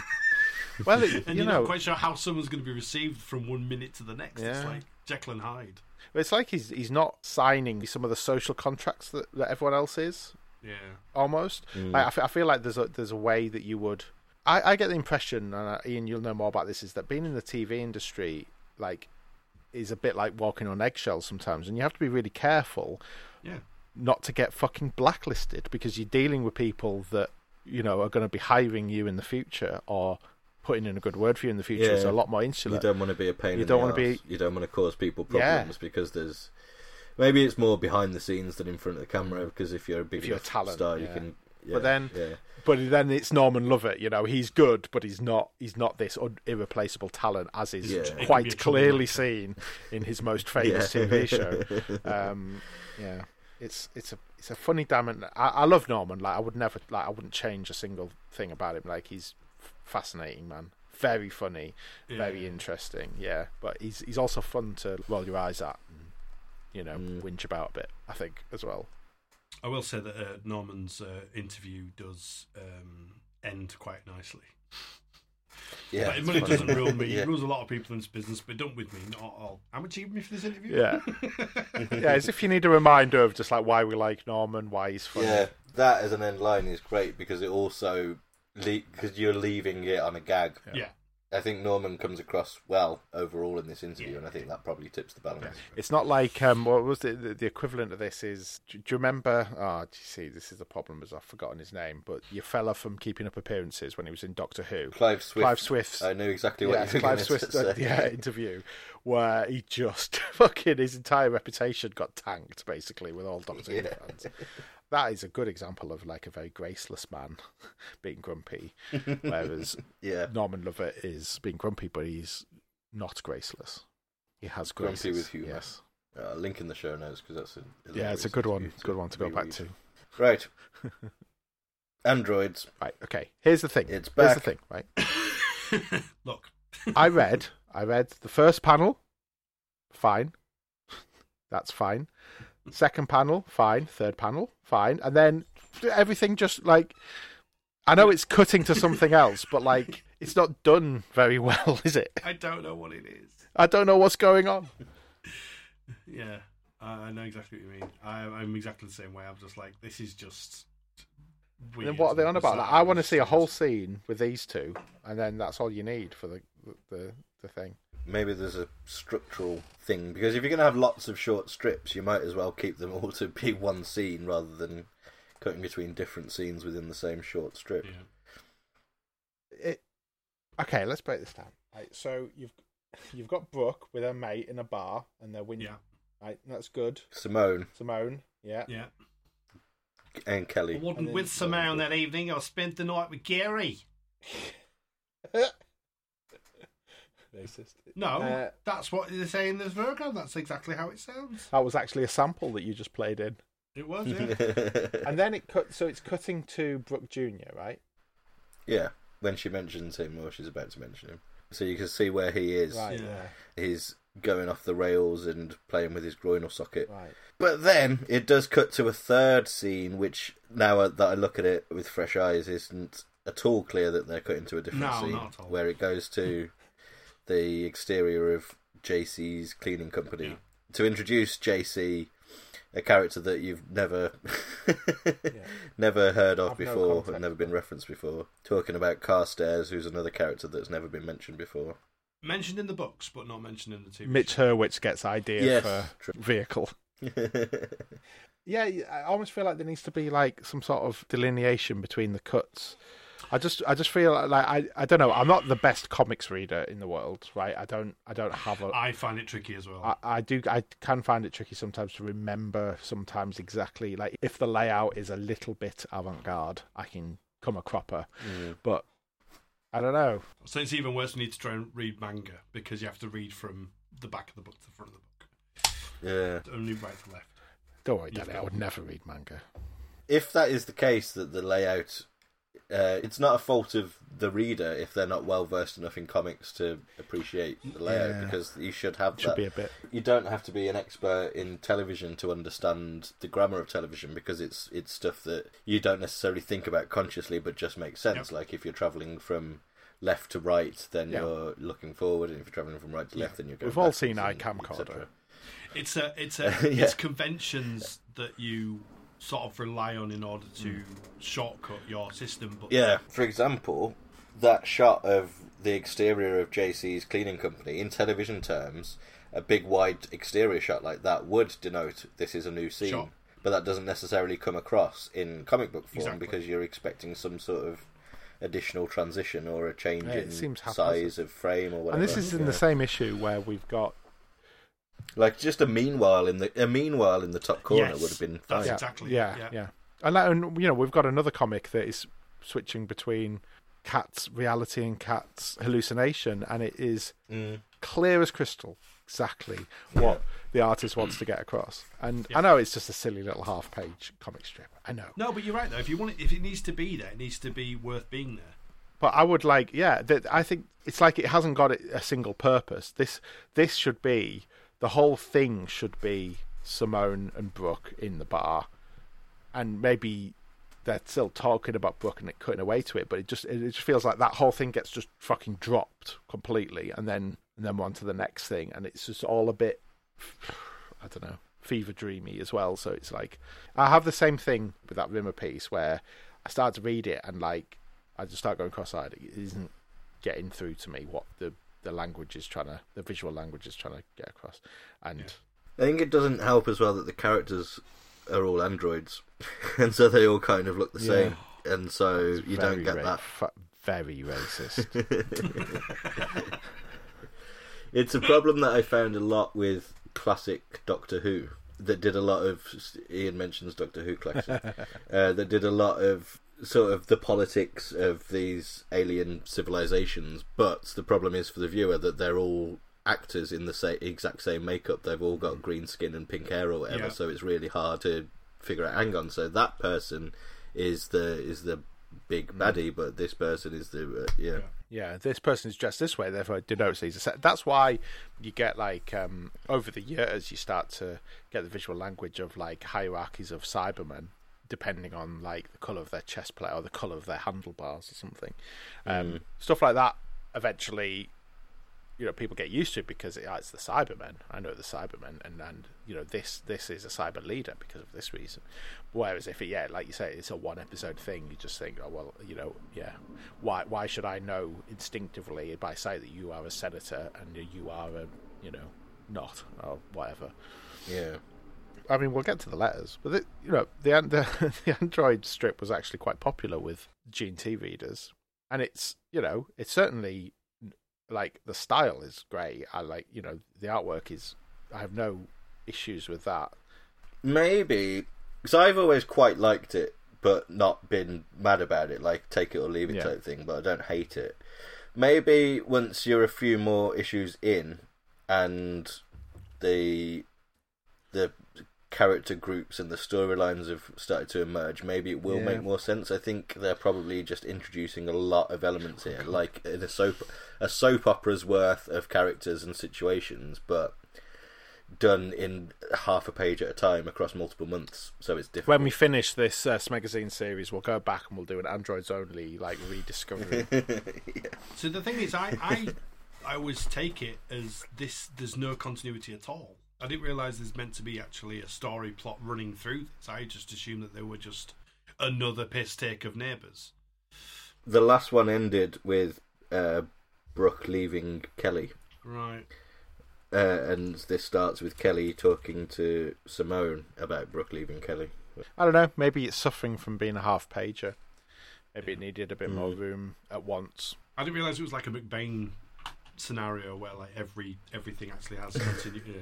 D: Well, it,
E: and
D: you
E: you're
D: know,
E: not quite sure how someone's going to be received from one minute to the next. It's
D: Yeah.
E: like Jekyll and Hyde.
D: it's like he's he's not signing some of the social contracts that, that everyone else is.
E: Yeah.
D: almost.
C: Mm.
D: Like, I, fe- I feel like there's a there's a way that you would. I, I get the impression, and uh, Ian, you'll know more about this, is that being in the TV industry, like, is a bit like walking on eggshells sometimes, and you have to be really careful
E: Yeah.
D: not to get fucking blacklisted because you're dealing with people that you know are going to be hiring you in the future or putting in a good word for you in the future. It's
C: Yeah.
D: a lot more
C: You
D: insular.
C: don't want to be a pain.
D: You
C: in
D: don't
C: the
D: wanna be-
C: arse. You don't want to cause people
D: Yeah.
C: problems because there's maybe it's more behind the scenes than in front of the camera. Because if you're a big
D: If you're a
C: enough
D: talent,
C: star, you
D: yeah.
C: can. yeah,
D: But then,
C: yeah.
D: but then it's Norman Lovett. You know, he's good, but he's not. He's not this un- irreplaceable talent, as is
C: Yeah. It can be
E: a
D: quite
E: troublemaker.
D: clearly seen in his most famous
C: Yeah.
D: TV show. Um, yeah, it's it's a it's a funny diamond. I, I love Norman. Like I would never like I wouldn't change a single thing about him. Like he's f- fascinating, man. Very funny, very
E: Yeah.
D: interesting. Yeah, but he's he's also fun to roll your eyes at. And, you know, whinge about a bit. I think as well.
E: I will say that uh, Norman's uh, interview does um, end quite nicely.
A: Yeah.
E: Like, money doesn't rule me.
A: Yeah.
E: It rules a lot of people in this business, but don't with me. Not at all. How much are you giving me for this interview?
D: Yeah. yeah, as if you need a reminder of just like why we like Norman, why he's funny.
C: Yeah, that as an end line is great because it also because you're leaving it on a gag.
E: Yeah.
C: I think Norman comes across well overall in this interview,
E: Yeah.
C: and I think that probably tips the balance.
D: It's not like um, what was it? The, the equivalent of this is. Do, do you remember? Ah, do you see, this is the problem, as I've forgotten his name. But your fella from Keeping Up Appearances when he was in Doctor Who,
C: Clive Swift.
D: Clive Swift's-
C: I knew exactly what
D: yeah,
C: you were going
D: Clive
C: to
D: Swift,
C: say.
D: yeah, interview where he just fucking his entire reputation got tanked basically with all Doctor Who
C: Yeah.
D: fans. That is a good example of like a very graceless man being grumpy, whereas
C: Yeah.
D: Norman Lovett is being grumpy, but he's not graceless. He has
C: Grumpy
D: graces.
C: with humour.
D: Yes.
C: Uh, link in the show notes because that's a,
D: Yeah, it's a good one. Good one to go back to.
C: Right, androids.
D: Right. Okay. Here's the thing.
C: It's
D: Here's the
C: back.
D: thing. Right.
E: Look,
D: I read. I read the first panel. Fine. That's fine. Second panel. Fine. Third panel. Fine. And then everything just like. I know it's cutting to something else, but like it's not done very well, is it?
E: I don't know what it is.
D: I don't know what's going on.
E: Yeah. I I know exactly what you mean. I, I'm exactly the same way. I'm just like, this is just.
D: And
E: Weird
D: then what are they
E: and
D: on about? Like,
E: bizarre
D: I want to
E: and
D: see a
E: strange.
D: whole scene with these two, and then that's all you need for the the, the thing.
C: Maybe there's a structural thing because if you're going to have lots of short strips, you might as well keep them all to be one scene rather than cutting between different scenes within the same short strip.
E: Yeah.
D: It, okay, let's break this down. Right, so you've you've got Brooke with her mate in a bar, and they're winning.
E: Yeah.
D: Right, that's good.
C: Simone
D: Simone, yeah.
E: Yeah.
C: and Kelly.
E: I wasn't
D: then-
E: with Simone that evening. I spent the night with Gary.
D: racist.
E: No,
D: Uh,
E: that's what they say in this program. That's exactly how it sounds.
D: that was actually a sample that you just played in,
E: It was, yeah.
D: and then it cut. So it's cutting to Brooke Junior, right?
C: yeah, when she mentions him, or she's about to mention him. So you can see where he is.
D: Right.
E: Yeah.
C: He's going off the rails and playing with his groinal socket.
D: yeah, right.
C: But then it does cut to a third scene, which now uh, that I look at it with fresh eyes, isn't at all clear that they're cutting to a different
E: No,
C: scene,
E: not at all.
C: where it goes to the exterior of JC's cleaning company
E: Yeah.
C: to introduce JC, a character that you've never, never heard of
D: I've no
C: before and
D: context.
C: never been referenced before. Talking about Carstairs, who's another character that's never been mentioned before.
E: Mentioned in the books, but not mentioned in the TV.
D: Mitch
E: show.
D: Hurwitz gets idea
C: Yes.
D: for vehicle.
C: yeah,
D: Yeah, I almost feel like there needs to be like some sort of delineation between the cuts. I just, I just feel like I, I don't know. I'm not the best comics reader in the world, right? I don't, I don't have a.
E: I find it tricky as well.
D: I, I do. I can find it tricky sometimes to remember sometimes exactly like if the layout is a little bit avant-garde, I can come a cropper.
C: Mm.
D: But I don't know.
E: so it's even worse. You need to try and read manga because you have to read from the back of the book to the front of the book, only right to left.
D: Don't worry,
E: You've
D: Danny. I
E: got-
D: would never read manga.
C: if that is the case that the layout uh, it's not a fault of the reader if they're not well versed enough in comics to appreciate the layout
D: Yeah.
C: because you should have
D: Should
C: that.
D: be a bit.
C: You don't have to be an expert in television to understand the grammar of television because it's it's stuff that you don't necessarily think about consciously but just makes sense.
E: Yep.
C: Like if you're traveling from left to right, then
D: Yeah.
C: you're looking forward, and if you're traveling from right to left, then you're going.
D: We've all
C: backwards
D: seen
C: and
D: iCamcorder.
C: etc.
E: It's a, it's a,
C: Yeah.
E: it's conventions that you sort of rely on in order to shortcut your system. But
C: Yeah. For example, that shot of the exterior of JC's cleaning company in television terms, a big wide exterior shot like that would denote this is a new scene.
E: Sure.
C: But that doesn't necessarily come across in comic book form
E: Exactly.
C: because you're expecting some sort of additional transition or a change
D: Yeah, it
C: in
D: seems haphazard.
C: size of frame or whatever.
D: And this is in the
C: Yeah.
D: same issue where we've got
C: like just a meanwhile in the a meanwhile in the top corner
E: Yes,
C: would have been
E: that's
C: fine.
E: it. Exactly,
D: Yeah, yeah.
E: yeah.
D: And, that, and you know, we've got another comic that is switching between Cat's reality and Cat's hallucination, and it is
E: Mm.
D: clear as crystal exactly what the artist wants to get across. And I know it's just a silly little half-page comic strip. I know,
E: no, but you're right though. If you want it, if it needs to be there, it needs to be worth being there.
D: but I would like, yeah, that I think it's like it hasn't got a a single purpose. This this should be the whole thing should be Simone and Brooke in the bar, and maybe they're still talking about Brooke and it cutting away to it, but it just it just feels like that whole thing gets just fucking dropped completely, and then and then we're on to the next thing, and it's just all a bit, I don't know, fever dreamy as well. So it's like I have the same thing with that Rimmer piece where I start to read it and like I just start going cross-eyed. It isn't getting through to me what the the language is trying to the visual language is trying to get across, and.
C: I think it doesn't help as well that the characters are all androids, and so they all kind of look the same, and so you don't
D: very
C: get
D: ra-
C: that.
D: fu- very racist.
C: It's a problem that I found a lot with classic Doctor Who that did a lot of Ian mentions Doctor Who classic uh, that did a lot of sort of the politics of these alien civilizations, but the problem is for the viewer that they're all actors in the same exact same makeup. They've all got green skin and pink hair or whatever,
E: Yeah.
C: so it's really hard to figure out. Hang on, so that person is the is the big baddie, but this person is the uh, yeah.
D: Yeah, this person is dressed this way, therefore it denotes he's a set. That's why you get like um, over the years you start to get the visual language of like hierarchies of Cybermen, depending on like the color of their chest plate or the color of their handlebars or something. Um, Stuff like that. Eventually, you know, people get used to it because it, ah, it's the Cybermen. I know the Cybermen, and and you know this this is a cyber leader because of this reason. Whereas if it, yeah, like you say, it's a one episode thing, you just think, oh well, you know, yeah, why why should I know instinctively by say that you are a senator and you are a you know not or whatever.
C: yeah.
D: I mean, we'll get to the letters, but the, you know, the, an- the the Android strip was actually quite popular with Gene T readers, and it's you know, it's certainly like the style is great. I like you know, the artwork is. I have no issues with that.
C: Maybe because I've always quite liked it, but not been mad about it, like take it or leave it
D: Yeah.
C: type thing. But I don't hate it. Maybe once you're a few more issues in, and the the character groups and the storylines have started to emerge, maybe it will
A: Yeah.
C: make more sense. I think they're probably just introducing a lot of elements here, like in a soap a soap opera's worth of characters and situations, but done in half a page at a time across multiple months. So it's different.
D: When we finish this uh, magazine series, we'll go back and we'll do an androids only like rediscovery.
E: So the thing is, I, I, I always take it as this. There's no continuity at all. I didn't realize there's meant to be actually a story plot running through this. I just assumed that they were just another piss take of neighbours.
C: the last one ended with uh, Brooke leaving Kelly,
E: Right.
C: uh, and this starts with Kelly talking to Simone about Brooke leaving Kelly.
D: I don't know. Maybe it's suffering from being a half pager. Maybe it needed a bit more room at once.
E: I didn't realize it was like a McBain scenario where like every everything actually has continuity.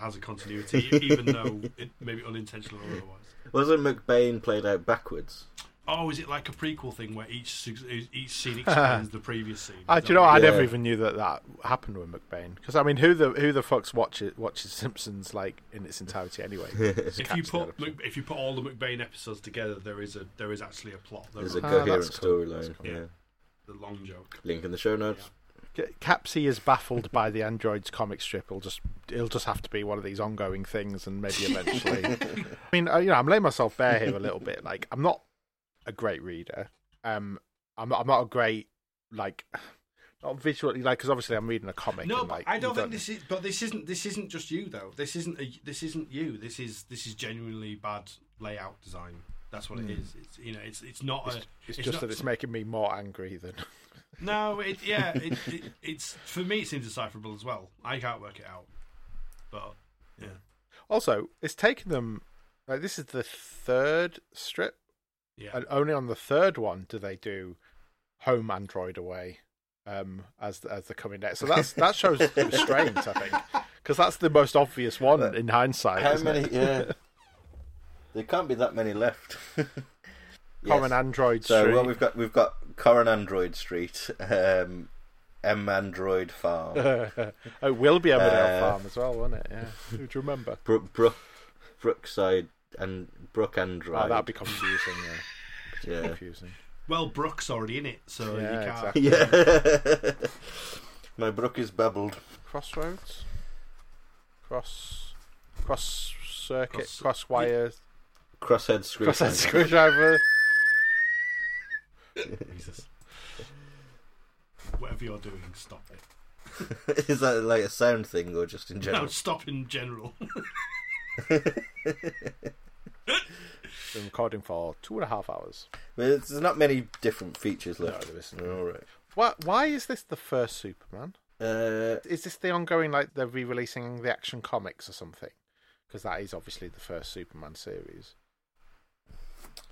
E: has a continuity, even though it maybe unintentional or otherwise.
C: Wasn't McBain played out backwards?
E: Oh, is it like a prequel thing where each se- each scene explains the previous scene?
D: I, do you know? what? I never
C: Yeah.
D: even knew that that happened with McBain. Because I mean, who the who the fuck's watches watches Simpsons like in its entirety anyway? Just
E: if
D: catch
E: you
D: the
E: put
D: episode.
E: Mc- if you put all the McBain episodes together, there is a there is actually a plot. There
C: There's
E: is
C: a
D: Ah,
E: a,
C: coherent
D: that's cool, that's
C: storyline.
D: cool.
C: Yeah.
E: the long joke.
C: Link in the show notes.
D: C- Capsy is baffled by the androids comic strip. It'll just it'll just have to be one of these ongoing things, and maybe eventually. I mean, uh, you know, I'm laying myself bare here a little bit. Like, I'm not a great reader. Um, I'm not, I'm not a great like not visually like because obviously I'm reading a comic.
E: No,
D: and,
E: but
D: like,
E: I
D: you
E: don't think this is. But this isn't this isn't just you though. This isn't a, this isn't you. This is this is genuinely bad layout design. That's what it is. It's you know it's it's not a.
D: Hmm. It's, just
E: not-
D: that it's making me more angry than.
E: No, it yeah it, it it's for me it's indecipherable as well. I can't work it out. But yeah,
D: Also, it's taken them. Like, this is the third strip,
E: yeah.
D: and only on the third one do they do home android away um as as the coming next so that's that shows restraint i think because that's the most obvious one in hindsight
C: How
D: isn't
C: many?
D: it?
C: Yeah. there can't be that many left.
D: common
C: Yes.
D: android
C: So
D: street.
C: well, we've got we've got Coron Android Street, um, M Android Farm,
D: Uh-huh. it will Oh, be Emmerdale
C: Uh,
D: Farm as well, won't it? Yeah. Who do you remember?
C: Brook, Brook, Brookside, and Brook Android.
D: Oh, that'd be confusing. Yeah.
C: yeah.
D: Confusing.
E: Well, Brooke's already in it, so
D: Yeah,
E: you can't.
D: exactly.
C: yeah. My brook is babbled.
D: Crossroads, cross, cross circuit,
E: Cross-
D: cross, wire,
C: Crosshead screw.
D: cross
C: Tank.
D: screwdriver.
E: Jesus. Whatever you're doing, stop it.
C: is that like a sound thing or just in general?
E: No, stop in general.
D: Been recording for two and a half hours.
C: Well, There's not many different features left.
D: there isn't.
C: All right.
D: Why, why is this the first Superman?
C: Uh,
D: Is this the ongoing, like they're re releasing the action comics or something? Because that is obviously the first Superman series.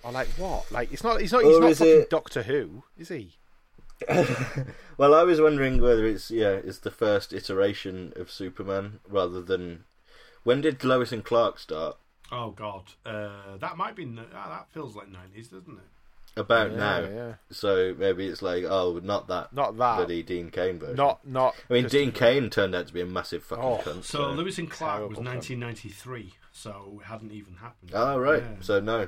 D: Or like what? Like it's not. He's not. He's
C: Or
D: not
C: is
D: fucking
C: it-
D: Doctor Who, is he?
C: well, I was wondering whether it's yeah, it's the first iteration of Superman rather than when did Lois and Clark start?
E: oh God, uh, that might be. n- ah, that feels like nineties, doesn't it?
C: About
D: Yeah,
C: now,
D: yeah.
C: so maybe it's like oh, not that,
D: Not that.
C: bloody Dean Kane version.
D: Not. Not.
C: I mean,
D: just-
C: Dean Kane turned out to be a massive fucking
D: Oh.
C: cunt.
E: So Lewis and Clark was
D: Terrible film.
E: 1993, so it hadn't even happened.
C: Ah, right.
E: Yeah.
C: So no.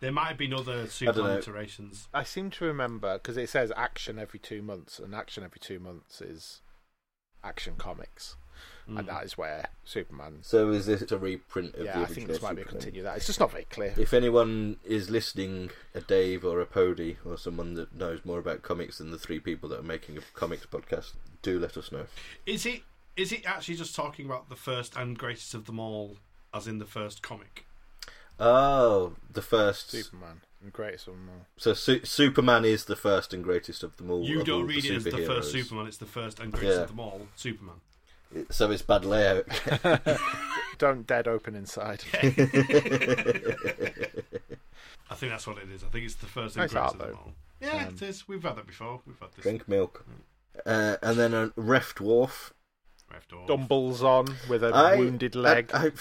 E: there might have been other Superman
C: know.
E: iterations.
D: I seem to remember because it says action every two months, and action every two months is action comics, and that is where Superman.
C: So is this a reprint Hmm. of the
D: Yeah, I
C: original
D: think this might be a
C: Superman?
D: continue. That it's just not very clear.
C: If anyone is listening, a Dave or a Pody or someone that knows more about comics than the three people that are making a comics podcast, do let us know.
E: Is it? Is it actually just talking about the first and greatest of them all, as in the first comic?
C: Oh, the first.
D: Superman and greatest of them all.
C: So su- Superman is the first and greatest of them all.
E: You
C: of all
E: don't read
C: the
E: it as the
C: superheroes.
E: first Superman; it's the first and greatest
C: Yeah.
E: of them all, Superman.
C: So it's bad layout.
D: Don't dead open inside.
E: I think that's what it is. I think it's the first and
D: Nice art,
E: greatest of them
D: though.
E: all. Yeah, it is. We've had that before. We've had this.
C: Um, Drink milk. Uh, and then a ref dwarf.
E: Left off.
D: Dumbles on with a
C: I-
D: wounded leg.
C: I,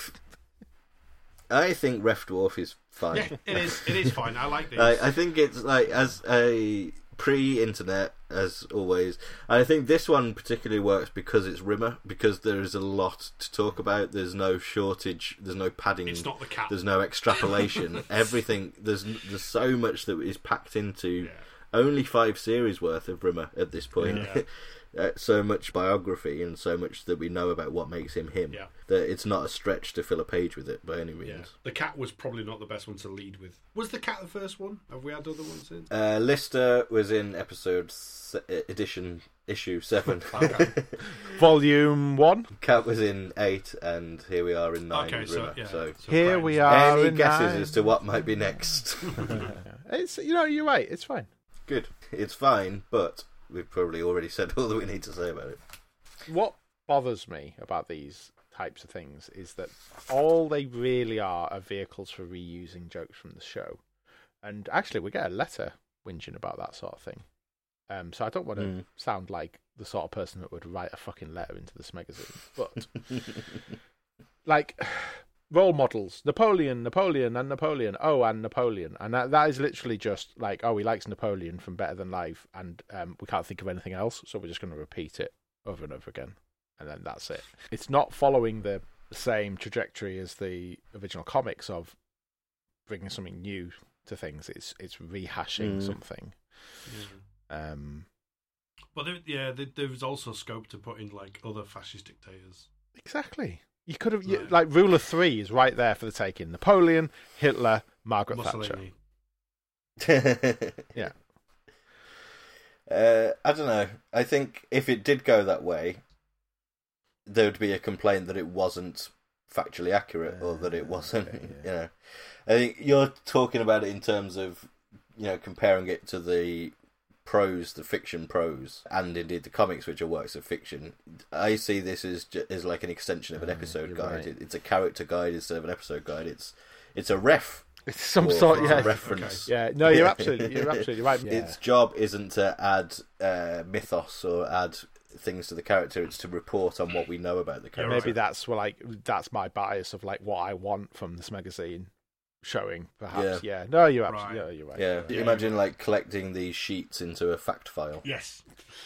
C: I, I think ref dwarf is fine.
E: Yeah, it is. It is fine. I like this.
C: I, I think it's like as a pre-internet as always. And I think this one particularly works because it's Rimmer, because there is a lot to talk about. There's no shortage. There's no padding.
E: It's not the cat.
C: There's no extrapolation. Everything. There's there's so much that is packed into only five series worth of Rimmer at this point. Uh, so much biography and so much that we know about what makes him him
E: Yeah.
C: that it's not a stretch to fill a page with it by any
E: Yeah.
C: means.
E: The cat was probably not the best one to lead with. Was the cat the first one? Have we had other ones in?
C: Uh, Lister was in episode se- edition issue seven.
D: Volume one.
C: Cat was in eight, and here we are in nine.
E: okay,
C: with
E: so
C: Rimmer,
E: yeah.
C: so-
D: Here
E: Brian-
D: we are.
C: any
D: in
C: guesses
D: nine.
C: as to what might be next?
D: It's you know you're right. It's fine.
C: Good. It's fine, but we've probably already said all that we need to say about it.
D: What bothers me about these types of things is that all they really are are vehicles for reusing jokes from the show. And actually, we get a letter whinging about that sort of thing. Um, so I don't want to
C: Mm.
D: sound like the sort of person that would write a fucking letter into this magazine, but like role models Napoleon, Napoleon, and Napoleon. Oh, and Napoleon, and that, that is literally just like oh, he likes Napoleon from Better Than Life, and um, we can't think of anything else, so we're just going to repeat it over and over again, and then that's it. It's not following the same trajectory as the original comics of bringing something new to things. It's it's rehashing
C: Mm.
D: something. Um,
E: Well, there, yeah, there, there was also scope to put in like other fascist dictators.
D: Exactly. You could have you,
E: Right.
D: like ruler three is right there for the taking. Napoleon, Hitler, Margaret Thatcher.
E: Mussolini.
D: Yeah.
C: Uh, I don't know. I think if it did go that way, there would be a complaint that it wasn't factually accurate or that it wasn't,
D: Ah, okay,
C: you know. I think you're talking about it in terms of, you know, comparing it to the prose, the fiction prose, and indeed the comics, which are works of fiction. I see this as ju- as like an extension of an
D: Oh,
C: episode
D: you're
C: guide.
D: right.
C: It, it's a character guide instead of an episode guide. It's it's a ref
D: It's some
C: or
D: sort.
C: a
D: Yeah.
C: reference.
D: Yeah. No, you're absolutely. You're absolutely right. Yeah.
C: Its job isn't to add uh, mythos or add things to the character. It's to report on what we know about the
E: You're
C: character.
D: Maybe that's where, like that's my bias of like what I want from this magazine showing. Perhaps. Yeah. No, you're absolutely.
E: Right.
D: No, you're right.
C: Yeah.
E: Yeah.
C: Imagine like collecting these sheets into a fact file,
E: Yes.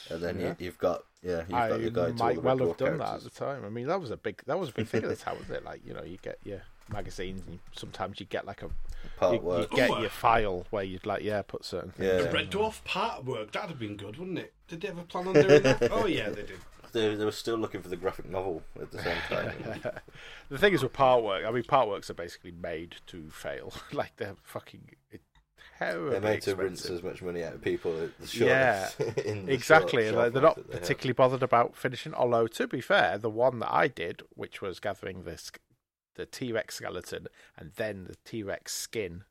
C: and then
D: Yeah.
C: you, you've got yeah, you've got
D: I
C: the guide to all
D: might
C: the
D: well
C: Red Dwarf
D: have done that at
C: characters.
D: the time. I mean, that was a big that was a big thing at the time, wasn't it? Like you know, you get your magazines, and sometimes you get like a
C: Part
D: you, you
C: work.
D: get
E: Ooh, uh,
D: your file where you'd like yeah put certain things.
C: Yeah.
E: The Red Dwarf part work. That'd have been good, wouldn't it? Did they ever plan on doing that? Oh yeah, they did.
C: They, they were still looking for the graphic novel at the same time.
D: The thing is with part work, I mean, part works are basically made to fail. like they're fucking terribly
C: They're made to rinse
D: expensive.
C: as much money out of people at the short.
D: Yeah,
C: in the
D: exactly.
C: short
D: They're,
C: shelf life
D: they're not
C: that they have.
D: particularly bothered about finishing. Although to be fair, the one that I did, which was gathering this the T Rex skeleton and then the T Rex skin,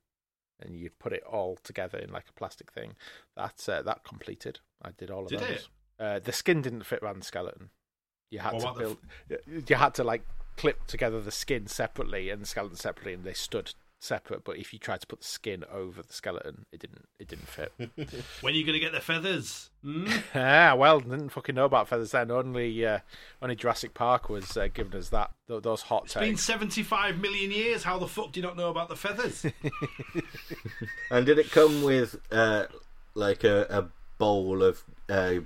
D: and you put it all together in like a plastic thing. That uh, that completed. I did all of
E: Did
D: those.
E: it?
D: Uh, the skin didn't fit around the skeleton. You had
E: What
D: to
E: about the
D: build. you had to like clip together the skin separately and the skeleton separately, and they stood separate. But if you tried to put the skin over the skeleton, it didn't. It didn't fit.
E: When are you gonna get the feathers? Hmm?
D: Ah, well, didn't fucking know about feathers then. Only, uh, only Jurassic Park was uh, giving us that th- those hot
E: It's been
D: takes.
E: seventy-five million years. How the fuck do you not know about the feathers?
C: And did it come with uh, like a, a bowl of uh,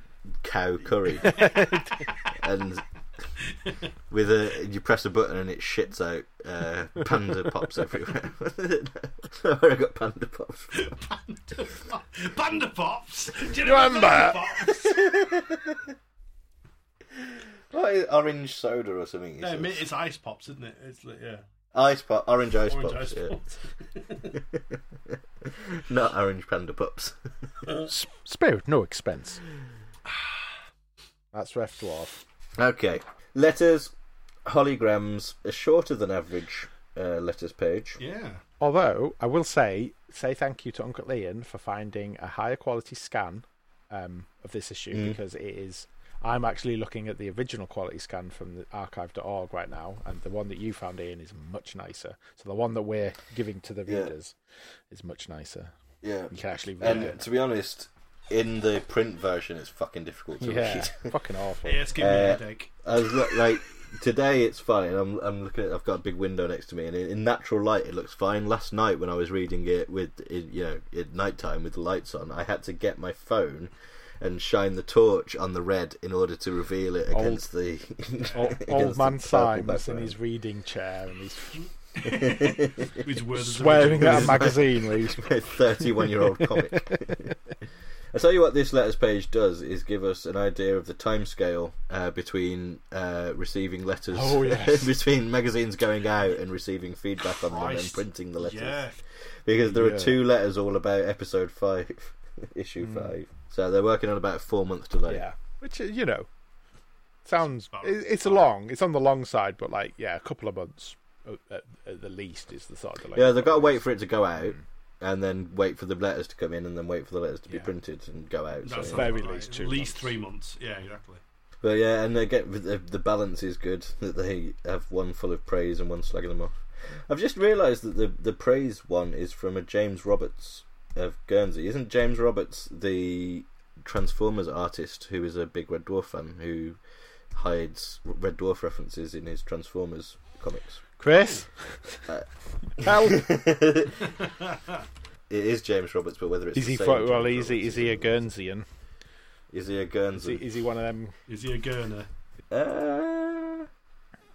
C: cow curry? and with a you press a button and it shits out uh, panda pops everywhere. Where I got panda pops. From.
E: Panda, Pop- Panda pops. Do you
D: Remember?
E: Panda Pops?
C: What is orange soda or something?
E: No,
C: is it?
E: it's ice pops, isn't it? It's like, yeah,
C: Ice pop, orange ice
E: orange
C: pops.
E: ice
C: yeah.
E: pops.
C: Not orange panda pops.
D: S- Spare at no expense. That's Ref Dwarf.
C: Okay, letters, holograms, a shorter than average uh, letters page.
E: Yeah.
D: Although I will say, say thank you to Uncle Ian for finding a higher quality scan um, of this issue because it is. I'm actually looking at the original quality scan from the archive.org right now, and the one that you found, Ian, is much nicer. So the one that we're giving to the
C: Yeah.
D: readers is much nicer.
C: Yeah,
D: You can actually read
C: And
D: it.
C: to be honest, in the print version, it's fucking difficult to
D: Yeah,
C: read.
D: fucking awful.
E: Yeah, it's giving me a
C: Uh,
E: headache.
C: I was look, like today, it's fine. I'm I'm looking at. I've got a big window next to me, and in, in natural light, it looks fine. Last night, when I was reading it with in, you know at nighttime with the lights on, I had to get my phone. and shine the torch on the red in order to reveal it against the
D: Old,
C: against the
D: old man
C: purple
D: Symes in his reading chair and he's
E: His word is
D: swearing
E: original.
D: at a magazine. while he's-
C: background. 31-year-old comic. I tell you what this letters page does is give us an idea of the timescale uh, between uh, receiving letters,
D: Oh, yes.
C: between magazines going out and receiving feedback on them and
E: Christ.
C: printing the letters.
E: Yeah.
C: because there
D: Yeah. Hmm.
C: are two letters all about episode five, issue five. So they're working on about a four month delay.
D: yeah,
F: Which uh, you know sounds
E: About-
F: it- it's long. It's on the long side, but like yeah, a couple of months at, at, at the least is the sort of delay.
C: Yeah, they've got to wait for it to go out, and then wait for the letters to come in, and then wait for the letters to be
F: Yeah.
C: printed and go out. So,
E: That's
C: yeah.
F: fair. very
E: about
F: least
E: right.
F: two
E: At least
F: months.
E: three months. Yeah, exactly.
C: But yeah, and they get the, the balance is good that they have one full of praise and one slagging them off. I've just realised that the the praise one is from a James Roberts of Guernsey. Isn't James Roberts the Transformers artist who is a big Red Dwarf fan who hides Red Dwarf references in his Transformers comics?
D: Chris.
C: Uh,
D: Help.
C: it is James Roberts, but whether it's
D: Is
C: the
D: he
C: same
D: fro- well?
C: James Roberts
D: Is he is he a
C: isn't-
D: Guernseyan?
C: Is he a
D: Is he,
C: Guernsey?
D: is he one of them?
E: Is he a gurner?
C: Uh,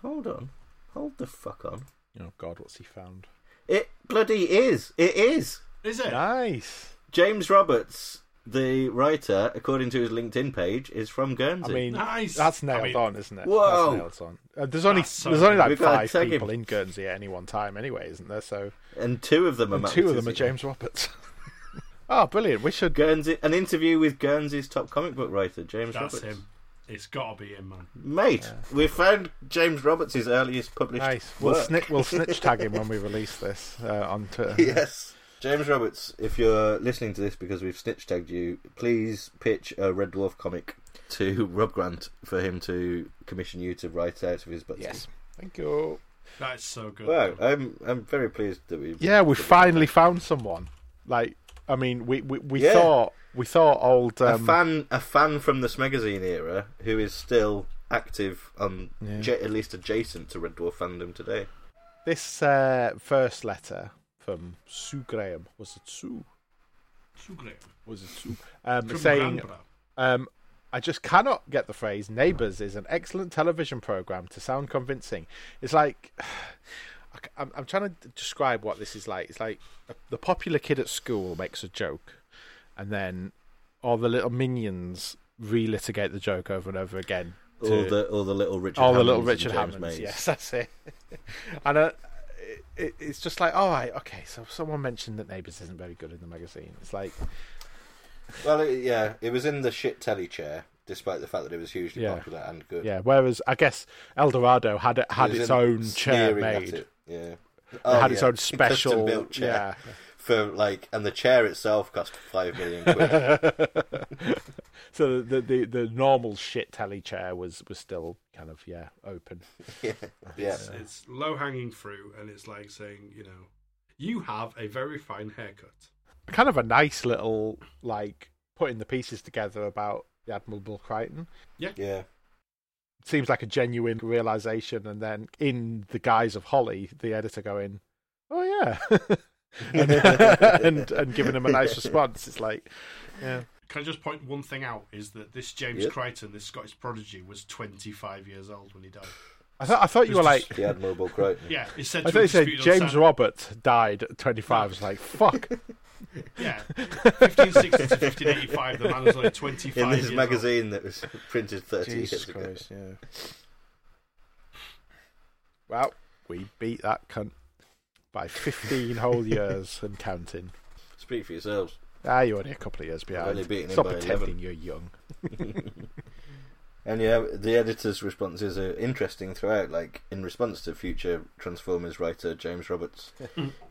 C: hold on, hold the fuck on.
D: Oh God, what's he found?
C: It bloody is. It is.
E: Is it?
D: Nice.
C: James Roberts, the writer, according to his LinkedIn page, is from
D: I
C: Guernsey.
D: mean,
E: Nice.
D: that's
E: I
D: nailed
E: mean-
D: on, isn't it?
C: Whoa.
D: That's nailed on. Uh, there's only
E: That's so
D: there's only like
C: We've gotta
D: five
C: tag him.
D: people in Guernsey at any one time, anyway, isn't there? So
C: and two of them are
D: and
C: Matt
D: two of them are
C: Letitia.
D: James Roberts. oh, brilliant! We should
C: Guernsey. An interview with Guernsey's top comic book writer, James
E: That's
C: Roberts.
E: him. It's got to be him, man.
C: Mate, we found James Roberts' earliest published.
D: nice. We'll
C: Work.
D: snitch we'll snitch tag him when we release this uh, on Twitter.
C: yes. James Roberts, if you're listening to this because we've snitch tagged you, please pitch a Red Dwarf comic to Rob Grant for him to commission you to write out of his butt.
D: Yes. Thank you.
E: That is so good.
C: Wow, I'm I'm very pleased that we
D: Yeah, we finally found someone. Like, I mean, we we, we
C: Yeah.
D: thought we thought old
C: a
D: um,
C: fan a fan from this magazine era who is still active on
D: Yeah.
C: ja- at least adjacent to Red Dwarf fandom today.
D: this uh, first letter from Sue Graham was it Sue?
E: Too great.
D: Was it Sue? Um,
E: From
D: saying
E: Granborough.
D: Um, I just cannot get the phrase "Neighbours" is an excellent television program to sound convincing. It's like I c- I'm, I'm trying to describe what this is like. It's like a, the popular kid at school makes a joke, and then all the little minions relitigate the joke over and over again. to-
C: All the all the little Richard
D: all the little
C: Hammonds
D: Richard
C: and James
D: Hammonds.
C: Mays.
D: Yes, that's it. and uh, it, it's just like, all right, okay. So someone mentioned that Neighbours isn't very good in the magazine. It's like,
C: Well, it, yeah, it was in the shit telly chair, despite the fact that it was hugely
D: Yeah.
C: popular and good.
D: yeah. Whereas I guess El Dorado had had
C: It was
D: its
C: in-
D: own chair
C: sneering at
D: made.
C: it, Yeah.
D: It
C: Oh,
D: had its
C: yeah.
D: own special
C: custom-built chair
D: Yeah,
C: for like, and the chair itself cost five million quid.
D: so the, the the normal shit telly chair was was still kind of yeah open.
C: yeah, yeah.
E: It's, it's low hanging fruit, and it's like saying, you know, you have a very fine haircut.
D: Kind of a nice little like putting the pieces together about the admirable Crichton.
C: yeah.
D: Seems like a genuine realization, and then in the guise of Holly, the editor going, "Oh yeah," and, and and giving him a nice response. It's like, yeah,
E: Can I just point one thing out? Is that this James
C: Yep.
E: Crichton, this Scottish prodigy, was 25 years old when he died.
D: I thought I thought you were like.
C: The Admirable Crichton.
E: Yeah, it's said
D: I
E: to
D: thought
E: have
D: you said
E: disputed on
D: James
E: Sat-
D: Roberts died at 25. I was like, fuck.
E: Yeah, 1560 to 1585, the man was only 25
C: In
E: years
C: this
E: old.
C: magazine that was printed 30
D: Jesus
C: years ago.
D: Christ, yeah. Well, we beat that cunt by 15 whole years and counting.
C: Speak for yourselves.
D: Ah, you're only a couple of years behind.
C: only beaten him
D: Stop
C: by 11.
D: pretending you're young.
C: And yeah, the editor's responses are interesting throughout. Like in response to future Transformers writer James Roberts,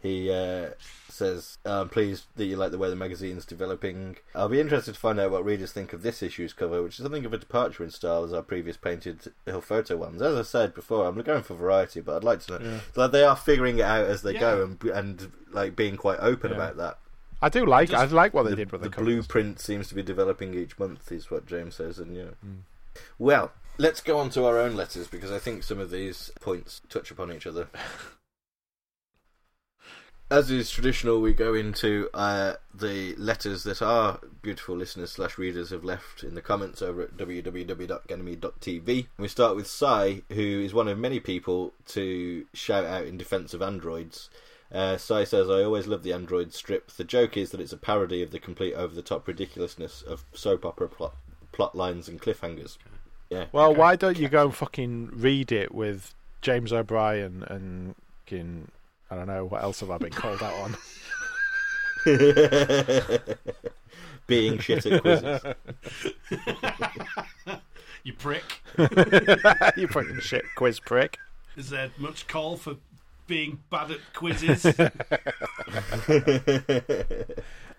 C: he uh, says, "I'm pleased that you like the way the magazine's developing. I'll be interested to find out what readers think of this issue's cover, which is something of a departure in style as our previous painted hill photo ones. As I said before, I'm going for variety, but I'd like to know. Like they are figuring it out as they go and and like being quite open
D: Yeah.
C: about that.
D: I do like I
E: Just
D: like what they
C: the,
D: did with the,
C: the
D: covers.
C: blueprint seems to be developing each month is what james says and yeah
D: Mm.
C: well let's go on to our own letters because i think some of these points touch upon each other as is traditional, we go into uh, the letters that our beautiful listeners slash readers have left in the comments over at www.ganymede.tv. We start with Sai, who is one of many people to shout out in defence of androids. Uh, Sai says, "I always love the android strip. The joke is that it's a parody of the complete over-the-top ridiculousness of soap opera plot, plot lines and cliffhangers." Yeah,
G: Well, why don't you go and fucking read it with James O'Brien and fucking I don't know what else have I been called out on?
C: being shit at quizzes.
E: You prick.
G: you fucking shit quiz prick.
E: Is there much call for being bad at quizzes?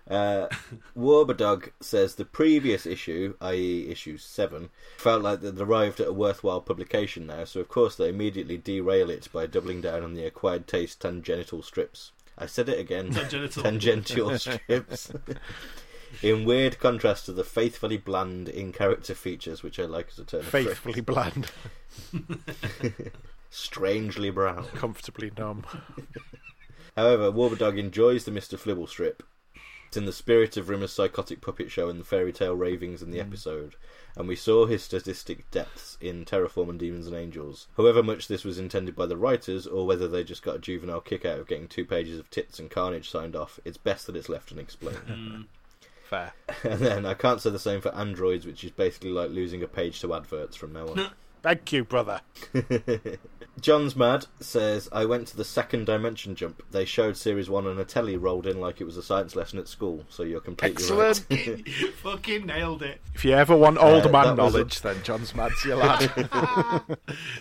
C: Uh, Warbadog says the previous issue, i.e., issue 7, felt like they'd arrived at a worthwhile publication now, so of course they immediately derail it by doubling down on the acquired taste tangential strips. I said it again
E: Tangential.
C: tangential strips. In weird contrast to the faithfully bland in character features, which I like as a term of phrase.
G: Faithfully bland,
C: strangely brown.
G: comfortably numb.
C: However, Warbadog enjoys the Mr. Flibble strip. It's in the spirit of Rimmer's psychotic puppet show and the fairy tale ravings in the episode, and we saw his statistic depths in Terraform and Demons and Angels. However much this was intended by the writers, or whether they just got a juvenile kick out of getting two pages of tits and carnage signed off, it's best that it's left unexplained.
G: Fair.
C: and then I can't say the same for Androids, which is basically like losing a page to adverts from now on.
G: Thank you, brother.
C: John's Mad says, I went to the second dimension jump. They showed series one and a telly rolled in like it was a science lesson at school, so you're completely
G: Excellent.
C: right.
E: Fucking nailed it.
G: If you ever want old
C: Uh,
G: man
C: that was a-
G: knowledge, then John's mad's your lad.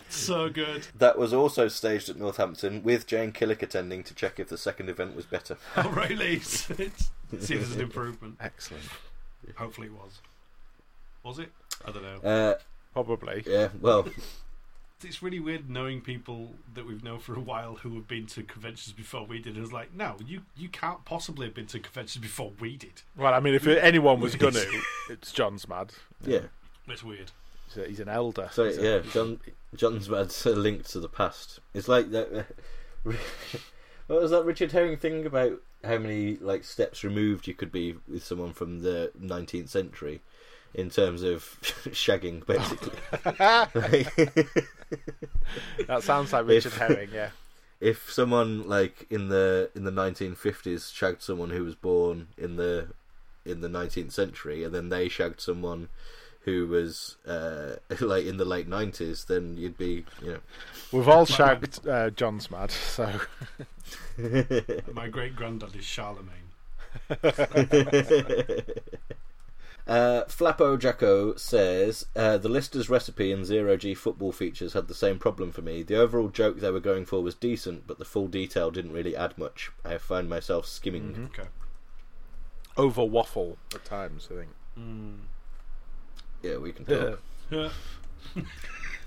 E: So good.
C: That was also staged at Northampton with Jane Killick attending to check if the second event was better.
E: All right, Leeds. It's- See if there's an improvement.
G: Excellent.
E: Hopefully it was. Was it? I don't know.
C: Uh,
G: Probably.
C: yeah, well,
E: It's really weird knowing people that we've known for a while who have been to conventions before we did. It's like, no, you, you can't possibly have been to conventions before we did.
G: Well, I mean, if anyone was going to, it's John's mad.
C: yeah.
E: It's weird.
G: So He's an elder.
C: So,
G: So-
C: yeah, John, John's Mad's a link to the past. It's like that. uh, what was that Richard Herring thing about how many like steps removed you could be with someone from the 19th century in terms of shagging, basically?
G: That sounds like
C: If-
G: Richard Herring, yeah.
C: if someone like in the in the 1950s shagged someone who was born in the in the 19th century and then they shagged someone who was uh, like in the late 90s then you'd be you
G: We've all shagged uh, John's mad, so
C: know
E: My great granddad is Charlemagne.
C: Uh, Flappo Jacko says uh, the Lister's recipe and zero G football features had the same problem for me. The overall joke they were going for was decent, but the full detail didn't really add much. I have found myself skimming.
E: Okay.
G: over waffle at times, I think.
D: Mm.
C: Yeah, we can. Tell.
E: Yeah.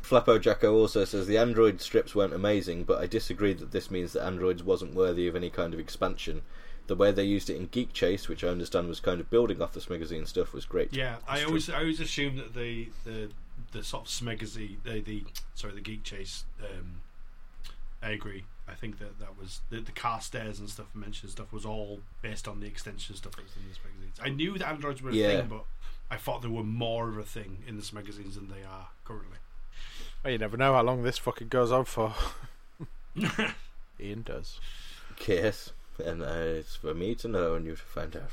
C: Flappo Jacko also says the Android strips weren't amazing, but I disagree that this means that Androids wasn't worthy of any kind of expansion. The way they used it in Geek Chase, which I understand was kind of building off this magazine stuff, was great.
E: Yeah, I always I always assume that the the the sort of smegazine the, the sorry the geek chase. Um, I agree. I think that that was the, the car stairs and stuff mentioned stuff was all based on the extension stuff that was in these magazines. I knew that androids were a
C: Yeah.
E: thing, but I thought they were more of a thing in these magazines than they are currently.
G: Well, you never know how long this fucking goes on for. Ian does.
C: Yes, and uh, it's for me to know and you to find out.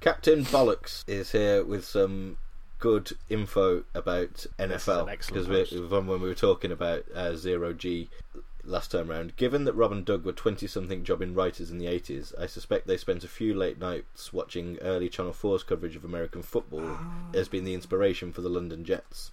C: Captain Bollocks is here with some good info about NFL
G: excellent
C: because
G: post.
C: when we were talking about uh, zero G last time round, given that Rob and Doug were twenty-something jobbing writers in the eighties, I suspect they spent a few late nights watching early Channel 4's coverage of American football as being the inspiration for the London Jets.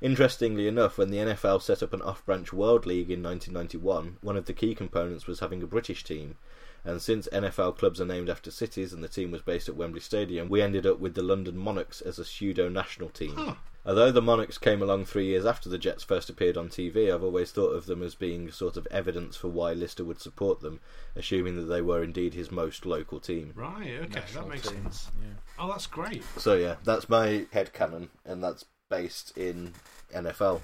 C: Interestingly enough, when the NFL set up an off branch World League in 1991, one of the key components was having a British team. And since NFL clubs are named after cities and the team was based at Wembley Stadium, we ended up with the London Monarchs as a pseudo national team. Although the Monarchs came along three years after the Jets first appeared on TV, I've always thought of them as being sort of evidence for why Lister would support them, assuming that they were indeed his most local team.
E: Right. Okay, that makes sense. Oh, that's great.
C: So yeah, that's my headcanon, and that's based in NFL.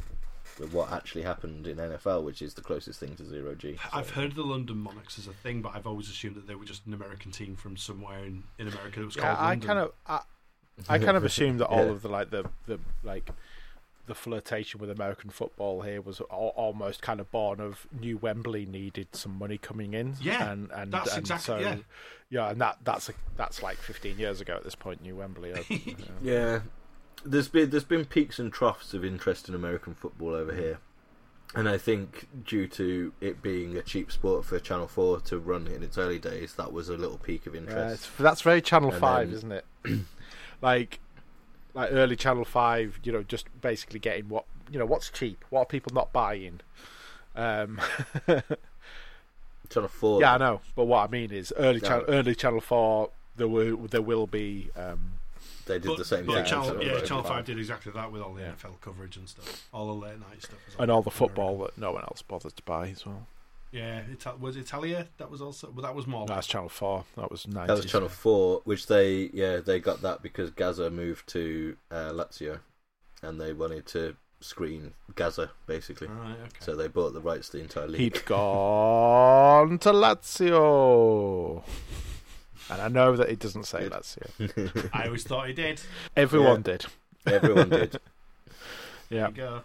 C: with what actually happened in NFL, which is the closest thing to zero G. So-
E: I've heard of the London Monarchs as a thing, but I've always assumed that they were just an American team from somewhere in, in America that was
D: Yeah,
E: called
D: I
E: London.
D: kind of I, I kind of assumed that all
C: Yeah.
D: of the like the the like the flirtation with American football here was al- almost kind of born of new Wembley needed some money coming in.
E: Yeah,
D: and and,
E: that's
D: and
E: exactly-
D: so,
E: yeah.
D: yeah, and that that's that's like 15 years ago at this point. New Wembley. Uh, opened, yeah.
C: Yeah, there's been there's been peaks and troughs of interest in American football over here, and I think due to it being a cheap sport for Channel Four to run in its early days, that was a little peak of
D: Yeah,
C: interest.
D: it's, that's very Channel
C: And
D: Five,
C: then-
D: isn't it? like, like early Channel Five. You know, just basically getting what you know what's cheap. What are people not buying? Um,
C: Channel Four,
D: yeah, I know. But what I mean is early
C: Yeah.
D: channel, early Channel Four. There will there will be. Um,
C: they did
E: But,
C: the same
E: but
C: thing.
E: Channel,
C: with
E: yeah,
C: Channel
E: Channel
C: Five.
E: 5 did exactly that with all the NFL coverage and stuff. All the late night stuff. was
D: and all the
E: American.
D: football that no one else bothered to buy as well.
E: Yeah, Ita- was Italia? That was also. Well, that was more.
D: No, that's Channel Four. That was nice.
C: Oh. That was Channel Four, which they yeah they got that because Gaza moved to uh, Lazio, and they wanted to screen Gaza basically.
E: All right, okay.
C: So they bought the rights to the entire league.
D: He'd gone to Lazio, and I know that he doesn't say Lazio.
E: I always thought he did.
D: Everyone
C: Yeah.
D: did.
C: Everyone did.
D: Yeah.
E: There you go.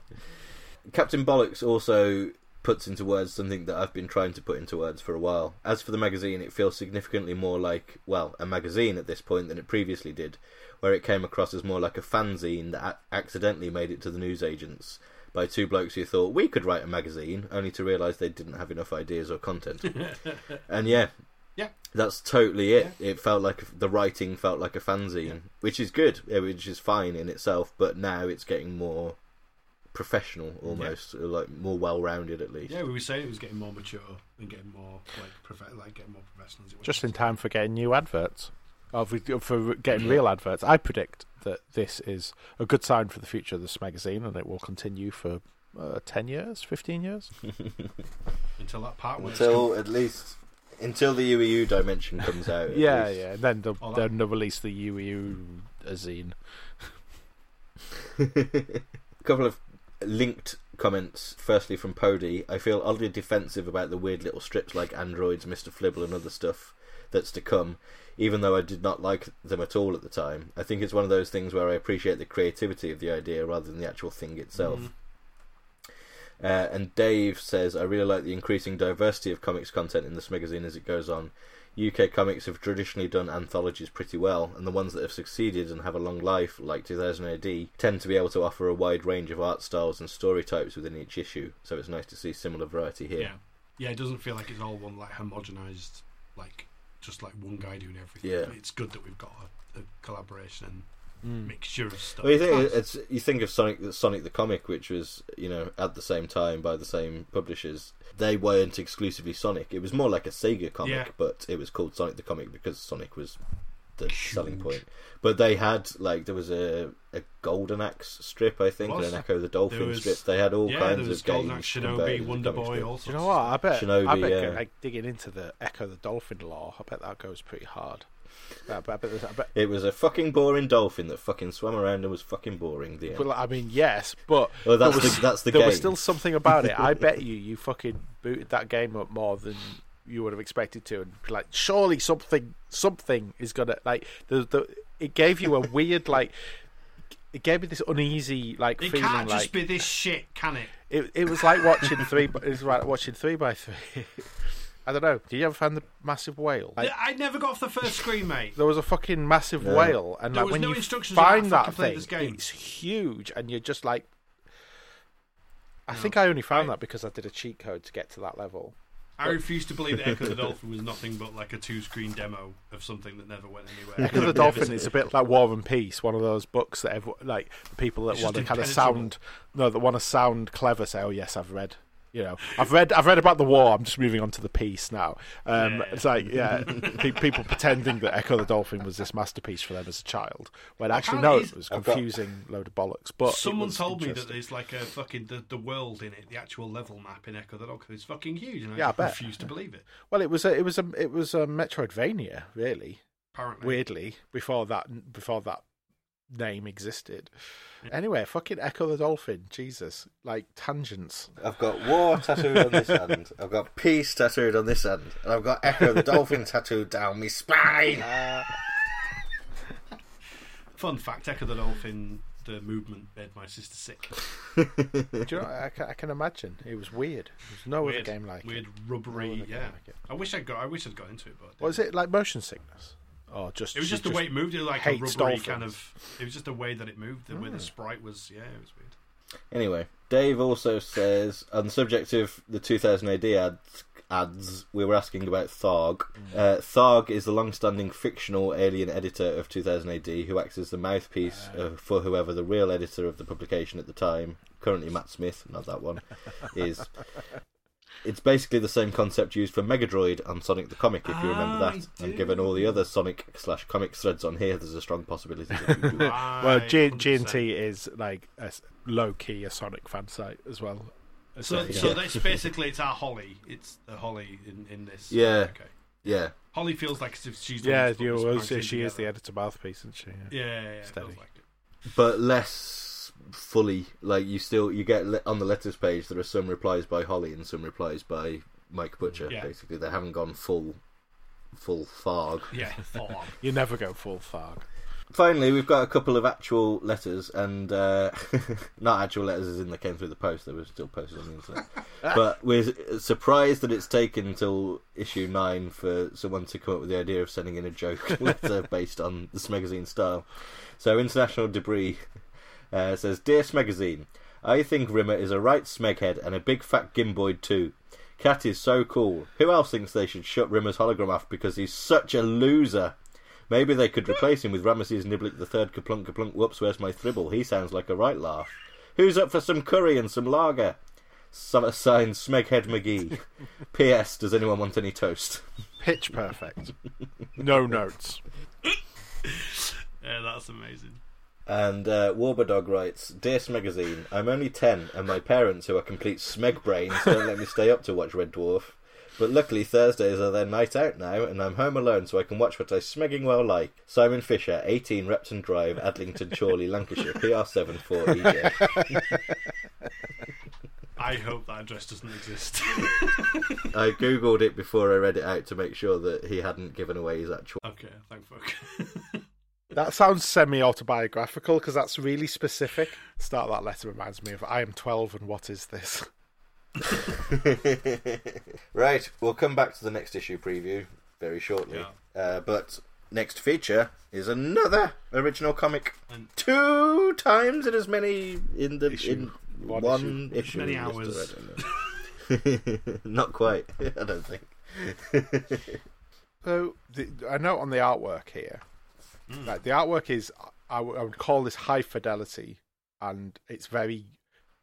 C: Captain Bollocks also puts into words something that I've been trying to put into words for a while. As for the magazine, it feels significantly more like, well, a magazine at this point than it previously did, where it came across as more like a fanzine that a- accidentally made it to the newsagents by two blokes who thought we could write a magazine, only to realise they didn't have enough ideas or content. and yeah.
E: Yeah.
C: That's totally it. It felt like the writing felt like a fanzine, which is good, eh, which is fine in itself, but now it's getting more professional almost, uh, like more well-rounded at least.
E: Yeah, we were saying it was getting more mature and getting more like prof- like getting more professional. As it went.
D: just in time for getting new adverts, or for, for getting real adverts. I predict that this is a good sign for the future of this magazine, and it will continue for uh, ten years, fifteen years.
E: until that part was
C: Until at least until the UEU dimension comes out. at
D: yeah,
C: least.
D: yeah. And then they'll,
E: Oh, that-
D: then they'll release the UEU zine.
C: A couple of linked comments. Firstly, from Pody, I feel oddly defensive about the weird little strips like androids, Mister Flibble, and other stuff that's to come. Even though I did not like them at all at the time, I think it's one of those things where I appreciate the creativity of the idea rather than the actual thing itself. Uh, and Dave says, I really like the increasing diversity of comics content in this magazine as it goes on. UK comics have traditionally done anthologies pretty well, and the ones that have succeeded and have a long life, like 2000 AD, tend to be able to offer a wide range of art styles and story types within each issue, so it's nice to see similar variety here.
E: yeah, yeah. It doesn't feel like it's all one like homogenized, like just like one guy doing everything.
C: Yeah.
E: it's good that we've got a, a collaboration
D: Mm.
E: and mixture of stuff.
C: Well, you think it's you think of Sonic the Sonic the comic, which was you know at the same time by the same publishers. They weren't exclusively Sonic. It was more like a Sega comic,
E: Yeah.
C: but it was called Sonic the comic because Sonic was the selling point. But they had like there was a, a Golden Axe strip, I think, and
E: Was.
C: an Echo the Dolphin
E: There was-
C: strip. They had all
E: yeah,
C: kinds
E: there was
C: of
E: Golden
C: games.
E: Axe,
C: converted
E: Shinobi,
C: into
E: Wonder
C: comics
E: Boy,
C: book.
E: all sorts.
D: Do you know what? I bet. I
C: Shinobi,
D: bet
C: yeah.
D: like digging into the Echo the Dolphin lore. I bet that goes pretty hard. I bet. I bet, there's- I bet
C: It was a fucking boring dolphin that fucking swam around and was fucking boring. The end.
D: Well, I mean, yes, but
C: Well, that's
D: there was,
C: the- that's the
D: there was
C: game.
D: still something about it. I bet you you fucking booted that game up more than you would have expected to, and like surely something something is gonna like the, the it gave you a weird like it gave me this uneasy like
E: It
D: feeling
E: can't
D: like
E: just be this shit, can it?
D: it, it was like watching three it was like watching three by three. I don't know. Did you ever find the massive whale? Like,
E: I never got off the first screen, mate.
D: there was a fucking massive whale, and
E: There
D: like
E: was
D: when
E: no
D: you
E: instructions on
D: find
E: how to
D: that
E: play
D: thing,
E: this game.
D: it's huge, and you're just like, I think I only found that because I did a cheat code to get to that level.
E: I refuse to believe that Echo the Dolphin was nothing but like a two-screen demo of something that never went anywhere.
D: Because the Dolphin is a bit like War and Peace, one of those books that everyone, like people that
E: It's
D: want to
E: just
D: kind of
E: impenetrable.
D: sound no, that want to sound clever say, "Oh yes, I've read." You know, I've read. I've read about the war. I'm just moving on to the peace now. Um,
E: Yeah.
D: It's like, yeah, pe- people pretending that Echo the Dolphin was this masterpiece for them as a child, when actually no,
E: Apparently
D: it was
C: I've got-
D: confusing load of bollocks. But it
E: Someone
D: was
E: told me that
D: interesting.
E: there's like a fucking the, the world in it, the actual level map in Echo the Dolphin is fucking huge, and I
D: Yeah, I
E: just
D: bet.
E: refuse to believe it.
D: Well, it was a, it was a, it was a Metroidvania, really.
E: Apparently,
D: Weirdly, before that, before that name existed. Anyway, fucking Echo the Dolphin. Jesus. Like tangents.
C: I've got war tattooed on this hand. I've got peace tattooed on this hand. And I've got Echo the Dolphin tattooed down my spine.
E: Fun fact: Echo the Dolphin, the movement made my sister sick.
D: Do you know, I ca- I can, imagine. It was weird. There's no
E: Weird
D: other game like
E: weird
D: it.
E: rubbery.
D: No other game
E: yeah,
D: like it.
E: I wish I got. I wish I'd got into it, but I didn't.
D: Was it like motion sickness? Or just
E: it was
D: she
E: just the way it moved. It was like a
D: hates
E: rubbery
D: dolphins. Ah.
E: kind of. It was just the way that it moved. The way the sprite was. Yeah, it was weird.
C: Anyway, Dave also says on the subject of the 2000 AD ads, ads we were asking about Tharg.
E: Mm.
C: Uh, Tharg is the long-standing fictional alien editor of 2000 AD who acts as the mouthpiece uh, for whoever the real editor of the publication at the time, currently Matt Smith, not that one, is. It's basically the same concept used for Megadroid and Sonic the Comic, if you remember
E: Ah, I
C: that. And
E: do.
C: given all the other Sonic slash comic threads on here, there's a strong possibility that you do.
D: Well,
E: I
D: G-
E: understand.
D: G&T is like a s- low key a Sonic fan site as well.
E: So, so that's basically it's our Holly. It's the Holly in, in this.
C: Yeah.
E: Okay.
C: Yeah.
E: Holly feels like as if she's. the one
D: Yeah,
E: that's put
D: you
E: this
D: always
E: magazine
D: say she is the
E: together.
D: editor mouthpiece, isn't she? Yeah.
E: Yeah, yeah, yeah, it
D: Steady.
E: feels like it.
C: but less fully. Like you still you get le- on the letters page. There are some replies by Holly and some replies by Mike Butcher.
E: Yeah.
C: Basically, they haven't gone full, full farg.
E: Yeah, Thor.
D: You never go full Tharg.
C: Finally, we've got a couple of actual letters, and uh, not actual letters as in they came through the post. They were still posted on the internet. but we're surprised that it's taken until issue nine for someone to come up with the idea of sending in a joke letter based on this magazine style. So, International Debris uh, says, "Dear Smegazine, I think Rimmer is a right smeghead and a big fat gimboid too. Cat is so cool. Who else thinks they should shut Rimmer's hologram off because he's such a loser? Maybe they could replace him with Ramesses Niblick the Third. Kaplunk kaplunk. Whoops, where's my thribble? He sounds like a right laugh. Who's up for some curry and some lager?" Summer signed Smeghead McGee. P.S. Does anyone want any toast?
D: Pitch perfect. no notes.
E: Yeah, that's amazing.
C: And uh, Warbadog writes, Dear Smegazine, I'm only 10 and my parents, who are complete smeg brains, don't let me stay up to watch Red Dwarf. But luckily Thursdays are their night out now and I'm home alone so I can watch what I smegging well like. Simon Fisher, 18 Repton Drive, Adlington, Chorley, Lancashire, PR74EJ.
E: I hope that address doesn't exist.
C: I googled it before I read it out to make sure that he hadn't given away his actual...
E: okay, thank fuck.
D: That sounds semi autobiographical because that's really specific. Start of that letter reminds me of I am 12 and what is this?
C: right, we'll come back to the next issue preview very shortly. Uh, but next feature is another original comic.
E: And-
C: Two times in as many in the in one,
D: One
C: issue.
E: Many
C: Mr.
E: hours.
C: I don't know. Not quite. I don't think.
D: So, the, a note on the artwork here. Like the artwork is, I, w- I would call this high fidelity, and it's very,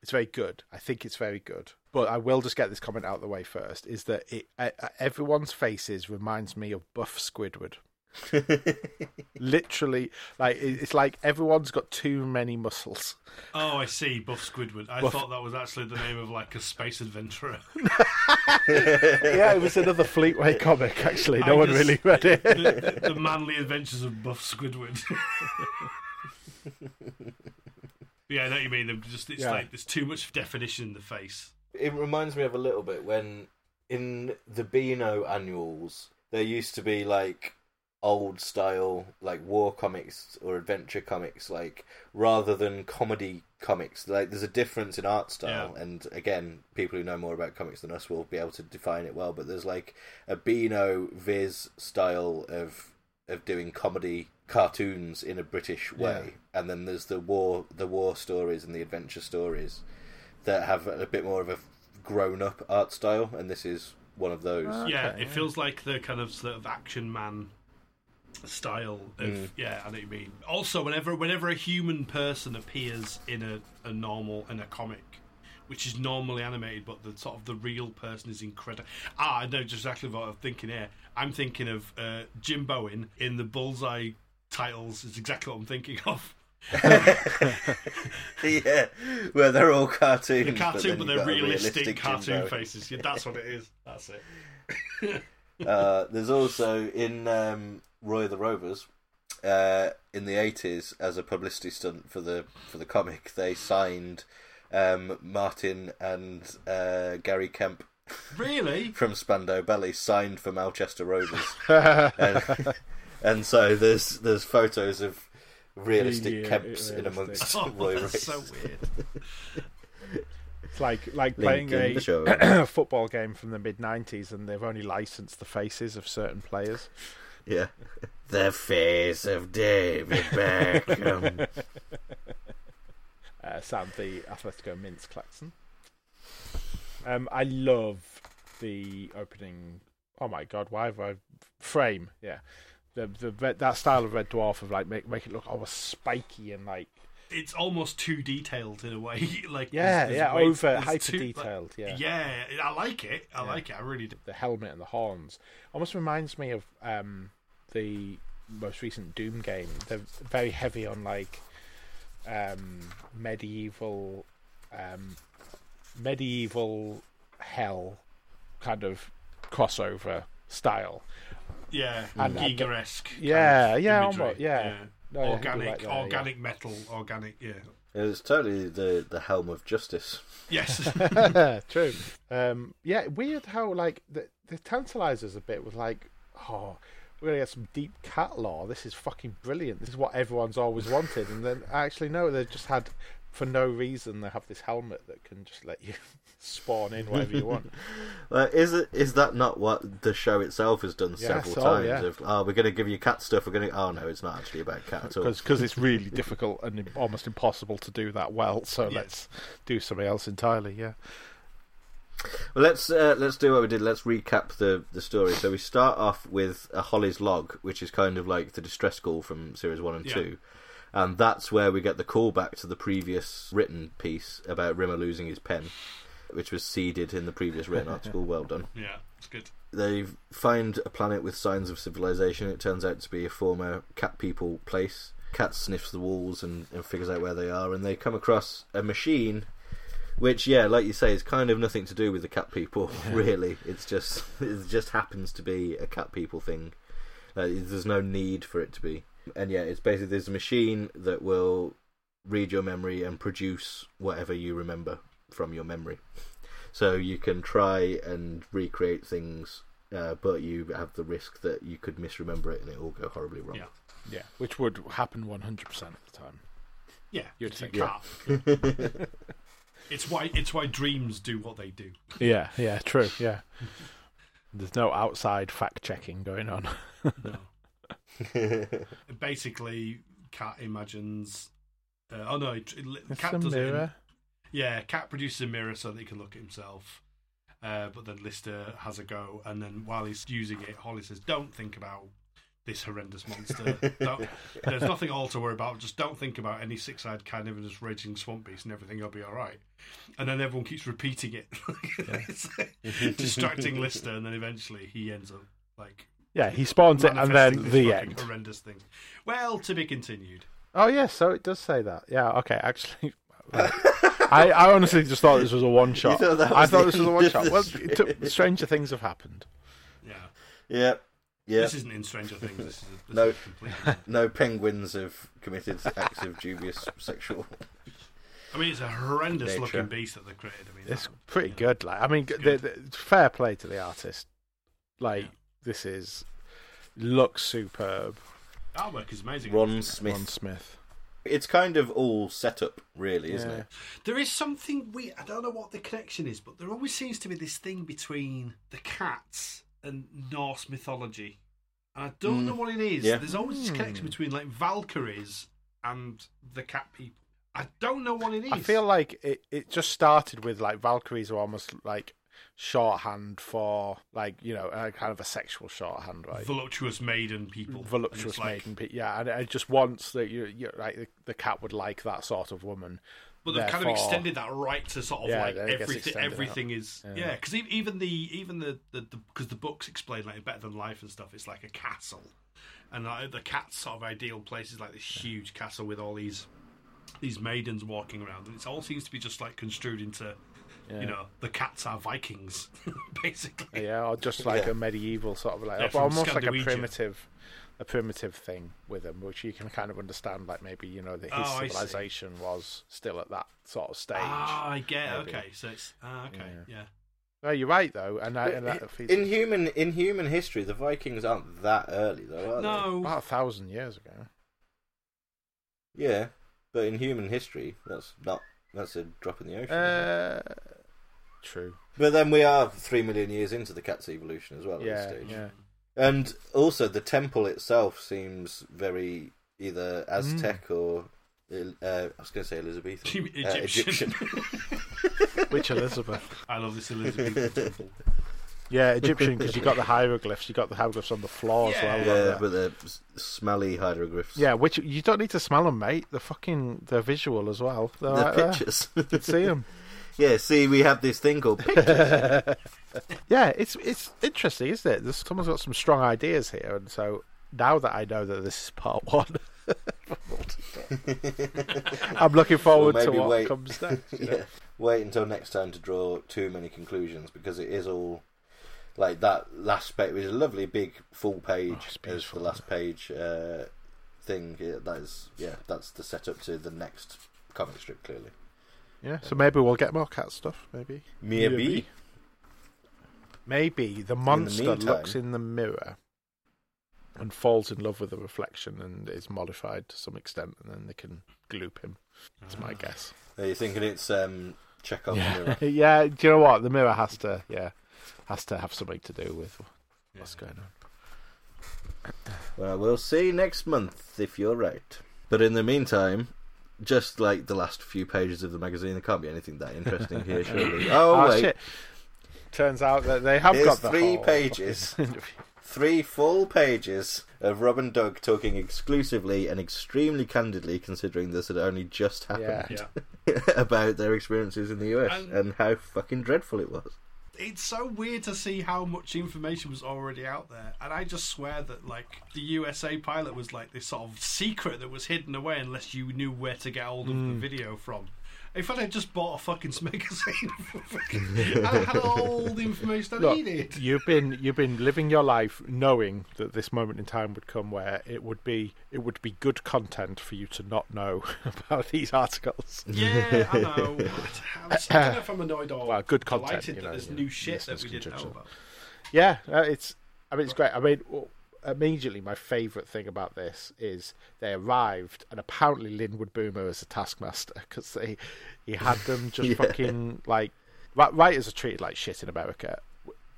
D: it's very good. I think it's very good. But I will just get this comment out of the way first: is that it, uh, everyone's faces reminds me of Buff Squidward. Literally, like it, it's like everyone's got too many muscles.
E: oh, I see. Buff Squidward. I thought that was actually the name of like a space adventurer.
D: yeah, it was another Fleetway comic. Actually, no
E: I
D: one
E: just-
D: really read it.
E: the, the manly adventures of Buff Squidward. yeah, I know what you mean. They're Just it's
D: Yeah.
E: like there's too much definition in the face.
C: It reminds me of a little bit when in the Beano annuals there used to be like old style like war comics or adventure comics like rather than comedy comics like there's a difference in art style
E: Yeah.
C: and again people who know more about comics than us will be able to define it well but there's like a beano viz style of of doing comedy cartoons in a british way and then there's the war the war stories and the adventure stories that have a bit more of a grown up art style, and this is one of those.
E: yeah, it feels like the kind of sort of action man style of
C: Mm.
E: yeah, I know what you mean. Also, whenever whenever a human person appears in a, a normal in a comic, which is normally animated, but the sort of the real person is incredible. Ah, I know just exactly what I'm thinking here. I'm thinking of uh, Jim Bowen in the Bullseye titles. Is exactly what I'm thinking of.
C: yeah, where they're all cartoons.
E: The cartoon,
C: then you've
E: but, they're
C: got a
E: realistic, cartoon
C: Jimbo.
E: faces. Yeah, that's what it is. That's it.
C: Uh, there's also in um, Roy the Rovers, uh, in the eighties as a publicity stunt for the for the comic. They signed um, Martin and uh, Gary Kemp
E: Really?
C: from Spando Belly signed for Manchester Rovers, and, and so there's there's photos of realistic
D: Yeah,
C: Kemps in
D: realistic.
C: amongst
E: Oh,
C: Roy
E: that's
C: Race.
E: so weird.
D: It's like like
C: Link
D: playing
C: in the
D: a
C: show.
D: football game from the mid '90s, and they've only licensed the faces of certain players.
C: Yeah. The face of David Beckham.
D: Uh, Sam, the Atletico Minsk Claxon. Um, I love the opening. Oh my god, why have I frame? Yeah, the the red, that style of Red Dwarf of like make make it look all spiky and like
E: It's almost too detailed in a way. Like
D: yeah
E: there's- there's
D: yeah
E: way-
D: over
E: there's
D: hyper
E: too- like-
D: detailed. yeah.
E: yeah, I like it. I like it. I really do.
D: the helmet and the horns almost reminds me of um, the most recent Doom game. They're very heavy on like um, medieval, um, medieval hell kind of crossover style.
E: Yeah,
D: And-
E: Giger-esque. kind
D: Yeah,
E: of
D: yeah,
E: imagery.
D: almost, yeah. No, I think you're
E: organic,
D: right there, yeah.
E: organic metal, organic. Yeah.
C: It was totally the, the helm of justice.
E: Yes.
D: True. Um, yeah, weird how like the, the tantalizers a bit with like, oh, we're gonna get some deep cat lore. This is fucking brilliant. This is what everyone's always wanted. And then actually, no, they've just had for no reason they have this helmet that can just let you spawn in whatever you want.
C: Like, is it is that not what the show itself has done several
D: so,
C: times?
D: yeah.
C: Of, oh, we're going to give you cat stuff. We're going to. Oh no, it's not actually about cat at all.
D: Because it's really difficult and im- almost impossible to do that well. So
E: Yeah.
D: let's do something else entirely. Yeah.
C: Well, let's uh, let's do what we did. Let's recap the the story. So we start off with a Holly's log, which is kind of like the distress call from series one and
E: Yeah.
C: two, and that's where we get the callback to the previous written piece about Rimmer losing his pen, which was seeded in the previous written article. Well done.
E: yeah, it's good.
C: They find a planet with signs of civilization. It turns out to be a former cat people place. Cat sniffs the walls and, and figures out where they are, and they come across a machine, which, yeah, like you say, is kind of nothing to do with the cat people. Really, it's just it just happens to be a cat people thing. Uh, there's no need for it to be, and yeah, it's basically there's a machine that will read your memory and produce whatever you remember from your memory. So you can try and recreate things, uh, but you have the risk that you could misremember it and it will go horribly wrong.
E: Yeah.
D: Yeah. Which would happen 100% of the time.
E: Yeah,
D: You'd
E: you
D: think-
E: can't. it's why it's why dreams do what they do.
D: Yeah, yeah, true, yeah. There's no outside fact checking going on.
E: Basically, Cat imagines. Uh, oh no, it, it,
D: It's
E: Cat
D: a
E: does it. in-
D: mirror.
E: Yeah, Cat produces a mirror so that he can look at himself. Uh, but then Lister has a go, and then while he's using it, Holly says, "Don't think about this horrendous monster. Don't- there's nothing all to worry about. Just don't think about any six-eyed carnivorous raging swamp beast, and everything will be all right." And then everyone keeps repeating it, It's distracting Lister, and then eventually he ends up like
D: Yeah, he spawns it and
E: manifesting
D: then
E: this
D: the
E: fucking
D: end.
E: horrendous thing. Well, to be continued.
D: Oh yeah, so it does say that. Yeah, okay, actually I, I honestly just thought this was a one shot.
C: thought that
D: I
C: was
D: thought
C: the
D: this was a
C: end
D: one
C: of
D: shot.
C: the
D: Well, it took, stranger things have happened.
E: Yeah.
C: Yep. Yep.
E: This isn't in Stranger Things. This is, this
C: No.
E: is completely.
C: No penguins have committed acts of dubious sexual.
E: I mean, it's a horrendous
C: Nature.
E: looking beast that they created. I mean,
D: It's
E: that-
D: pretty
E: yeah.
D: good. Like, I mean,
E: It's
D: the, the, fair play to the artist. Like,
E: Yeah.
D: this is looks superb.
E: Artwork is amazing.
C: Ron
D: Ron
C: Smith.
D: Smith.
C: It's kind of all set up, really, isn't
D: Yeah.
C: it?
E: There is something we I don't know what the connection is, but there always seems to be this thing between the cats and Norse mythology, and I
D: Hmm.
E: don't know what it is.
C: Yeah.
E: There's always this connection between like Valkyries and the cat people. I don't know what it is.
D: I feel like it, it just started with like Valkyries are almost like shorthand for like you know a kind of a sexual shorthand, right?
E: voluptuous maiden people. And
D: Voluptuous
E: it's like-
D: maiden, pe- yeah, and it just wants that you, you like the, the cat would like that sort of woman.
E: But they've kind of
D: Therefore-
E: extended that right to sort of
D: Yeah,
E: like
D: that gets
E: everything.
D: extended out.
E: Everything is
D: Yeah.
E: yeah, because even the even the the because the, books explain like better than life and stuff. It's like a castle, and like, the cat's sort of ideal place is like this huge castle with all these these maidens walking around, and it all seems to be just like construed into you know, the cats are Vikings, basically.
D: yeah, or just like a medieval sort of like,
E: They're
D: but
E: from
D: almost like a
E: Scandinavia.
D: primitive, a primitive thing with them, which you can kind of understand. Like maybe you know that his
E: Oh, I see.
D: civilization was still at that sort of stage.
E: Ah, I get. it.
D: maybe.
E: Okay, so it's ah, okay, yeah.
D: No, you're right though, and, I, and that feeds
C: In human in human history, the Vikings aren't that early though, are
E: No,
D: about a thousand years ago.
C: they? Yeah, but in human history, that's not that's a drop in the ocean. isn't it?
D: Uh, true.
C: But then we are three million years into the cat's evolution as well at
D: yeah,
C: this stage.
D: yeah.
C: And also, the temple itself seems very either Aztec
D: Mm.
C: or uh, I was going to say Elizabethan,
E: Egyptian.
C: Uh, Egyptian.
D: Which Elizabeth?
E: I love this Elizabeth temple.
D: yeah, Egyptian, because you got the hieroglyphs. You got the hieroglyphs on the floor as well.
E: Yeah,
D: don't
C: yeah,
D: you?
C: but the s- smelly hieroglyphs.
D: yeah, which you don't need to smell them, mate. They're fucking they're visual as well. They're
C: the
D: right there.
C: pictures.
D: You can see them.
C: yeah, see, we have this thing called pictures.
D: Yeah, it's it's interesting, isn't it? There's, someone's got some strong ideas here, and so now that I know that this is part one, I'm looking forward
C: Well,
D: to
C: maybe
D: what
C: wait.
D: comes next. you know?
C: yeah. Wait until next time to draw too many conclusions because it is all like that last page was a lovely big full
D: Oh, it's
C: page as the
D: beautiful.
C: last page uh, thing. Yeah, that is, yeah, that's the setup to the next comic strip. Clearly,
D: Yeah, so maybe we'll get more cat stuff. Maybe,
C: maybe.
D: maybe the monster
C: meantime-
D: looks in the mirror and falls in love with the reflection and is modified to some extent, and then they can gloop him. That's my guess.
C: Are you thinking it's um, Chekhov's Ah. mirror?
D: yeah, do you know what? The mirror has to, yeah, has to have something to do with what's going on.
C: Well, we'll see next month if you're right. But in the meantime, just like the last few pages of the magazine, there can't be anything that interesting here, surely. Oh,
D: Oh,
C: wait,
D: shit. Turns out that they have
C: Here's
D: got the
C: three
D: whole
C: pages.
D: fucking interview.
C: three full pages of Rob and Doug talking exclusively and extremely candidly, considering this had only just happened,
E: Yeah.
C: about their experiences in the US
D: Um,
E: And-
C: and how fucking dreadful it was.
E: it's so weird to see how much information was already out there and i just swear that like the usa pilot was like this sort of secret that was hidden away unless you knew where to get hold of
D: Hmm.
E: the video from in fact i just bought a fucking magazine and i had all the information i needed
D: Look, you've been you've been living your life knowing that this moment in time would come where it would be it would be good content for you to not know about these articles.
E: yeah, I know. I'm, I don't know if I'm annoyed or
D: Well, good content,
E: delighted
D: you
E: that
D: know,
E: there's
D: yeah,
E: new shit that
D: listeners
E: we
D: can
E: didn't
D: judge
E: know
D: it.
E: about.
D: Yeah, uh, it's. I mean, it's great. I mean, w- immediately my favourite thing about this is they arrived, and apparently Linwood Boomer is a taskmaster because they he had them just fucking like ri- writers are treated like shit in America.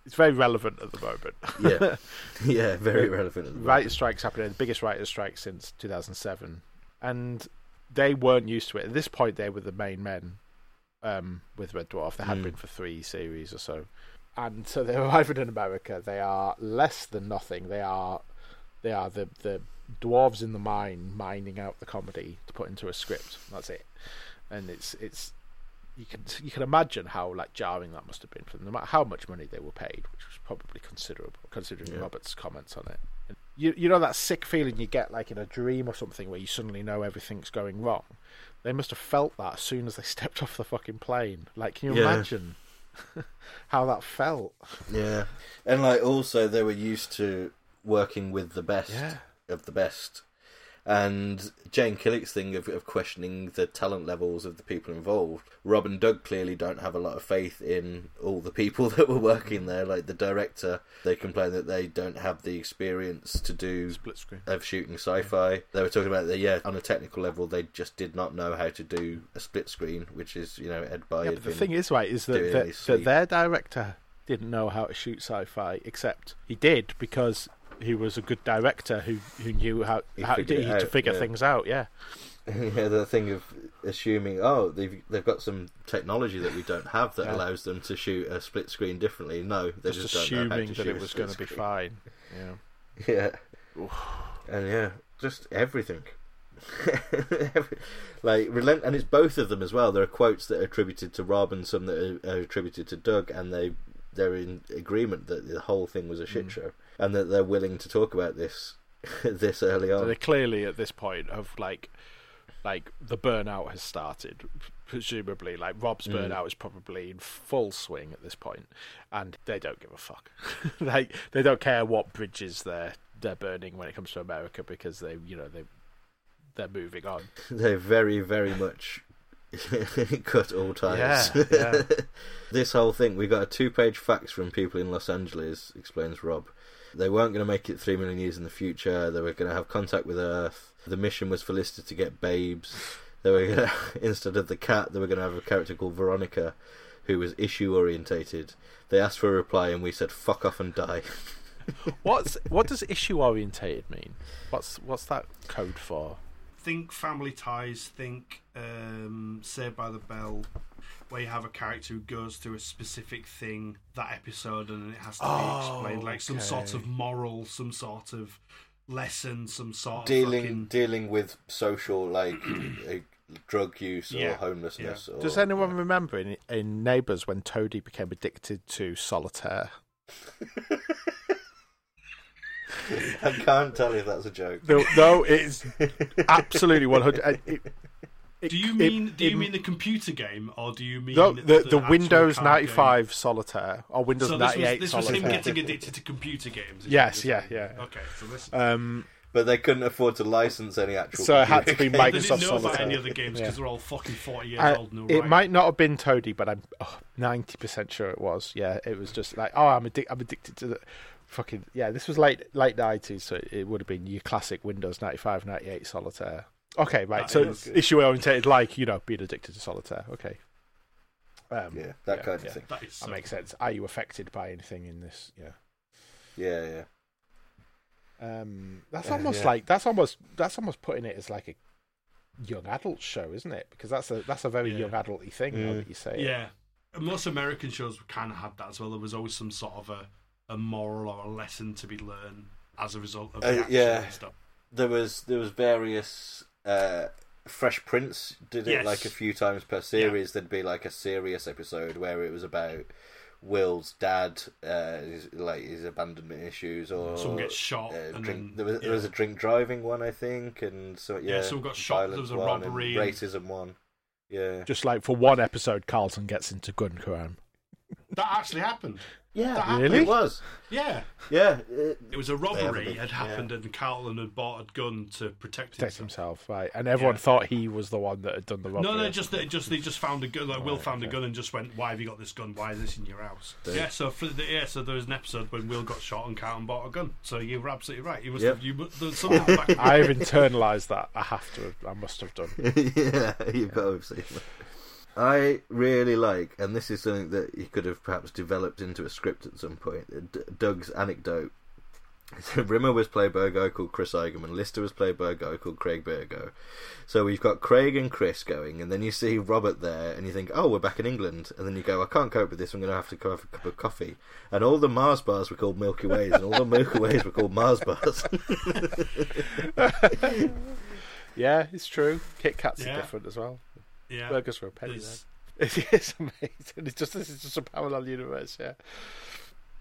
D: It's very relevant at the moment.
C: Yeah, yeah, very relevant. At the moment.
D: writer strikes happening, the biggest writer strike since 2007, and they weren't used to it. At this point, they were the main men um, with Red Dwarf. They had been for three series or so, and so they're arriving in America. They are less than nothing. They are they are the the dwarves in the mine mining out the comedy to put into a script. That's it, and it's it's. You can you can imagine how like jarring that must have been for them, no matter how much money they were paid, which was probably considerable, considering Robert's comments on it you you know that sick feeling you get like in a dream or something where you suddenly know everything's going wrong. They must have felt that as soon as they stepped off the fucking plane. Like, can you
C: Yeah.
D: imagine how that felt?
C: Yeah, and like also they were used to working with the best
D: Yeah.
C: of the best, and Jane Killick's thing of, of questioning the talent levels of the people involved. Rob and Doug clearly don't have a lot of faith in all the people that were working there. Like the director, they complain that they don't have the experience to do
D: Split screen.
C: of shooting sci-fi. They were talking about that. Yeah, on a technical level, they just did not know how to do a split screen, which is you know Ed By.
D: Yeah, but the thing is, right, is
C: doing
D: that, that,
C: his
D: that
C: sleep.
D: their director didn't know how to shoot sci-fi, except he did because he was a good director who who knew how
C: He
D: how
C: figured
D: to,
C: it
D: to
C: out,
D: figure
C: yeah.
D: things out. Yeah,
C: yeah, the thing of assuming oh they've they've got some technology that we don't have that allows them to shoot a split screen differently. No, they just,
D: just,
C: don't know how to
D: assuming that
C: shoot
D: it
C: a
D: was
C: split
D: going to be
C: screen.
D: fine. Yeah.
C: Yeah, and yeah, just everything. Every- like relent, and it's both of them as well. There are quotes that are attributed to Rob and some that are, are attributed to Doug, and they they're in agreement that the whole thing was a shit
D: Mm.
C: show, and that
D: Oh.
C: they're willing to talk about this this early on.
D: So they clearly at this point have like like the burnout has started. Presumably, like Rob's burnout is probably in full swing at this point, and they don't give a fuck. like they don't care what bridges they're they're burning when it comes to America because they you know they they're moving on.
C: They very, very much cut all ties.
D: Yeah, yeah.
C: this whole thing, we got a two page fax from people in Los Angeles, explains Rob. They weren't going to make it 3 million years in the future. They were going to have contact with Earth. The mission was for Lister to get babes. They were gonna, instead of the cat, they were going to have a character called Veronica who was issue orientated. They asked for a reply and we said, fuck off and die.
D: What's what does issue orientated mean? What's what's that code for?
E: think family ties, think um, Saved by the Bell, where you have a character who goes through a specific thing that episode and it has to
D: Oh,
E: be explained, like some sort of moral, some sort of lesson, some sort
C: dealing
E: of fucking-
C: dealing with social like uh, drug use or
E: Yeah,
C: homelessness. Or,
D: Does anyone remember in, in Neighbours when Toadie became addicted to solitaire?
C: I can't tell if that's a joke.
D: No, no it's absolutely 100. uh, It, it-
E: Do you
D: it-
E: mean do you
D: it-
E: mean the computer game or do you mean
D: no, the, the,
E: actual
D: Windows
E: card
D: 95 solitaire or
E: game?
D: Windows
E: So this
D: 98
E: was, this was
D: solitaire?
E: him getting addicted to computer games. is what
D: Yes,
E: you're
D: yeah,
E: saying.
D: yeah.
E: Okay, so this
D: Um,
C: But they couldn't afford to license any actual.
D: so it had to be
C: computer
E: they
D: Microsoft
E: didn't know about
D: solitaire.
E: any other games because
D: Yeah.
E: they're all fucking forty years
D: Uh,
E: old. No,
D: it
E: right?
D: might not have been Toadie, but I'm oh, ninety percent sure it was. Yeah, it was just like, oh, I'm addic- I'm addicted to the fucking yeah. This was late late nineties, so it would have been your classic Windows 95, 98 solitaire. Okay, right.
E: That
D: so
E: is good.
D: issue oriented, like you know, being addicted to solitaire. Okay. Um,
C: game. Yeah, that
D: Yeah,
C: kind
D: yeah.
C: of thing.
E: That is so
D: That makes sense. Are you affected by anything in this? Yeah.
C: Yeah, yeah.
D: Um, that's
C: Yeah,
D: almost
C: yeah.
D: like that's almost that's almost putting it as like a young adult show, isn't it? Because that's a that's a very
E: Yeah.
D: young adulty thing. Now
C: Mm.
D: that you say it.
E: Yeah. And most American shows kind of had that as well. There was always some sort of a, a moral or a lesson to be learned as a result of the
C: Uh,
E: action
C: yeah.
E: and stuff.
C: There was there was various. Uh, Fresh Prince did it
E: Yes.
C: like a few times per series. There'd be like a serious episode where it was about Will's dad, uh, his, like his abandonment issues, or
E: Someone gets shot
C: uh,
E: and
C: drink,
E: then-
C: there, was, there
E: yeah.
C: was a drink driving one, I think, and so yeah,
E: Yeah, someone got shot, there
C: violent
E: was a
C: one, and
E: robbery and-
C: racism one, yeah,
D: Just like for one episode, Carlton gets into gun crime.
E: That actually happened. That
C: yeah,
E: happened.
D: Really?
C: it was,
E: Yeah.
C: yeah, it,
E: It was a
C: They
E: robbery
C: haven't-
E: had happened and Carlton had bought a gun to protect
D: Protect
E: himself.
D: himself, right? And everyone
E: Yeah.
D: thought he was the one that had done the robbery.
E: No, no, just they just they just found a gun. Like Will
D: Right,
E: found a
D: okay.
E: gun and just went, "Why have you got this gun? Why is this in your house?"
C: Dude.
E: Yeah. So for the, yeah, so there was an episode when Will got shot and Carlton bought a gun. So you were absolutely right. You must
C: Yep.
E: have you. mu- There's something back.
D: I've internalized that. I have to. Have, I must have done.
C: yeah, you've got to have seen that. I really like, and this is something that he could have perhaps developed into a script at some point. uh, D- Doug's anecdote. So Rimmer was played by a guy called Chris Eigerman. Lister was played by a guy called Craig Burgo. So we've got Craig and Chris going, and then you see Robert there, and you think, oh, we're back in England. And then you go, I can't cope with this, I'm going to have to go have a cup of coffee. And all the Mars bars were called Milky Ways, and all the Milky Ways were called Mars bars.
D: Yeah, it's true. Kit Kats
E: Yeah.
D: are different as well.
E: Yeah.
D: Burgers were a penny.
E: There's-
D: Then. It's amazing. It's just this is just a parallel universe. Yeah.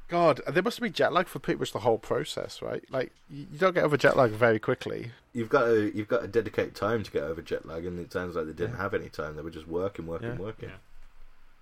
D: God, and there must be jet lag for pretty much the whole process, right? Like you you don't get over jet lag very quickly.
C: you've got to you've got to dedicate time to get over jet lag, and it sounds like they didn't have any time. They were just working, working,
D: Yeah.
C: working.
E: Yeah.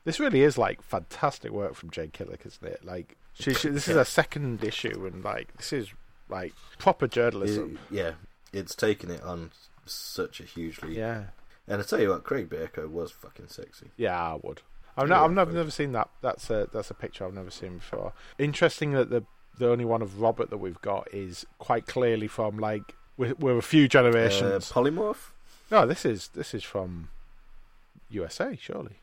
D: This really is like fantastic work from Jane Killick, isn't it? Like she, she this is
C: Yeah.
D: a second issue, and like this is like proper journalism.
C: It- yeah, it's taken it on such a huge leap.
D: yeah,
C: And I tell you what, Craig Bierko was fucking sexy.
D: yeah, I would. I've not,
C: Yeah,
D: I've never,
C: but-
D: never seen that. That's a that's a picture I've never seen before. Interesting that the the only one of Robert that we've got is quite clearly from like we're, we're a few
C: Uh,
D: generations.
C: polymorph?
D: no, this is this is from USA, surely.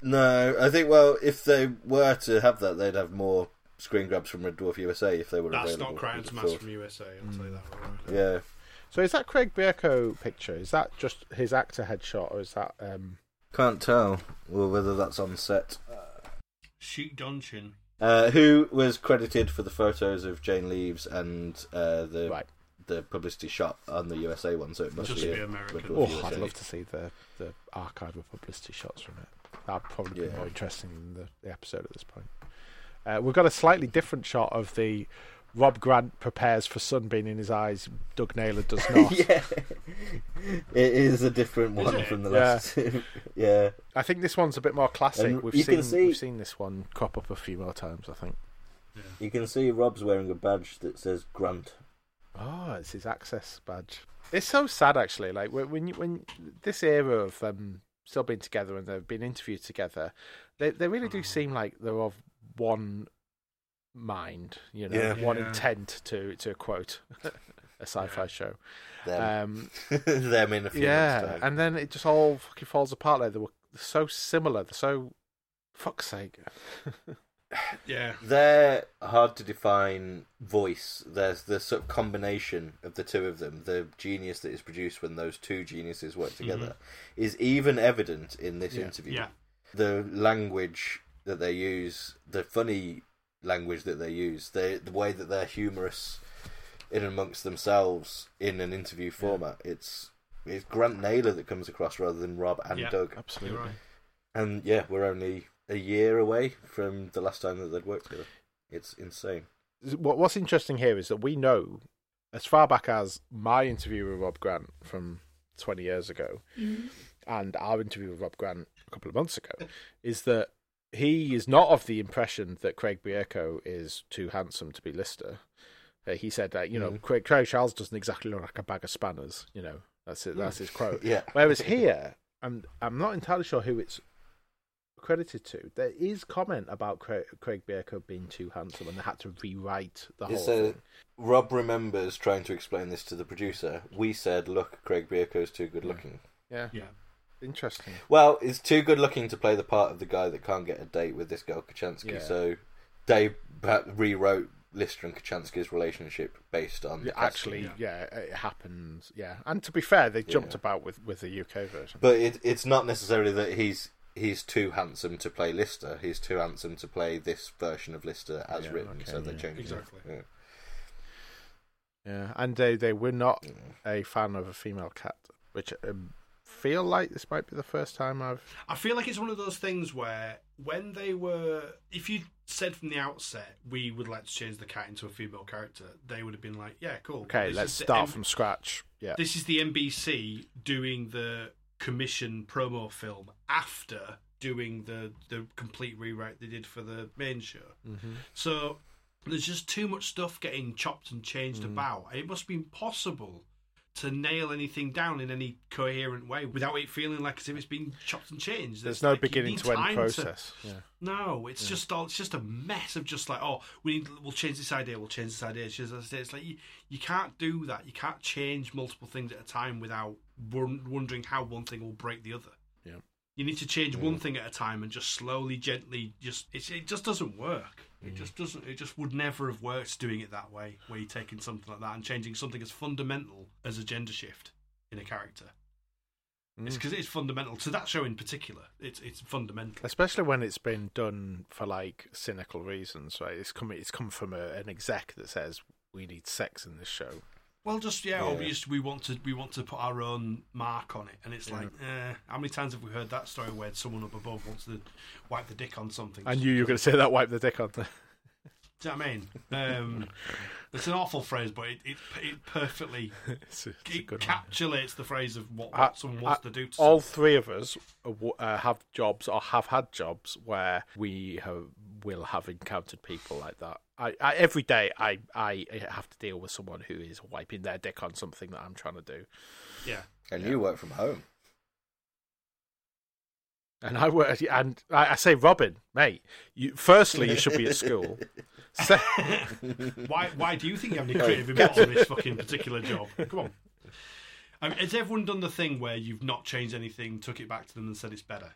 C: No, I think. Well, if they were to have that, they'd have more screen grabs from Red Dwarf USA if they were
E: That's
C: available.
E: not Crimes
C: of
E: Mass
C: course.
E: from USA. I'll tell you that. Right now.
C: Yeah,
D: So is that Craig Bierko picture? Is that just his actor headshot, or is that um,
C: can't tell. Well, whether that's on set.
E: Sheik Donchin.
C: Uh, who was credited for the photos of Jane Leaves and uh, the
D: right?
C: the publicity shot on the USA one, so it must
E: Just
C: be,
E: be
C: a
E: American.
C: Red Dwarf
D: Oh,
C: USA.
D: I'd love to see the, the archive of publicity shots from it. That'd probably
C: Yeah.
D: be more interesting than the, the episode at this point. Uh, we've got a slightly different shot of the Rob Grant prepares for sunbeam in his eyes. Doug Naylor does not.
C: yeah. It is a different one
E: it?
C: from the last two. yeah.
D: I think this one's a bit more classic.
C: And
D: we've
C: you
D: seen
C: can see-
D: we've seen this one crop up a few more times. I think.
C: You can see Rob's wearing a badge that says Grant.
D: Oh, it's his access badge. It's so sad, actually. Like when when, you, when this era of them still being together and they've been interviewed together, they they really do
C: Mm.
D: seem like they're of one mind. You know,
C: Yeah.
D: one
E: Yeah.
D: intent to to quote a sci-fi show.
C: Them.
D: Um,
C: Them in a few
D: yeah,
C: months' time.
D: and then it just all fucking falls apart. Like they were so similar. They're so fuck's sake.
E: Yeah.
C: Their hard to define voice, there's the sort of combination of the two of them, the genius that is produced when those two geniuses work together, is even evident in this interview.
E: Mm-hmm. Yeah.
C: The language that they use, the funny language that they use, the, the way that they're humorous in and amongst themselves in an interview format, it's it's Grant Naylor that comes across rather than Rob and
E: Yeah.
C: Doug.
E: You're right.
C: And yeah, we're only a year away from the last time that they'd worked together. It's insane.
D: what what's interesting here is that we know as far back as my interview with Rob Grant from 20 years ago and our interview with Rob Grant a couple of months ago is that he is not of the impression that Craig Bierko is too handsome to be Lister. Uh, he said that you know Craig, Craig Charles doesn't exactly look like a bag of spanners. You know that's it. That's his quote.
C: Yeah.
D: Whereas here, I'm I'm not entirely sure who it's credited to. There is comment about Craig, Craig Bierko being too handsome, and they had to rewrite the whole
C: It's a,
D: thing.
C: Rob remembers trying to explain this to the producer. We said, look, Craig Bierko's too good looking.
D: Yeah,
E: Yeah.
D: interesting.
C: Well, it's too good looking to play the part of the guy that can't get a date with this girl, Kachansky.
D: Yeah.
C: So they perhaps rewrote Lister and Kachansky's relationship based on. the
D: Yeah, actually,
E: yeah.
D: yeah. it happens. Yeah, and to be fair, they jumped
C: Yeah.
D: about with with the UK version.
C: But it, it's not necessarily that he's he's too handsome to play Lister. He's too handsome to play this version of Lister as
D: Yeah,
C: written.
D: okay,
C: so they
D: yeah.
C: changed
E: Exactly.
C: it. Yeah.
D: Yeah, and they they were not a fan of a female cat, which um, feel like this might be the first time I've.
E: I feel like it's one of those things where when they were, if you said from the outset, we would like to change the cat into a female character, they would have been like, yeah, cool.
D: Okay,
E: This
D: let's
E: is the
D: start
E: M-
D: from scratch. Yeah,
E: This is the NBC doing the commission promo film after doing the the complete rewrite they did for the main show.
D: Mm-hmm.
E: So there's just too much stuff getting chopped and changed
D: Mm.
E: about. It must be impossible to nail anything down in any coherent way without it feeling like as if it's been chopped and changed.
D: there's no
E: like, you
D: beginning
E: need
D: to
E: time
D: end process. Yeah.
E: no, it's just all, it's just a mess of just like oh we need we'll change this idea we'll change this idea change this idea. It's like you, you can't do that. You can't change multiple things at a time without won- wondering how one thing will break the other.
D: Yeah.
E: You need to change one thing at a time and just slowly, gently, just it's, it just doesn't work.
D: Mm.
E: It just doesn't. It just would never have worked doing it that way, where you're taking something like that and changing something as fundamental as a gender shift in a character.
D: Mm.
E: It's because it's fundamental to that show in particular. It's it's fundamental.
D: especially when it's been done for like cynical reasons right it's come it's come from a, an exec that says we need sex in this show
E: Well, just yeah,
C: Yeah.
E: obviously we want to we want to put our own mark on it, and it's like, eh, how many times have we heard that story where someone up above wants to wipe the dick on something?
D: i knew you were going to say that wipe the dick on the
E: Do you know what I mean? Um, it's an awful phrase, but it it, it perfectly
D: it's a, it's a
E: it
D: good one.
E: encapsulates the phrase of what,
D: I-
E: what someone wants
D: I-
E: to do. To
D: all three of us aw- uh, have jobs or have had jobs where we have, will have encountered people like that. I, I every day I, I have to deal with someone who is wiping their dick on something that I'm trying to do,
E: someone. yeah,
C: And you work from home.
D: and I work. And I, I say, Robin, mate, you firstly you should be at school. Se-
E: why why do you think you have any creative input on this fucking particular job? Come on. I mean, has everyone done the thing where you've not changed anything, took it back to them, and said it's better?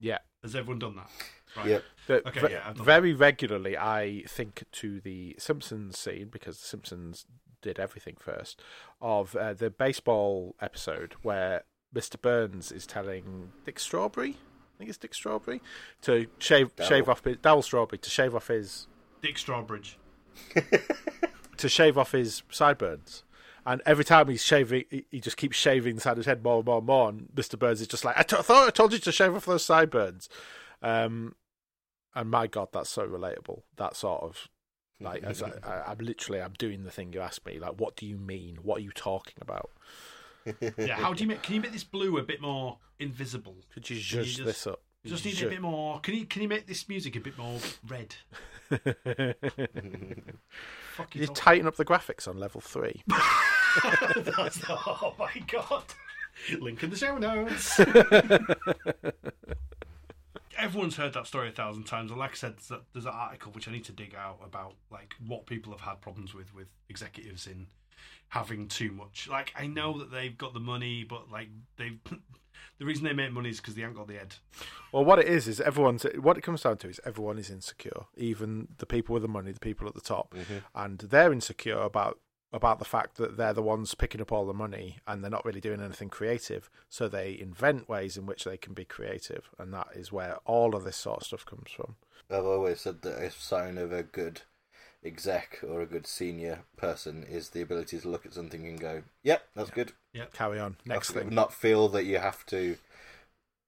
D: yeah,
E: Has everyone done that? Right.
C: Yep.
D: But
E: Okay,
D: ve-
E: yeah, I've done
D: very regularly, I think to the Simpsons scene because the Simpsons did everything first of uh, the baseball episode where Mr. Burns is telling Dick Strawberry, I think it's Dick Strawberry, to shave shave off his, Dowell Strawberry to shave off his
E: Dick Strawbridge.
D: to shave off his sideburns. And every time he's shaving, he- he just keeps shaving the side of his head more and more and more. And Mr. Burns is just like, I to- thought I told you to shave off those sideburns. Um, and my God, that's so relatable. That sort of
E: Hmm,
D: like, as I, I, I'm literally, I'm doing the thing you asked me. Like, what do you mean? What are you talking about?
E: yeah, how do you make? Can you make this blue a bit more invisible?
D: Could you
E: Can you
D: zhuzh this up?
E: Just need it a bit more. Can you can you make this music a bit more red? Fuck
D: You
E: it.
D: tighten up the graphics on level three.
E: oh my god! Link in the show notes. Everyone's heard that story a thousand times, and like I said, there's, a, there's an article which I need to dig out about like what people have had problems with with executives in having too much. Like I know that they've got the money, but like they've the reason they make money is because they ain't got the head.
D: Well, what it is is everyone's. What it comes down to is everyone is insecure. Even the people with the money, the people at the top, and they're insecure about about the fact that they're the ones picking up all the money and they're not really doing anything creative. So they invent ways in which they can be creative, and that is where all of this sort of stuff comes from.
C: I've always said that a sign of a good exec or a good senior person is the ability to look at something and go, "Yep, that's good."
D: Carry on. Next
C: Not-
D: thing.
C: Not feel that you have to,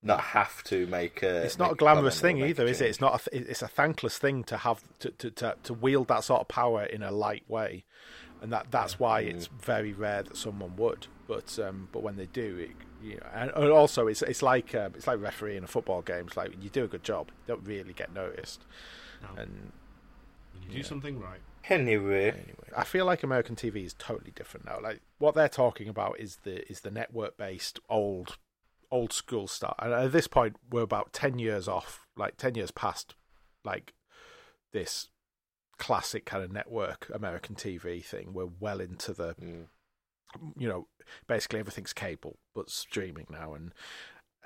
C: not have to make a.
D: It's not
C: make
D: a glamorous
C: comment
D: thing
C: or make
D: either,
C: a
D: is it?
C: change.
D: It's not. A th- it's a thankless thing to have to, to, to, to wield that sort of power in a light way, and that that's why
C: Mm.
D: it's very rare that someone would. But um, but when they do, it, you know, and, and also it's it's like um, it's like refereeing a football game. It's like you do a good job, you don't really get noticed.
E: No.
D: And
E: When you do something right,
C: Anyway,
D: anyway, I feel like American TV is totally different now. Like what they're talking about is the is the network based old old school stuff. And at this point, we're about ten years off, like ten years past, like this classic kind of network American TV thing. We're well into the, you know, basically everything's cable but streaming now, and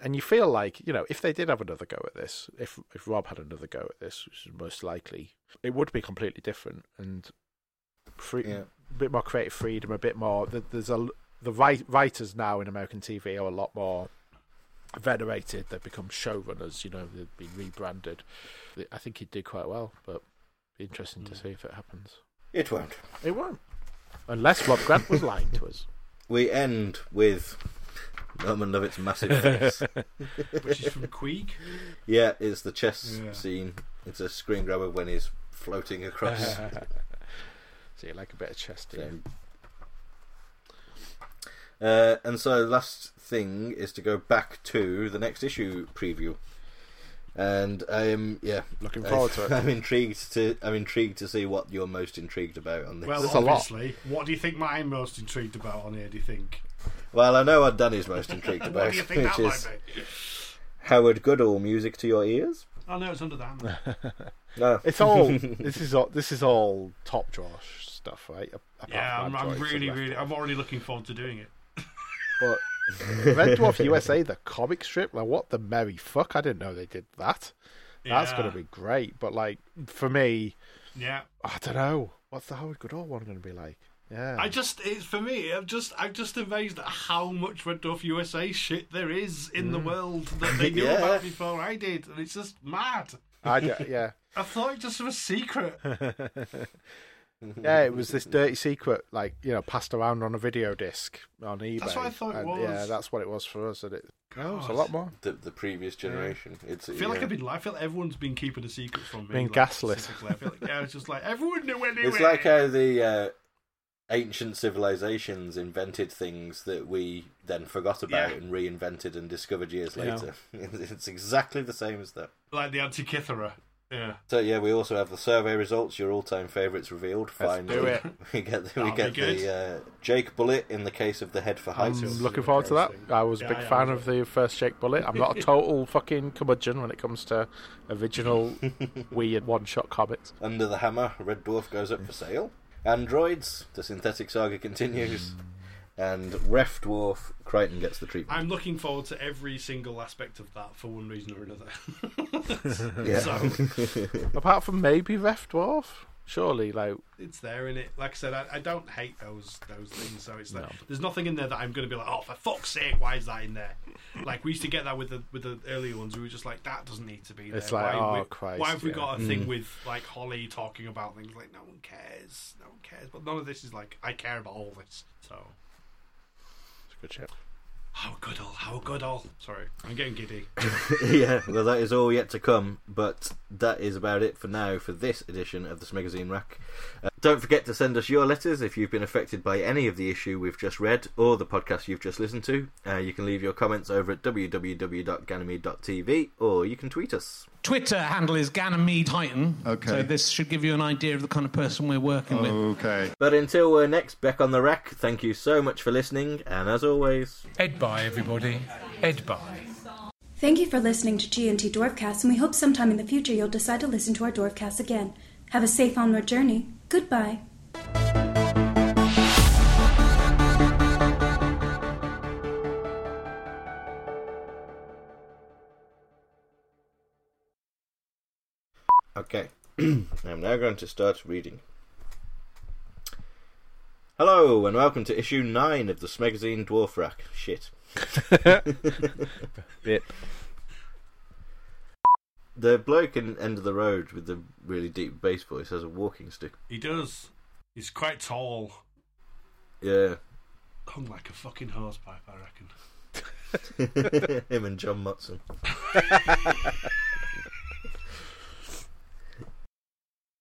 D: and you feel like you know if they did have another go at this, if if Rob had another go at this, which is most likely, it would be completely different and free,
C: Yeah.
D: a bit more creative freedom, a bit more. th- There's a l- the wri- writers now in American TV are a lot more venerated. They've become showrunners. You know, they've been rebranded. I think he did quite well, but be interesting to see if it happens.
C: it won't.
D: It won't, unless Rob Grant was lying to us.
C: We end with Norman Lovett's massive face.
E: which is from Queeg.
C: yeah, it's the chess
E: Yeah.
C: scene. It's a screen grabber when he's floating across.
D: So you like a bit of chess, do
C: So-
D: you?
C: Uh, and so, last thing is to go back to the next issue preview, and I am yeah
D: Looking forward to it.
C: I'm intrigued to I'm intrigued to see what you're most intrigued about on this.
E: Well,
D: There's a lot.
E: obviously, what do you think I'm most intrigued about on here? Do you think?
C: Well, I know what Danny's most intrigued about,
E: What do you think
C: which
E: that
C: is
E: might be?
C: Howard Goodall music to your ears.
E: Oh no, it's under the hammer.
C: No,
D: It's all this is all this is all top draw sh- stuff, right? A- apart
E: Yeah,
D: from
E: I'm, I'm
D: Androids and
E: really,
D: left
E: really,
D: off.
E: I'm already looking forward to doing it.
D: But Red Dwarf USA, the comic strip, like what the merry fuck? I didn't know they did that. That's
E: Yeah.
D: gonna be great. But like for me,
E: Yeah,
D: I don't know what's the Howard Goodall one gonna be like. Yeah,
E: I just, it's for me. I'm just, I'm just amazed at how much Red Dwarf USA shit there is in
D: Mm.
E: the world that they knew
C: Yeah.
E: about before I did, and it's just mad.
D: I d- yeah,
E: I thought it just was a secret.
D: yeah. It was this dirty secret, like you know, passed around on a video disc on eBay.
E: That's what I thought it
D: and,
E: was.
D: Yeah, that's what it was for us. And it, oh, it's a
E: God.
D: lot more.
C: the, the previous generation. It's
E: I feel like
C: yeah.
E: I've been, I feel everyone's been keeping a secret from me.
D: Being
E: like,
D: gaslit.
E: specifically. I feel like, yeah, it's just like everyone knew anyway.
C: It's like how the uh, ancient civilizations invented things that we then forgot about
E: Yeah.
C: and reinvented and discovered years
D: Yeah.
C: later. it's exactly the same as that.
E: like the Antikythera. Yeah,
C: So yeah, we also have the survey results. Your all-time favourites revealed. Finally,
D: do it.
C: we get the, we
E: That'll
C: get
E: be good.
C: the uh, Jake Bullet in the case of the head for height.
D: I'm Mm, looking forward to that. I was a
E: Yeah,
D: big
E: I am
D: fan
E: as
D: of the first Shake Bullet. I'm not a total fucking curmudgeon when it comes to original weird one shot comics.
C: Under the hammer, Red Dwarf goes up for sale. Androids, the synthetic saga continues, and Ref Dwarf Crichton gets the treatment.
E: I'm looking forward to every single aspect of that for one reason or another.
C: Yeah.
E: So
D: Apart from maybe Ref Dwarf. Surely, like
E: it's there in it. Like I said, I, I don't hate those those things. So it's like there's nothing in there that I'm going to be like, oh for fuck's sake, why is that in there? Like we used to get that with the with the earlier ones. We were just like, that doesn't need to be there.
D: It's like,
E: why,
D: oh,
E: we-
D: Christ,
E: why have we
D: yeah. Mm.
E: got a thing with like Holly talking about things like no one cares, no one cares. But none of this is like I care about all this. So
D: it's a good shit.
E: how good all, how good all. Sorry, I'm getting giddy.
C: yeah, well, that is all yet to come, but that is about it for now for this edition of this magazine rack. Uh, Don't forget to send us your letters if you've been affected by any of the issue we've just read or the podcast you've just listened to. Uh, you can leave your comments over at www.ganymede.tv or you can tweet us.
H: Twitter handle is Ganymede Titan.
I: Okay.
H: So this should give you an idea of the kind of person we're working with.
I: Okay.
C: But until we're next back on the rack, thank you so much for listening, and as always,
J: Ed bye, everybody. Ed bye.
K: Thank you for listening to G&T Dwarfcast, and we hope sometime in the future you'll decide to listen to our Dwarfcast again. Have a safe onward journey. Goodbye.
C: Okay. I'm now going to start reading. Hello, and welcome to issue 9 of the Smegazine Dwarf Rack. Shit.
G: Bit.
C: The bloke in End of the Road with the really deep bass voice has a walking stick.
E: He does. He's quite tall.
C: Yeah.
E: Hung like a fucking hosepipe, I reckon.
C: Him and John Motson.